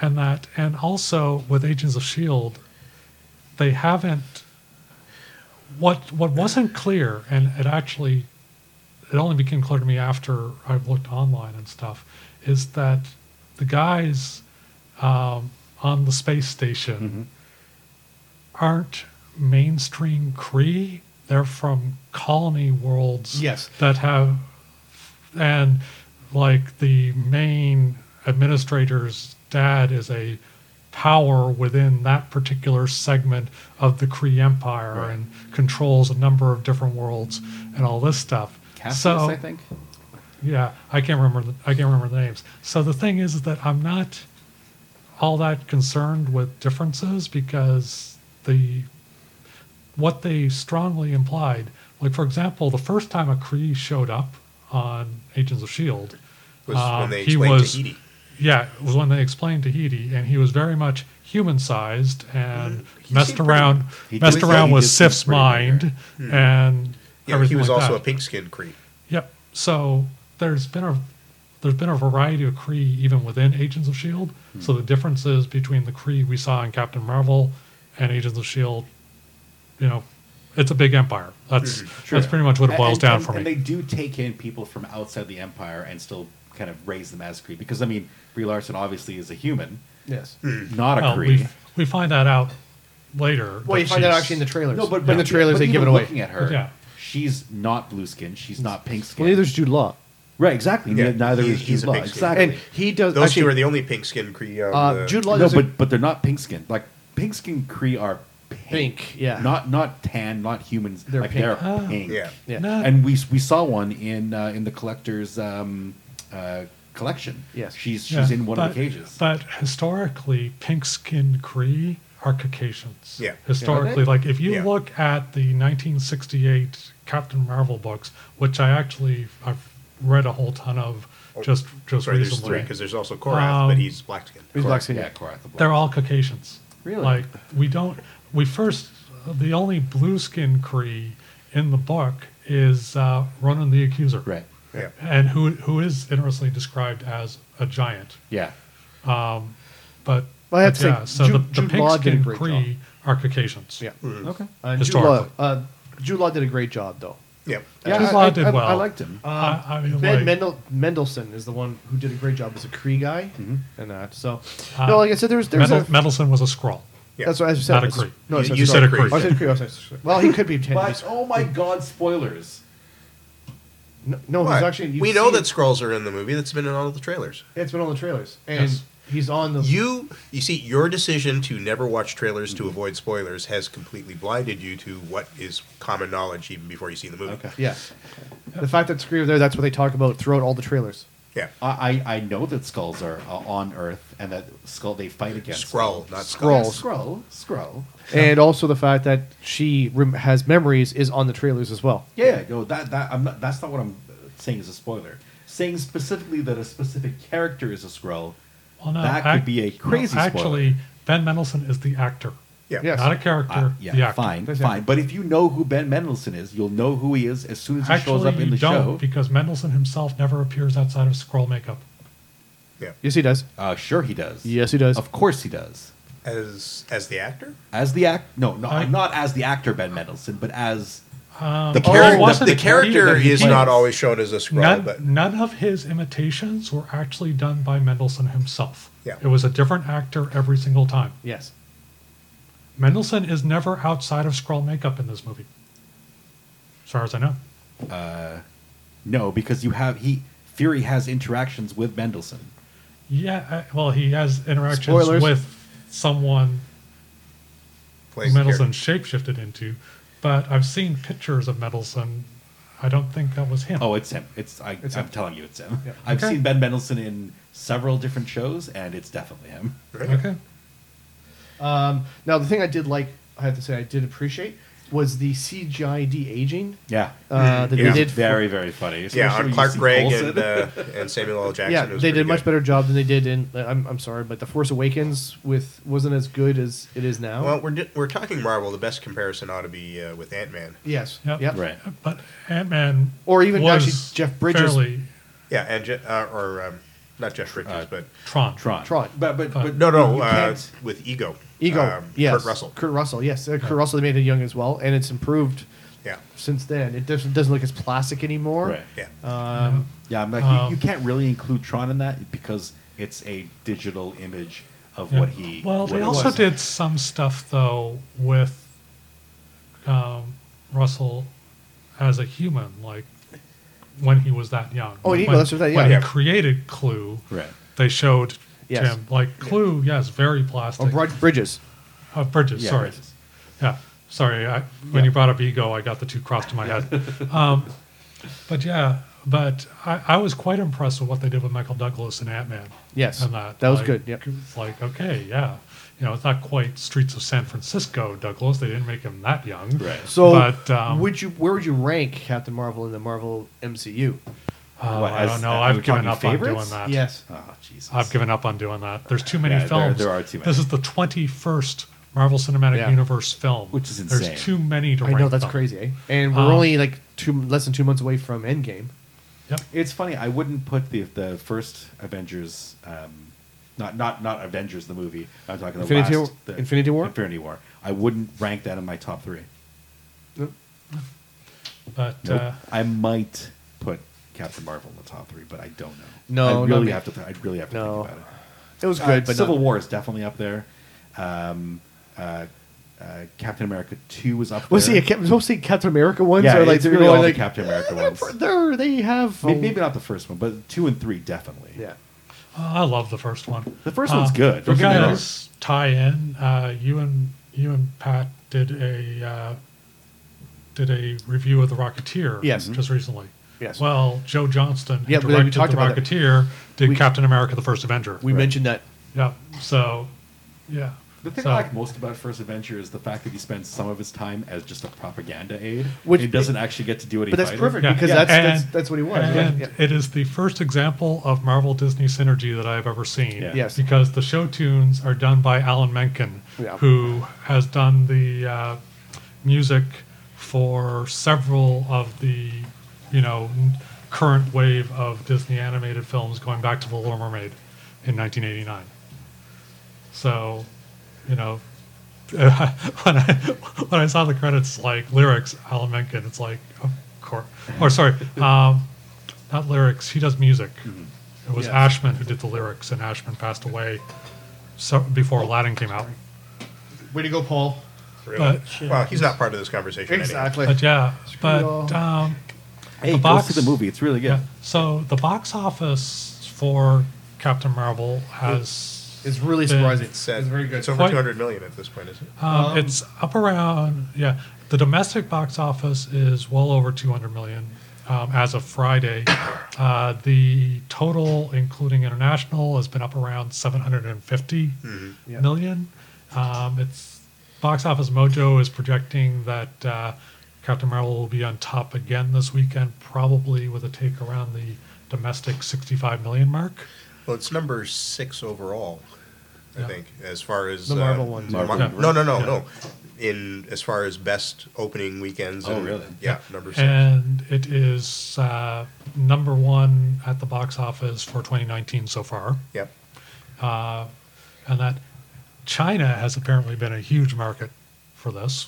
Speaker 5: and that and also with Agents of Shield, E they haven't. What what wasn't clear, and it actually, it only became clear to me after I've looked online and stuff, is that the guys um, on the space station aren't mainstream Cree. They're from colony worlds.
Speaker 4: Yes.
Speaker 5: That have, and like the main administrator's dad is a power within that particular segment of the Cree Empire and controls a number of different worlds and all this stuff.
Speaker 2: Cassius,
Speaker 5: so
Speaker 2: I think.
Speaker 5: yeah, I can't remember. The, I can't remember the names. So the thing is that I'm not all that concerned with differences because the what they strongly implied, like for example, the first time a Cree showed up on Agents of Shield,
Speaker 6: was
Speaker 5: um,
Speaker 6: when they
Speaker 5: he
Speaker 6: explained
Speaker 5: was-
Speaker 6: Tahiti.
Speaker 5: E yeah, it was when they explained Tahiti, and he was very much human sized and
Speaker 6: He
Speaker 5: messed
Speaker 6: seemed pretty-
Speaker 5: around,
Speaker 2: he
Speaker 5: messed
Speaker 2: did-
Speaker 5: around
Speaker 2: he
Speaker 5: with
Speaker 2: did seem
Speaker 5: Sif's
Speaker 2: pretty Hmm.
Speaker 5: mind and
Speaker 6: Yeah,
Speaker 5: everything
Speaker 6: he was
Speaker 5: like
Speaker 6: also
Speaker 5: that.
Speaker 6: a pink skinned Cree.
Speaker 5: Yep. So there's been a there's been a variety of Cree even within Agents of Shield. E
Speaker 4: Hmm.
Speaker 5: So the differences between the Cree we saw in Captain Marvel and Agents of Shield, E you know, it's a big empire. That's
Speaker 4: Hmm,
Speaker 5: that's pretty much what it
Speaker 2: And-
Speaker 5: boils
Speaker 2: and-
Speaker 5: down
Speaker 2: and-
Speaker 5: for
Speaker 2: and
Speaker 5: me.
Speaker 2: they do take in people from outside the empire and still kind of raise them as Cree. Because I mean, Brie Larson obviously is a human,
Speaker 4: Yes.
Speaker 2: not a
Speaker 5: Well,
Speaker 2: Cree.
Speaker 5: we, we find that out later.
Speaker 4: Well,
Speaker 5: that
Speaker 4: you find out
Speaker 5: she's-
Speaker 4: actually in the trailers.
Speaker 2: No, but
Speaker 4: in the trailers
Speaker 2: but
Speaker 4: they give it
Speaker 2: even
Speaker 4: away.
Speaker 2: Looking at her,
Speaker 5: Yeah.
Speaker 2: she's not blue skinned She's not pink
Speaker 4: Well,
Speaker 2: skinned
Speaker 4: neither is Jude Law,
Speaker 2: right, exactly.
Speaker 6: Yeah,
Speaker 2: Neither
Speaker 6: he-
Speaker 2: is
Speaker 6: he's a
Speaker 2: Jude Law.
Speaker 6: pink-skinned.
Speaker 2: Exactly.
Speaker 4: and he does.
Speaker 6: Those
Speaker 4: actually,
Speaker 6: two are the only pink skinned Cree. On
Speaker 4: uh,
Speaker 6: the,
Speaker 4: Jude Law.
Speaker 2: no,
Speaker 4: does a-
Speaker 2: but but they're not pink skinned. Like pink skinned Cree are pink.
Speaker 4: Pink, yeah.
Speaker 2: Not not tan. Not humans.
Speaker 4: They're
Speaker 2: like
Speaker 4: pink.
Speaker 2: they're
Speaker 5: Ah.
Speaker 2: pink.
Speaker 6: Yeah.
Speaker 4: yeah.
Speaker 5: No.
Speaker 2: and we we saw one in uh, in the collector's um, uh, collection.
Speaker 4: Yes.
Speaker 2: she's
Speaker 5: yeah,
Speaker 2: she's in one of
Speaker 5: but-
Speaker 2: the cages.
Speaker 5: But historically, pink skinned Cree are Caucasians.
Speaker 6: Yeah.
Speaker 5: Historically, like if you
Speaker 6: Yeah.
Speaker 5: look at the 1968 Captain Marvel books, which I actually I've read a whole ton of just just
Speaker 6: sorry, there's three
Speaker 5: recently.
Speaker 6: because there's also Korath,
Speaker 5: Um,
Speaker 6: but he's black skinned.
Speaker 4: He's black skin.
Speaker 2: yeah, Korath the Black.
Speaker 5: They're all Caucasians.
Speaker 4: Really?
Speaker 5: Like we don't. We first the only blue skinned Cree in the book is uh, Ronan the Accuser,
Speaker 2: right.
Speaker 6: Yeah.
Speaker 5: And who who is interestingly described as a giant.
Speaker 2: Yeah,
Speaker 5: But,
Speaker 4: Well, I have to
Speaker 5: but
Speaker 4: say,
Speaker 5: yeah, so
Speaker 4: Jude-
Speaker 5: the, the
Speaker 4: Jude Law did a
Speaker 5: pink-skinned
Speaker 4: great
Speaker 5: Cree are Caucasians.
Speaker 4: Yeah.
Speaker 6: Mm-hmm.
Speaker 2: okay.
Speaker 4: Uh, Jude Law.
Speaker 5: Historically.
Speaker 4: Uh, Jude Law did a great job, though.
Speaker 6: Yeah.
Speaker 5: Yeah, Jude Law
Speaker 2: I,
Speaker 5: did
Speaker 2: I,
Speaker 5: well.
Speaker 2: I liked Um, him.
Speaker 5: I, I mean,
Speaker 4: Ben
Speaker 5: like,
Speaker 4: Mendel- Mendelsohn is the one who did a great job as a Cree guy, and that. So,
Speaker 5: Mm-hmm. Uh,
Speaker 4: no, like I said, there's there's
Speaker 5: Mendel-
Speaker 4: a.
Speaker 5: Mendelsohn was a scroll.
Speaker 6: Yeah.
Speaker 4: That's what I said.
Speaker 5: Not a
Speaker 4: It's-
Speaker 5: Cree.
Speaker 4: No,
Speaker 6: You-
Speaker 4: it's-
Speaker 6: you
Speaker 4: it's-
Speaker 6: said a
Speaker 4: sorry.
Speaker 6: Cree.
Speaker 4: Oh, I said Cree. I said- Well, he could be
Speaker 2: But
Speaker 4: technically.
Speaker 2: oh my god, spoilers!
Speaker 4: No, no he's
Speaker 6: But
Speaker 4: actually. you've
Speaker 6: we know
Speaker 4: seen-
Speaker 6: that scrolls are in the movie. That's been in all of the trailers.
Speaker 4: It's been on the trailers, and
Speaker 5: Yes.
Speaker 4: he's on the.
Speaker 6: You you see your decision to never watch trailers to avoid spoilers has completely blinded you to what is common knowledge even before you see the movie.
Speaker 2: Okay.
Speaker 4: Yeah. The fact that Scream there, that's what they talk about throughout all the trailers.
Speaker 6: Yeah.
Speaker 2: I, I I know that skulls are uh, on Earth and that skull they fight against
Speaker 6: Skrull, not
Speaker 4: Skrull.
Speaker 6: Skull.
Speaker 2: Yeah, Skrull, Skrull.
Speaker 4: And also the fact that she rem- has memories is on the trailers as well.
Speaker 2: Yeah, yeah, no, that that I'm not, that's not what I'm uh, saying is a spoiler. Saying specifically that a specific character is a Skrull,
Speaker 5: Well, no,
Speaker 2: that
Speaker 5: ac-
Speaker 2: could be a
Speaker 5: no,
Speaker 2: crazy
Speaker 5: actually, Ben Mendelsohn is the actor,
Speaker 6: Yeah.
Speaker 4: Yes.
Speaker 5: not a
Speaker 2: spoiler. Uh,
Speaker 5: character. the
Speaker 2: yeah,
Speaker 5: actor.
Speaker 2: fine,
Speaker 4: That's
Speaker 2: fine. But if you know who Ben Mendelsohn is, you'll know who he is as soon as he
Speaker 5: Actually,
Speaker 2: shows up in
Speaker 5: you
Speaker 2: the
Speaker 5: don't
Speaker 2: show.
Speaker 5: because Mendelsohn himself never appears outside of scroll makeup.
Speaker 6: Yeah.
Speaker 4: Yes, he does.
Speaker 2: Uh, sure, he does.
Speaker 4: Yes, he does.
Speaker 2: Of course, he does.
Speaker 6: As as the actor?
Speaker 2: As the act, no, no,
Speaker 5: I-
Speaker 2: not as the actor Ben Mendelsohn, but as
Speaker 5: Um,
Speaker 6: The,
Speaker 5: oh,
Speaker 6: character-
Speaker 5: it wasn't
Speaker 6: the,
Speaker 5: the
Speaker 6: character
Speaker 5: that he
Speaker 6: is
Speaker 5: played.
Speaker 6: not always shown as a scroll,
Speaker 5: None,
Speaker 6: but
Speaker 5: none of his imitations were actually done by Mendelssohn himself.
Speaker 6: Yeah.
Speaker 5: It was a different actor every single time.
Speaker 4: Yes.
Speaker 5: Mendelssohn is never outside of scroll makeup in this movie. As far as I know.
Speaker 2: no, because you have he Fury has interactions with Mendelsohn.
Speaker 5: Yeah, I- well, he has interactions
Speaker 4: Spoilers.
Speaker 5: with someone
Speaker 6: plays the
Speaker 5: Mendelssohn
Speaker 6: character.
Speaker 5: shapeshifted into, but I've seen pictures of Mendelssohn. I don't think that was him.
Speaker 2: Oh, it's him. It's I.
Speaker 4: It's
Speaker 2: I'm
Speaker 4: him.
Speaker 2: telling you, it's him. I've
Speaker 5: Okay.
Speaker 2: seen Ben Mendelsohn in several different shows, and it's definitely him.
Speaker 6: Right?
Speaker 5: okay.
Speaker 4: Um, now, the thing I did like, I have to say, I did appreciate was the CGI de aging
Speaker 2: Yeah,
Speaker 4: uh, that
Speaker 6: Yeah.
Speaker 4: they did. for-
Speaker 2: very very funny.
Speaker 6: Yeah,
Speaker 2: Especially when
Speaker 6: on
Speaker 2: you
Speaker 6: Clark
Speaker 2: see
Speaker 6: Gregg
Speaker 2: Coulson.
Speaker 6: and, uh, and Samuel L. Jackson.
Speaker 4: yeah,
Speaker 6: It was
Speaker 4: they
Speaker 6: pretty
Speaker 4: did a much
Speaker 6: good.
Speaker 4: better job than they did in. uh, I'm, I'm sorry, but the Force Awakens with wasn't as good as it is now.
Speaker 6: Well, we're, di- we're talking Marvel. The best comparison ought to be uh, with Ant Man.
Speaker 4: yes,
Speaker 5: Yep.
Speaker 4: yep.
Speaker 2: right.
Speaker 5: But Ant Man.
Speaker 4: Or even actually Jeff Bridges.
Speaker 5: Fairly
Speaker 6: Yeah, and Je- uh, or um, not Jeff Bridges,
Speaker 4: Uh,
Speaker 6: but
Speaker 5: Tron.
Speaker 2: Tron.
Speaker 4: Tron.
Speaker 2: But but but
Speaker 6: no, no,
Speaker 2: you
Speaker 6: uh,
Speaker 2: can't-
Speaker 6: with Ego.
Speaker 4: Ego,
Speaker 6: Um,
Speaker 4: yes,
Speaker 6: Kurt Russell.
Speaker 4: Kurt Russell, yes, uh, Kurt Russell. They made it young as well, and it's improved
Speaker 6: Yeah,
Speaker 4: since then. It doesn't, doesn't look as plastic anymore.
Speaker 2: Right.
Speaker 6: yeah.
Speaker 4: Um,
Speaker 2: Yeah, I'm like
Speaker 5: Um,
Speaker 2: you, you can't really include Tron in that because it's a digital image of
Speaker 5: Yeah.
Speaker 2: what he.
Speaker 5: Well,
Speaker 2: what
Speaker 5: they
Speaker 2: it
Speaker 5: also
Speaker 2: was.
Speaker 5: did some stuff though with um, Russell as a human, like when he was that young.
Speaker 4: Oh, in Ego,
Speaker 5: When-
Speaker 4: that's what that-
Speaker 5: when
Speaker 4: yeah.
Speaker 5: he created Clue,
Speaker 2: Right.
Speaker 5: they showed
Speaker 4: Yes. Oh,
Speaker 5: him like Clue. Yes, very plastic.
Speaker 4: or Broad Bridges.
Speaker 5: Uh, Bridges,
Speaker 2: Yeah,
Speaker 5: sorry.
Speaker 2: Bridges.
Speaker 5: Yeah, sorry. I, when you brought up ego, I got the two crossed in my head. Um, but yeah, but I, I was quite impressed with what they did with Michael Douglas and Ant Man.
Speaker 4: Yes,
Speaker 5: and that
Speaker 4: that was
Speaker 5: like,
Speaker 4: good, yep.
Speaker 5: it's Like okay, yeah, you know, it's not quite Streets of San Francisco Douglas. They didn't make him that young.
Speaker 2: Right.
Speaker 4: So,
Speaker 5: but um,
Speaker 4: would you? Where would you rank Captain Marvel in the Marvel MCU?
Speaker 5: uh,
Speaker 2: What,
Speaker 5: I
Speaker 2: as-
Speaker 5: don't know.
Speaker 2: uh, are we
Speaker 5: I've given
Speaker 2: talking
Speaker 5: up on
Speaker 2: favorites?
Speaker 5: doing that.
Speaker 4: Yes.
Speaker 2: Oh, Jesus.
Speaker 5: I've given up on doing that. There's too many
Speaker 2: Yeah, there-
Speaker 5: films.
Speaker 2: there are too many.
Speaker 5: This is the 21st Marvel Cinematic
Speaker 4: Yeah.
Speaker 5: Universe film,
Speaker 2: Which is insane.
Speaker 5: There's too many to
Speaker 4: I
Speaker 5: rank
Speaker 4: know that's
Speaker 5: them.
Speaker 4: crazy, eh? And we're
Speaker 5: Um,
Speaker 4: only like two less than two months away from Endgame.
Speaker 5: Yep.
Speaker 2: It's funny. I wouldn't put the the first Avengers, um, not not not Avengers the movie. I'm talking the
Speaker 4: Infinity
Speaker 2: last,
Speaker 4: War-
Speaker 2: the
Speaker 4: Infinity War?
Speaker 2: Infinity War. I wouldn't rank that in my top three.
Speaker 5: But
Speaker 2: Nope.
Speaker 5: uh,
Speaker 2: I might put Captain Marvel in the top three, but I don't know.
Speaker 4: No,
Speaker 2: I
Speaker 4: not
Speaker 2: really
Speaker 4: me.
Speaker 2: have to. Th- I really have to
Speaker 4: No.
Speaker 2: think about it.
Speaker 4: It was
Speaker 2: Uh,
Speaker 4: good, but
Speaker 2: Civil
Speaker 4: not-
Speaker 2: War is definitely up there. Um, uh, uh, Captain America Two was up.
Speaker 4: Well,
Speaker 2: there.
Speaker 4: see, a Cap- mostly Captain America ones
Speaker 2: Yeah,
Speaker 4: are like
Speaker 2: it's
Speaker 4: they're
Speaker 2: really
Speaker 4: going
Speaker 2: all the
Speaker 4: like
Speaker 2: Captain America
Speaker 4: they're-
Speaker 2: ones.
Speaker 4: They're, they have
Speaker 2: May-
Speaker 4: a-
Speaker 2: Maybe not the first one, but two and three definitely.
Speaker 4: Yeah.
Speaker 5: Oh, I love the first one.
Speaker 2: The first one's good.
Speaker 5: You
Speaker 2: Don't get me wrong.
Speaker 5: guys tie in. Uh, you and you and Pat did a uh, did a review of the Rocketeer.
Speaker 4: Yes. Mm-hmm.
Speaker 5: just recently.
Speaker 4: Yes.
Speaker 5: Well, Joe Johnston, who
Speaker 4: Yeah, we- we
Speaker 5: directed
Speaker 4: talked
Speaker 5: the
Speaker 4: about that.
Speaker 5: Rocketeer, did
Speaker 4: We-
Speaker 5: Captain America: The First Avenger.
Speaker 4: We mentioned that.
Speaker 5: yeah. So, yeah.
Speaker 2: The thing
Speaker 5: So-
Speaker 2: I like most about First Adventure is the fact that he spends some of his time as just a propaganda aide.
Speaker 4: Which-
Speaker 2: he doesn't actually get to do any.
Speaker 4: But that's
Speaker 2: fighting.
Speaker 4: perfect
Speaker 5: Yeah.
Speaker 4: because
Speaker 5: Yeah.
Speaker 4: that's,
Speaker 5: And-
Speaker 4: that's that's what he was. Yeah.
Speaker 5: And
Speaker 4: Yeah.
Speaker 5: it is the first example of Marvel Disney synergy that I've ever seen.
Speaker 2: Yeah.
Speaker 4: Yes.
Speaker 5: Because the show tunes are done by Alan Menken,
Speaker 4: Yeah.
Speaker 5: who has done the uh, music for several of the, you know, n- current wave of Disney animated films going back to The Little Mermaid in 1989. So, you know, when I when I saw the credits, like lyrics, Alan Menken, it's like, of course, or sorry, um, not lyrics. He does music. It was
Speaker 4: Yes.
Speaker 5: Ashman who did the lyrics, and Ashman passed away so, before Aladdin came out.
Speaker 4: Way to go, Paul.
Speaker 6: Really.
Speaker 4: uh,
Speaker 5: But
Speaker 6: well, he's not part of this conversation. Anyway.
Speaker 4: Exactly.
Speaker 5: but yeah,
Speaker 4: it
Speaker 5: but
Speaker 4: all.
Speaker 5: um,
Speaker 2: Hey,
Speaker 5: The
Speaker 2: go
Speaker 5: box-
Speaker 2: see the movie. It's really good.
Speaker 5: yeah. So the box office for Captain Marvel has
Speaker 4: It's really
Speaker 5: been-
Speaker 4: surprising.
Speaker 6: It's, uh,
Speaker 4: it's very good.
Speaker 6: It's over
Speaker 5: Quite-
Speaker 6: two hundred million at this point, isn't it?
Speaker 5: Um, it's up around yeah. The domestic box office is well over 200 million um, as of Friday. Uh, the total, including international, has been up around 750 million.
Speaker 4: Yeah.
Speaker 5: Um, it's box office mojo is projecting that uh, Captain Marvel will be on top again this weekend, probably with a take around the domestic 65 million mark.
Speaker 6: Well, it's number six overall, I
Speaker 5: Yeah.
Speaker 6: think, as far as
Speaker 4: The Marvel ones.
Speaker 6: the
Speaker 2: Marvel.
Speaker 6: Mar- no, no, no,
Speaker 5: Yeah.
Speaker 6: no. in as far as best opening weekends.
Speaker 2: Oh,
Speaker 6: and-
Speaker 2: really?
Speaker 6: Yeah, number six.
Speaker 5: and it is uh, number one at the box office for 2019 so far.
Speaker 6: yep.
Speaker 5: and that China has apparently been a huge market for this,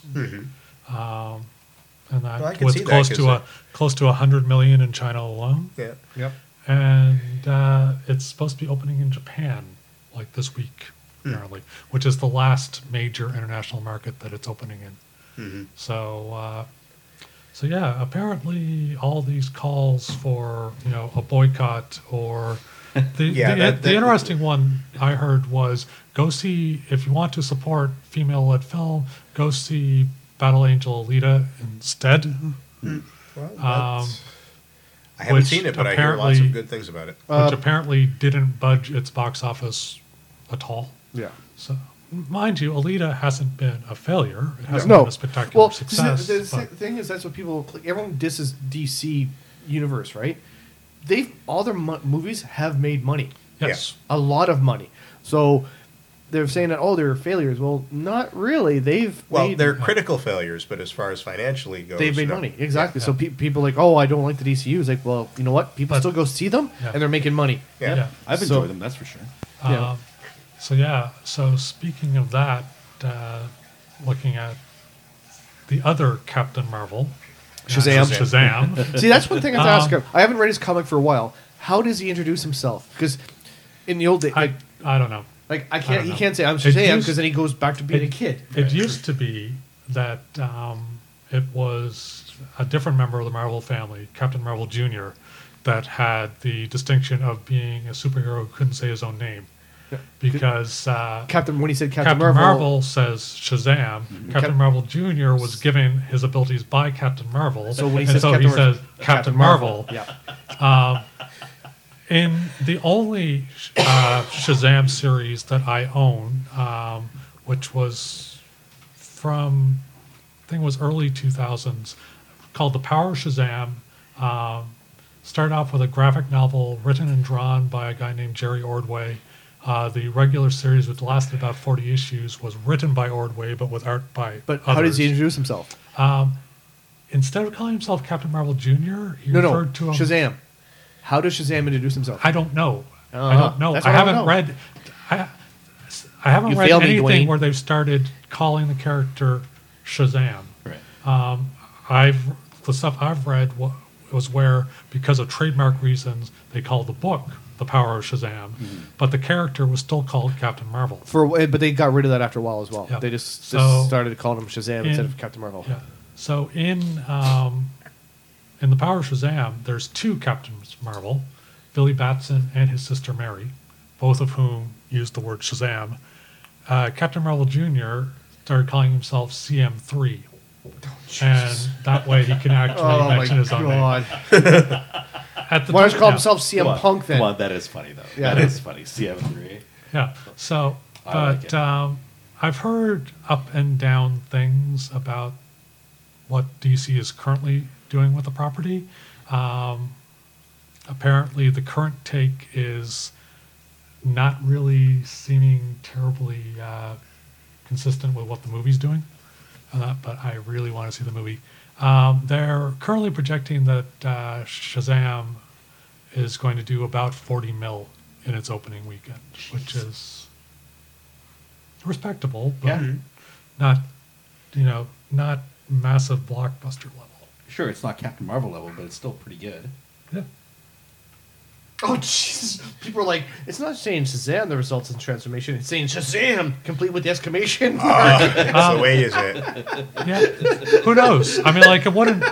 Speaker 5: Um,
Speaker 6: Mhm.
Speaker 5: and that
Speaker 6: Well, I can see
Speaker 5: with
Speaker 6: that
Speaker 5: close
Speaker 6: 'cause
Speaker 5: to a
Speaker 6: it-
Speaker 5: close to hundred million in China alone,
Speaker 6: Yeah.
Speaker 4: Yep.
Speaker 5: and uh, it's supposed to be opening in Japan like this week
Speaker 6: Hmm.
Speaker 5: apparently, which is the last major international market that it's opening in.
Speaker 6: Mm-hmm.
Speaker 5: So. Uh, so yeah, apparently all these calls for you know a boycott or the
Speaker 6: Yeah,
Speaker 5: the,
Speaker 6: that-
Speaker 5: the
Speaker 6: that-
Speaker 5: interesting one I heard was go see if you want to support female led film, go see Battle Angel Alita instead.
Speaker 6: Mm-hmm. Well,
Speaker 5: Um,
Speaker 6: that's- I haven't
Speaker 5: which
Speaker 6: seen it, but I hear lots
Speaker 5: apparently-
Speaker 6: of good things about it.
Speaker 4: Uh,
Speaker 5: which apparently didn't budge its box office at all.
Speaker 4: Yeah.
Speaker 5: So, mind you, Alita hasn't been a failure. It hasn't
Speaker 4: No.
Speaker 5: been a spectacular
Speaker 4: Well,
Speaker 5: success.
Speaker 4: The, the thi-
Speaker 5: but-
Speaker 4: thing is, that's what people. click- Everyone disses DC universe, right? They've all their mo- movies have made money,
Speaker 5: yes.
Speaker 4: a lot of money. So they're saying that oh, they're failures. Well, not really. They've
Speaker 6: Well,
Speaker 4: made,
Speaker 6: they're critical failures, but as far as financially goes,
Speaker 4: they've made
Speaker 6: no.
Speaker 4: money exactly. So pe- people like oh, I don't like the DCU. It's like well, you know what? People
Speaker 5: But-
Speaker 4: still go see them,
Speaker 5: Yeah.
Speaker 4: and they're making money.
Speaker 6: Yeah.
Speaker 5: yeah.
Speaker 2: I've enjoyed
Speaker 4: So-
Speaker 2: them, that's for sure.
Speaker 4: Yeah.
Speaker 5: Um, so yeah. So speaking of that, uh, looking at the other Captain Marvel,
Speaker 4: Shazam.
Speaker 5: Shazam.
Speaker 4: See, that's one thing I have to ask
Speaker 5: Um,
Speaker 4: him. I haven't read his comic for a while. How does he introduce himself? Because in the old days,
Speaker 5: I I don't know.
Speaker 4: like I
Speaker 5: I
Speaker 4: can't,
Speaker 5: don't
Speaker 4: he
Speaker 5: know.
Speaker 4: can't say I'm
Speaker 5: It
Speaker 4: Shazam
Speaker 5: used-
Speaker 4: because then he goes back to being
Speaker 5: it-
Speaker 4: a kid.
Speaker 5: It used to be that um, it was a different member of the Marvel family, Captain Marvel Jr., that had the distinction of being a superhero who couldn't say his own name because uh,
Speaker 4: Captain when he said Captain,
Speaker 5: Captain,
Speaker 4: Marvel, Mm-hmm.
Speaker 5: Marvel, says Shazam. Captain
Speaker 4: Cap-
Speaker 5: Marvel Jr. was given his abilities by Captain Marvel.
Speaker 4: So when he
Speaker 5: and
Speaker 4: says
Speaker 5: so
Speaker 4: Captain
Speaker 5: he
Speaker 4: Marvel-
Speaker 5: says Captain Marvel.
Speaker 4: Yeah,
Speaker 5: In the only uh, Shazam series that I own, um, which was from, I think it was early 2000s, called The Power of Shazam, um, started off with a graphic novel written and drawn by a guy named Jerry Ordway. Uh, the regular series, which lasted about 40 issues, was written by Ordway, but with art by
Speaker 4: but
Speaker 5: others.
Speaker 4: how does he introduce himself?
Speaker 5: Instead of calling himself Captain Marvel Jr., he
Speaker 4: No, no,
Speaker 5: referred to him
Speaker 4: Shazam. How does Shazam introduce himself?
Speaker 5: I don't know. I
Speaker 4: Uh-huh.
Speaker 5: don't know.
Speaker 4: That's
Speaker 5: I
Speaker 4: what I don't
Speaker 5: haven't
Speaker 4: know.
Speaker 5: read. I, I haven't
Speaker 4: You
Speaker 5: read
Speaker 4: failed me,
Speaker 5: anything
Speaker 4: Dwayne.
Speaker 5: where they've started calling the character Shazam. Um,
Speaker 2: Right.
Speaker 5: I've the stuff I've read wa- was where because of trademark reasons they called the book "The Power of Shazam,"
Speaker 4: Mm-hmm.
Speaker 5: but the character was still called Captain Marvel.
Speaker 4: For but they got rid of that after a while as well.
Speaker 5: Yeah.
Speaker 4: They just,
Speaker 5: So-
Speaker 4: just started calling him Shazam
Speaker 5: In-
Speaker 4: instead of Captain Marvel.
Speaker 5: Yeah. So in um, in the Power of Shazam, there's two Captains Marvel, Billy Batson and his sister Mary, both of whom use the word Shazam. Uh, Captain Marvel Jr. started calling himself CM3, and that way he can actually
Speaker 4: Oh my
Speaker 5: mention his own name.
Speaker 4: god!
Speaker 5: At the
Speaker 4: Why don't you
Speaker 5: time-
Speaker 4: call
Speaker 5: yeah,
Speaker 4: himself CM
Speaker 2: Come on,
Speaker 4: Punk then?
Speaker 2: Come on, that is funny though.
Speaker 4: Yeah.
Speaker 2: That is funny. CM3.
Speaker 5: Yeah. So,
Speaker 2: I
Speaker 5: but
Speaker 2: like it.
Speaker 5: um, I've heard up and down things about what DC is currently doing with the property. Um, apparently, the current take is not really seeming terribly uh, consistent with what the movie's doing. Uh, but I really want to see the movie. Um, they're currently projecting that uh, Shazam is going to do about 40 mil in its opening weekend, which is respectable, but
Speaker 2: Yeah.
Speaker 5: not, you know, not massive blockbuster level.
Speaker 2: Sure, it's not Captain Marvel level, but it's still pretty good.
Speaker 5: Yeah.
Speaker 4: Oh Jesus! People are like, it's not saying Shazam the results in transformation. It's saying Shazam complete with the exclamation mark.
Speaker 6: So wait, is it?
Speaker 5: Yeah. Who knows? I mean, like, it wouldn't,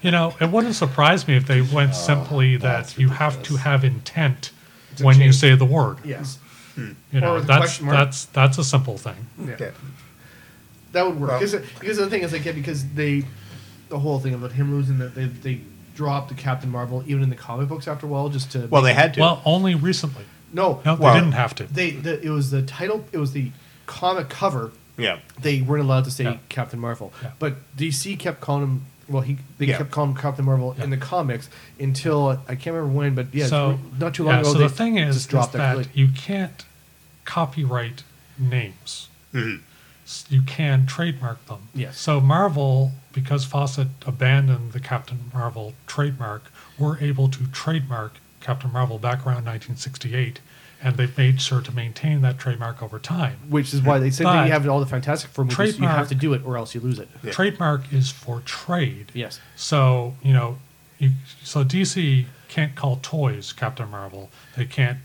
Speaker 5: you know, it wouldn't surprise me if they went simply that
Speaker 2: Oh, that's
Speaker 5: you have to
Speaker 2: ridiculous.
Speaker 5: have intent
Speaker 4: To
Speaker 5: when you
Speaker 4: change.
Speaker 5: say the word.
Speaker 4: yes,
Speaker 5: You
Speaker 4: Or
Speaker 5: know,
Speaker 4: the
Speaker 5: that's,
Speaker 4: question mark.
Speaker 5: that's, that's a simple thing.
Speaker 6: Yeah.
Speaker 4: that would work.
Speaker 6: Well-
Speaker 4: because because the thing is like yeah, because they, the whole thing about him losing that they they dropped the Captain Marvel even in the comic books after a while just to
Speaker 6: Well, they had to.
Speaker 5: Well, only recently.
Speaker 4: no
Speaker 5: No,
Speaker 6: Well,
Speaker 5: they didn't have to.
Speaker 4: they the, it was the title it was the comic cover
Speaker 6: yeah.
Speaker 4: they weren't allowed to say
Speaker 5: Yeah.
Speaker 4: Captain Marvel.
Speaker 5: Yeah.
Speaker 4: But DC kept calling him. Well, he they
Speaker 6: Yeah.
Speaker 4: kept calling him Captain Marvel
Speaker 5: Yeah.
Speaker 4: in the comics until I can't remember when, but yeah,
Speaker 5: so
Speaker 4: not too long
Speaker 5: yeah,
Speaker 4: ago.
Speaker 5: So
Speaker 4: they
Speaker 5: the thing is,
Speaker 4: just dropped
Speaker 5: is that
Speaker 4: completely.
Speaker 5: you can't copyright names. s- you can trademark them.
Speaker 4: Mm-hmm. Yes.
Speaker 5: So Marvel, because Fawcett abandoned the Captain Marvel trademark, were able to trademark Captain Marvel back around 1968, and they've made sure to maintain that trademark over time.
Speaker 4: Which is why they said that
Speaker 5: But
Speaker 4: you have all the Fantastic Four movies. You have
Speaker 5: trademark-
Speaker 4: to do it, or else you lose it.
Speaker 6: Yeah.
Speaker 5: Trademark is for trade.
Speaker 4: Yes.
Speaker 5: So you know, you, so DC can't call toys Captain Marvel. They can't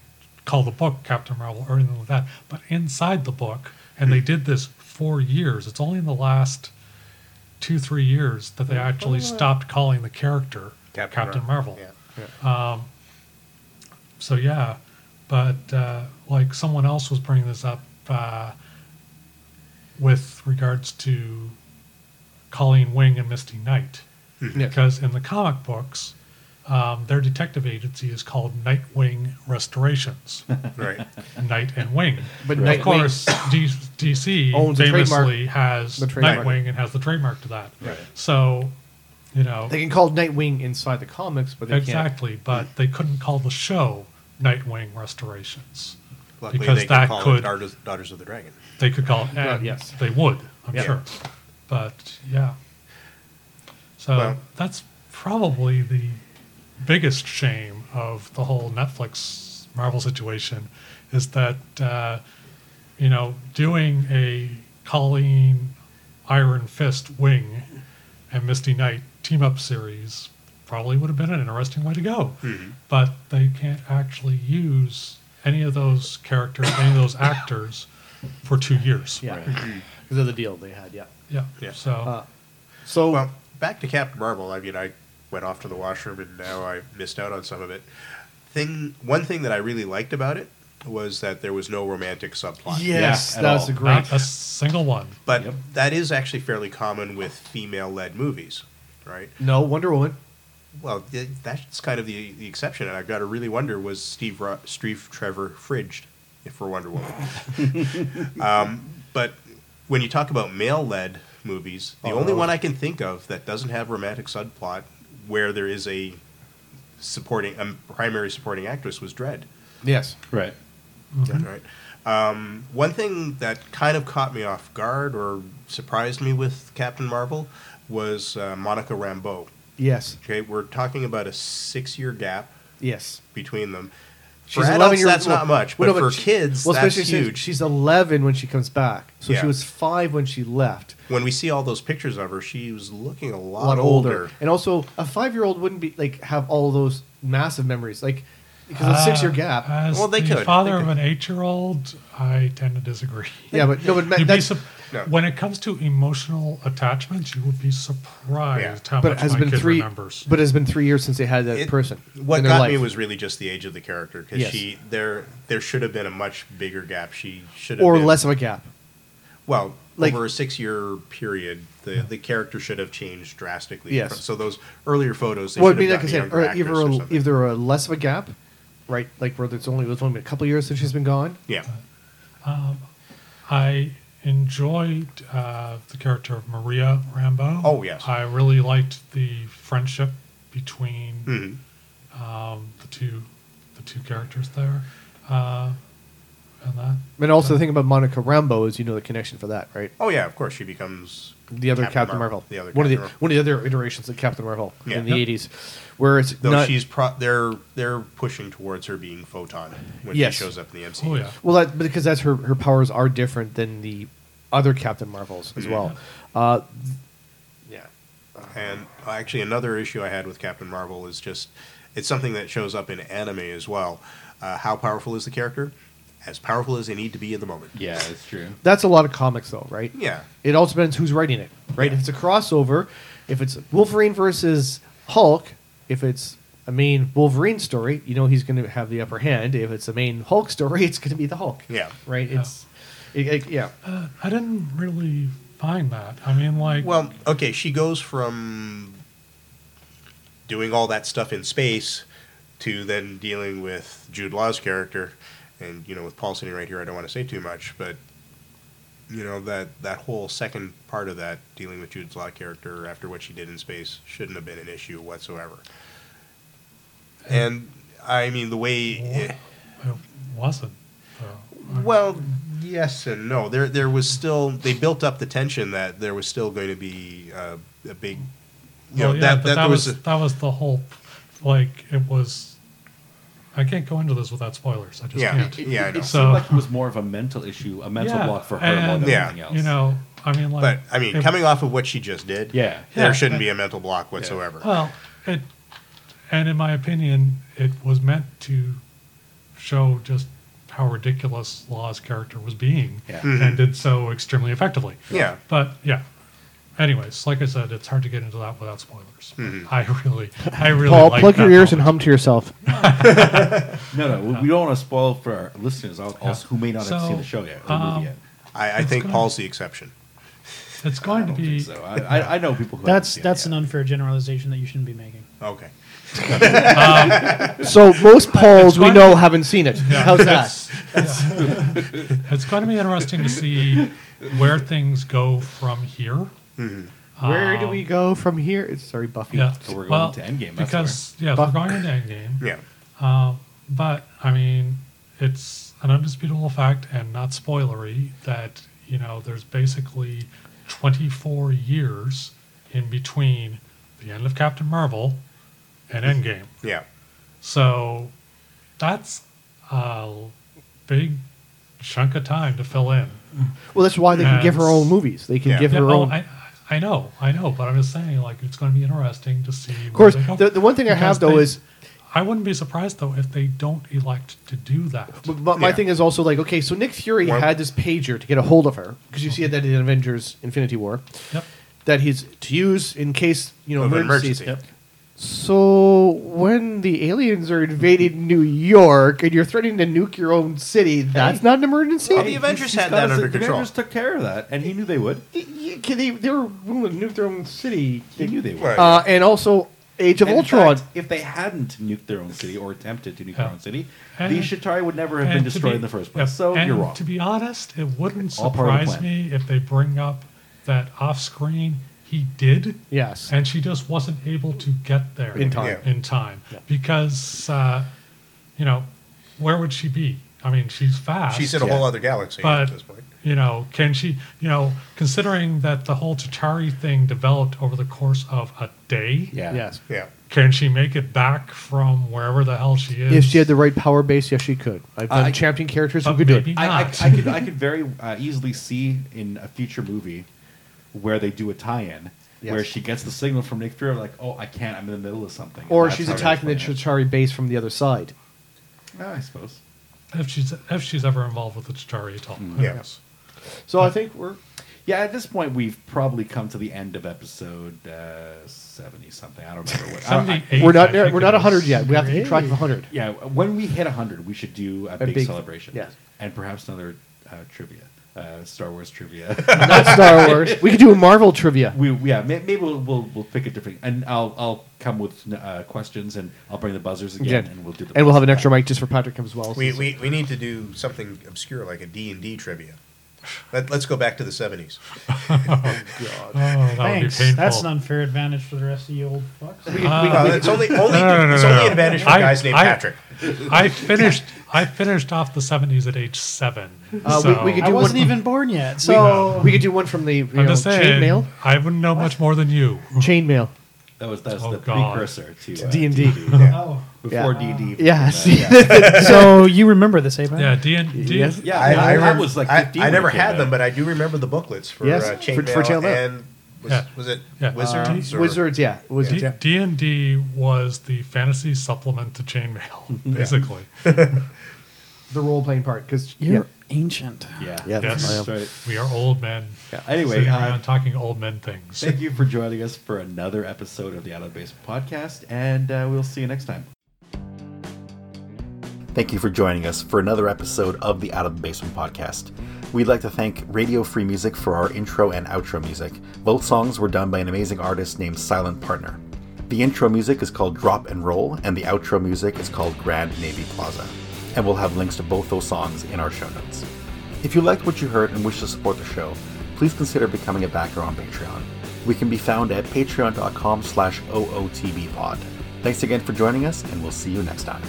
Speaker 5: call the book Captain Marvel or anything like that. But inside the book, and they did this for years. It's only in the last two three years that they actually stopped calling the character Captain, Marvel. Um,
Speaker 6: Yeah.
Speaker 5: So yeah, but uh, like someone else was bringing this up uh, with regards to Colleen Wing and Misty Knight,
Speaker 4: Hmm.
Speaker 5: because in the comic books, um, their detective agency is called Nightwing Restorations,
Speaker 6: Right.
Speaker 5: Night and Wing.
Speaker 4: But
Speaker 5: of
Speaker 4: Nightwing-
Speaker 5: course, D- DC
Speaker 4: Owns the
Speaker 5: famously
Speaker 4: trademark-
Speaker 5: has
Speaker 4: the trademark.
Speaker 5: Nightwing and has the trademark to that.
Speaker 2: Right.
Speaker 5: So, you know,
Speaker 4: They can call Nightwing inside the comics, but they can't.
Speaker 5: exactly, but they couldn't call the show Nightwing Restorations.
Speaker 6: Luckily,
Speaker 5: Because
Speaker 6: they
Speaker 5: that
Speaker 6: can call
Speaker 5: could-
Speaker 6: it Daughters, Daughters of the Dragon.
Speaker 5: They could call it,
Speaker 4: Yeah,
Speaker 5: and
Speaker 4: yes.
Speaker 5: they would, I'm
Speaker 4: Yeah.
Speaker 5: sure. But yeah, so
Speaker 6: Well-
Speaker 5: that's probably the biggest shame of the whole Netflix Marvel situation is that uh, you know doing a Colleen Iron Fist Wing and Misty Knight team up series probably would have been an interesting way to go.
Speaker 6: Mm-hmm.
Speaker 5: But they can't actually use any of those characters, any of those actors for two years.
Speaker 4: Yeah, because of the deal they had. Yeah.
Speaker 5: Yeah.
Speaker 6: Yeah.
Speaker 5: So
Speaker 4: Uh, So
Speaker 6: Well, back to Captain Marvel. I mean, I went off to the washroom and now I missed out on some of it. Thing, one thing that I really liked about it was that there was no romantic subplot.
Speaker 4: yes,
Speaker 2: Yeah, at
Speaker 4: that's
Speaker 2: all.
Speaker 4: a great.
Speaker 5: not a single one.
Speaker 6: But
Speaker 2: Yep.
Speaker 6: that is actually fairly common with female-led movies, right?
Speaker 4: No Wonder Woman.
Speaker 6: Well, th- that's kind of the, the exception, and I've got to really wonder was Steve Ro- Steve Trevor fridged for Wonder Woman? um, but when you talk about male-led movies, the only one I can think of that doesn't have romantic subplot where there is a supporting a primary supporting actress was Dread,
Speaker 4: Yes.
Speaker 2: Right.
Speaker 6: right? Um, one thing that kind of caught me off guard or surprised me with Captain Marvel was uh, Monica Rambeau.
Speaker 4: Yes.
Speaker 6: Okay, we're talking about a six-year gap
Speaker 4: Yes.
Speaker 6: between them.
Speaker 4: She's
Speaker 6: for
Speaker 4: 11
Speaker 6: adults,
Speaker 4: year-
Speaker 6: that's
Speaker 4: well,
Speaker 6: not much, but
Speaker 4: well, no,
Speaker 6: for
Speaker 4: she-
Speaker 6: kids,
Speaker 4: well,
Speaker 6: that's
Speaker 4: especially since
Speaker 6: huge.
Speaker 4: She's 11 when she comes back, so
Speaker 6: Yeah.
Speaker 4: she was five when she left.
Speaker 6: when we see all those pictures of her, she was looking a lot,
Speaker 4: A lot
Speaker 6: older.
Speaker 4: older. and also a five-year-old wouldn't be like have all those massive memories, like because of the six-year
Speaker 5: Uh,
Speaker 4: gap.
Speaker 5: As
Speaker 6: Well, they
Speaker 5: the
Speaker 6: could. They
Speaker 5: father
Speaker 6: could.
Speaker 5: of an eight-year-old, I tend to disagree.
Speaker 4: yeah, but no, but ma-
Speaker 5: You'd be
Speaker 4: that's,
Speaker 5: sup-
Speaker 6: No.
Speaker 5: When it comes to emotional attachments, you would be surprised how
Speaker 4: but
Speaker 5: much
Speaker 4: it has
Speaker 5: my
Speaker 4: been
Speaker 5: kid
Speaker 4: three.
Speaker 5: remembers.
Speaker 4: But it has been three years since they had that
Speaker 6: It-
Speaker 4: person.
Speaker 6: What
Speaker 4: in their
Speaker 6: got
Speaker 4: life.
Speaker 6: me was really just the age of the character because
Speaker 4: Yes.
Speaker 6: she there there should have been a much bigger gap. She should have
Speaker 4: or
Speaker 6: been,
Speaker 4: less of a gap.
Speaker 6: Well,
Speaker 4: like-
Speaker 6: over a six-year period, the the character should have changed drastically.
Speaker 4: Yes.
Speaker 6: So those earlier photos, they
Speaker 4: Well, I
Speaker 6: should
Speaker 4: mean,
Speaker 6: have
Speaker 4: like I
Speaker 6: gotten
Speaker 4: said,
Speaker 6: a
Speaker 4: or
Speaker 6: younger
Speaker 4: either
Speaker 6: actress or
Speaker 4: a,
Speaker 6: something.
Speaker 4: either a less of a gap, right? Like where there's only it's only been a couple years since she's been gone.
Speaker 6: yeah,
Speaker 5: I enjoyed uh, the character of Maria Rambo.
Speaker 6: Oh, yes.
Speaker 5: I really liked the friendship between
Speaker 6: Mhm.
Speaker 4: Mm-hmm.
Speaker 5: um, the two the two characters there, uh, and that.
Speaker 4: And also the thing about Monica Rambo is you know the connection for that, right?
Speaker 6: oh yeah, of course she becomes
Speaker 4: The other Captain, Marvel.
Speaker 6: The other
Speaker 4: one of the
Speaker 6: Captain Marvel.
Speaker 4: one of the other iterations of Captain Marvel
Speaker 6: Yeah.
Speaker 4: in the
Speaker 6: Yep.
Speaker 4: eighties, where it's
Speaker 6: Though
Speaker 4: not,
Speaker 6: she's pro- they're they're pushing towards her being photon when
Speaker 4: Yes.
Speaker 6: she shows up in the MCU.
Speaker 5: Oh yeah.
Speaker 4: well that because that's her her powers are different than the other Captain Marvels
Speaker 6: Mm-hmm.
Speaker 4: as well. Uh, yeah,
Speaker 6: And actually, another issue I had with Captain Marvel is just it's something that shows up in anime as well. Uh, how powerful is the character? As powerful as they need to be in the moment.
Speaker 2: Yeah, that's true.
Speaker 4: that's a lot of comics though, right?
Speaker 6: Yeah.
Speaker 4: It also depends who's writing it, right?
Speaker 6: Yeah.
Speaker 4: If it's a crossover, if it's Wolverine versus Hulk, if it's a main Wolverine story, you know he's going to have the upper hand. If it's a main Hulk story, it's going to be the Hulk.
Speaker 6: Yeah.
Speaker 4: Right? It's it, it- yeah.
Speaker 5: Uh, I didn't really find that. I mean, like,
Speaker 6: Well, okay, she goes from doing all that stuff in space to then dealing with Jude Law's character, and you know, with Paul sitting right here, I don't want to say too much, but you know that that whole second part of that dealing with Jude's Law character after what she did in space shouldn't have been an issue whatsoever. And I mean, the way.
Speaker 5: it wasn't. Though.
Speaker 6: Well, yes and no. There, there was still they built up the tension that there was still going to be uh, a big, you
Speaker 5: Well,
Speaker 6: know,
Speaker 5: yeah, but
Speaker 6: that, that,
Speaker 5: that,
Speaker 6: there was,
Speaker 5: was,
Speaker 6: a-
Speaker 5: that was the whole, like it was. I can't go into this without spoilers. I just
Speaker 6: Yeah.
Speaker 5: can't. uh,
Speaker 2: It,
Speaker 6: Yeah, I
Speaker 2: it,
Speaker 6: know.
Speaker 2: it
Speaker 5: So-
Speaker 2: seemed like it was more of a mental issue, a mental
Speaker 5: Yeah,
Speaker 2: block for her more
Speaker 5: and-
Speaker 2: than
Speaker 6: Yeah.
Speaker 2: anything else.
Speaker 5: You know, I mean,
Speaker 6: but
Speaker 5: like
Speaker 6: I mean,
Speaker 5: it-
Speaker 6: coming off of what she just did,
Speaker 2: Yeah.
Speaker 6: there
Speaker 5: Yeah.
Speaker 6: shouldn't be a mental block whatsoever.
Speaker 5: Well, it, and in my opinion, it was meant to show just how ridiculous Law's character was being,
Speaker 2: Yeah.
Speaker 5: and did so extremely effectively.
Speaker 6: Mm-hmm. Yeah.
Speaker 5: But yeah. Anyways, like I said, it's hard to get into that without spoilers.
Speaker 6: Mm-hmm.
Speaker 5: I really, I really.
Speaker 4: Paul,
Speaker 5: like
Speaker 4: plug your
Speaker 5: that
Speaker 4: ears and
Speaker 5: moment.
Speaker 4: hum to yourself.
Speaker 2: no, no, we, we don't want to spoil for our listeners al- also who may not have
Speaker 5: So,
Speaker 2: seen the show yet, or the
Speaker 5: um,
Speaker 2: movie yet.
Speaker 6: I, I
Speaker 5: It's
Speaker 6: think
Speaker 5: gonna-
Speaker 6: Paul's the exception.
Speaker 5: It's
Speaker 2: I
Speaker 5: going to
Speaker 2: don't
Speaker 5: be.
Speaker 2: think so. I, I, I know people who
Speaker 3: That's
Speaker 2: haven't seen
Speaker 3: that's
Speaker 2: it
Speaker 3: an unfair generalization that you shouldn't be making.
Speaker 6: Okay.
Speaker 4: So most Pauls we
Speaker 5: fine.
Speaker 4: know haven't seen it. How's that?
Speaker 5: It's going to be interesting to see where things go from here.
Speaker 7: Mm-hmm.
Speaker 5: Um,
Speaker 7: Where do we go from here? It's- Sorry, Buffy.
Speaker 5: Yeah.
Speaker 2: So Oh, we're going
Speaker 5: well,
Speaker 2: to Endgame, that's
Speaker 5: because yeah,
Speaker 7: Buck-
Speaker 5: we're going into Endgame.
Speaker 6: Yeah.
Speaker 5: Uh, but I mean, it's an undisputable fact and not spoilery that you know there's basically 24 years in between the end of Captain Marvel and
Speaker 2: Mm-hmm.
Speaker 5: Endgame.
Speaker 6: Yeah.
Speaker 5: So that's a big chunk of time to fill in.
Speaker 4: Well, that's why they can give her own movies. They can
Speaker 6: Yeah.
Speaker 4: give
Speaker 5: Yeah,
Speaker 4: her
Speaker 5: oh,
Speaker 4: own.
Speaker 5: I, I know, I know, but I'm just saying, like, it's going to be interesting to see.
Speaker 4: Of course, the, the one thing I have though is
Speaker 5: I wouldn't be surprised though if they don't elect to do that.
Speaker 4: But, but my
Speaker 6: Yeah.
Speaker 4: thing is also like, okay, so Nick Fury
Speaker 6: Well-
Speaker 4: had this pager to get a hold of her because you see that in Avengers: Infinity War
Speaker 5: Yep.
Speaker 4: that he's to use in case you know
Speaker 6: Of an
Speaker 4: emergencies.
Speaker 6: emergency.
Speaker 4: So when the aliens are invading New York and you're threatening to nuke your own city, that's not an emergency.
Speaker 6: Well, the Avengers had
Speaker 2: got
Speaker 6: that
Speaker 2: us-
Speaker 6: under
Speaker 2: the
Speaker 6: control.
Speaker 2: Avengers took care of that, and he knew they would.
Speaker 4: Y- y- can they, they were willing to nuke their own city.
Speaker 2: He knew they would.
Speaker 6: Right.
Speaker 4: Uh, and also, Age of
Speaker 2: And in
Speaker 4: Ultron.
Speaker 2: fact, if they hadn't nuked their own city or attempted to nuke their
Speaker 5: Yeah.
Speaker 2: own city,
Speaker 5: And-
Speaker 2: the Shatari would never have been
Speaker 5: And to
Speaker 2: destroyed
Speaker 5: be-
Speaker 2: in the first
Speaker 5: yep,
Speaker 2: place. So
Speaker 5: and
Speaker 2: you're wrong.
Speaker 5: To be honest, it wouldn't
Speaker 2: All part of the
Speaker 5: surprise
Speaker 2: plan.
Speaker 5: me if they bring up that off-screen he did,
Speaker 4: yes.
Speaker 5: and she just wasn't able to get there
Speaker 4: In time.
Speaker 6: Yeah.
Speaker 5: In time, because uh, you know, where would she be? I mean, she's fast.
Speaker 6: She's in a whole other galaxy
Speaker 5: But-
Speaker 6: at this point.
Speaker 5: You know, can she? You know, considering that the whole Tatari thing developed over the course of a day,
Speaker 2: yeah.
Speaker 4: Yes.
Speaker 6: Yeah.
Speaker 5: can she make it back from wherever the hell she is?
Speaker 4: If she had the right power base, yes, she could. I've done
Speaker 2: I-
Speaker 4: champion characters who
Speaker 5: But
Speaker 4: could do
Speaker 5: maybe-
Speaker 4: it.
Speaker 2: I, I,
Speaker 5: Not.
Speaker 2: I could I could very uh, easily see in a future movie where they do a tie-in where
Speaker 4: Yes.
Speaker 2: she gets the signal from Nick Fury like, "Oh, I can't. I'm in the middle of something." And
Speaker 4: Or
Speaker 2: that's
Speaker 4: she's
Speaker 2: how they
Speaker 4: attacking the
Speaker 2: explain it.
Speaker 4: Chitari base from the other side.
Speaker 2: Yeah, I suppose.
Speaker 5: if she's if she's ever involved with the Chitari at all. who
Speaker 6: Yeah.
Speaker 5: knows?
Speaker 4: So I think we're
Speaker 2: Yeah, at this point we've probably come to the end of episode uh, seventy something. I don't remember what. I don't- I-
Speaker 5: 78,
Speaker 4: we're not
Speaker 5: I
Speaker 4: near,
Speaker 5: think
Speaker 4: we're
Speaker 5: it
Speaker 4: not
Speaker 5: is.
Speaker 4: 100 yet. We have to keep track of 100.
Speaker 2: yeah, when we hit hundred, we should do a, big,
Speaker 4: big-
Speaker 2: celebration.
Speaker 4: yes.
Speaker 2: and perhaps another uh, trivia, uh, Star Wars trivia.
Speaker 4: Not Star Wars. We could do a Marvel trivia.
Speaker 2: we yeah, may, maybe we'll, we'll we'll pick a different, and I'll I'll come with uh, questions, and I'll bring the buzzers again,
Speaker 4: Again.
Speaker 2: and we'll do the
Speaker 4: And we'll have an extra mic just for Patrick as well.
Speaker 6: We, we, we need to do something obscure like a D&D trivia. Let, let's go back to the 70s.
Speaker 5: Oh, that would
Speaker 3: Thanks.
Speaker 5: be painful.
Speaker 3: That's an unfair advantage for the rest of you old fucks.
Speaker 6: Well, it's only, only,
Speaker 5: no, no, no,
Speaker 6: it's
Speaker 5: no,
Speaker 6: only
Speaker 5: no.
Speaker 6: advantage for
Speaker 5: I-
Speaker 6: guys named
Speaker 5: I-
Speaker 6: Patrick.
Speaker 5: I finished I finished off the seventies at age seven.
Speaker 4: Uh, we-
Speaker 5: so
Speaker 4: we could
Speaker 3: I
Speaker 4: do
Speaker 3: wasn't
Speaker 4: one-
Speaker 3: even born yet,
Speaker 4: we,
Speaker 3: so
Speaker 4: we could do uh, one from the you
Speaker 5: I'm
Speaker 4: know,
Speaker 5: just saying,
Speaker 4: chain mail.
Speaker 5: I wouldn't know much more than you.
Speaker 4: Chain mail.
Speaker 2: That was that's
Speaker 5: Oh,
Speaker 2: the
Speaker 5: God.
Speaker 2: precursor to uh,
Speaker 4: D&D.
Speaker 3: oh.
Speaker 2: before
Speaker 4: Yeah.
Speaker 2: DD.
Speaker 4: Yeah. see?
Speaker 3: so you remember this, eh, Brian?
Speaker 5: Yeah, D and D.
Speaker 4: Yes.
Speaker 2: yeah.
Speaker 6: I,
Speaker 2: that-
Speaker 6: I,
Speaker 2: that
Speaker 6: rem-
Speaker 2: was like
Speaker 6: I,
Speaker 2: 15
Speaker 6: I
Speaker 2: when
Speaker 6: never
Speaker 2: it came
Speaker 6: had
Speaker 2: out.
Speaker 6: them, but I do remember the booklets for
Speaker 4: Yes,
Speaker 6: uh,
Speaker 4: for-
Speaker 6: chainmail
Speaker 4: for chainmail.
Speaker 6: and was,
Speaker 5: Yeah.
Speaker 6: was it
Speaker 5: Yeah. Uh,
Speaker 6: wizards? or-
Speaker 4: Wizards, yeah. Wizards, yeah.
Speaker 5: D and D was the fantasy supplement to chainmail, basically.
Speaker 4: The role playing part. Because
Speaker 3: You're ancient.
Speaker 2: Yeah.
Speaker 4: Yeah,
Speaker 5: that's Yes.
Speaker 2: Sorry.
Speaker 5: We are old men.
Speaker 2: Yeah, anyway,
Speaker 5: sitting
Speaker 2: uh,
Speaker 5: around talking old men things.
Speaker 2: Thank you for joining us for another episode of the Out of Base podcast, and uh, we'll see you next time.
Speaker 1: Thank you for joining us for another episode of the Out of the Basement podcast. We'd like to thank Radio Free Music for our intro and outro music. Both songs were done by an amazing artist named Silent Partner. The intro music is called Drop and Roll, and the outro music is called Grand Navy Plaza. And we'll have links to both those songs in our show notes. If you liked what you heard and wish to support the show, please consider becoming a backer on Patreon. We can be found at patreon.com slash ootbpod. Thanks again for joining us, and we'll see you next time.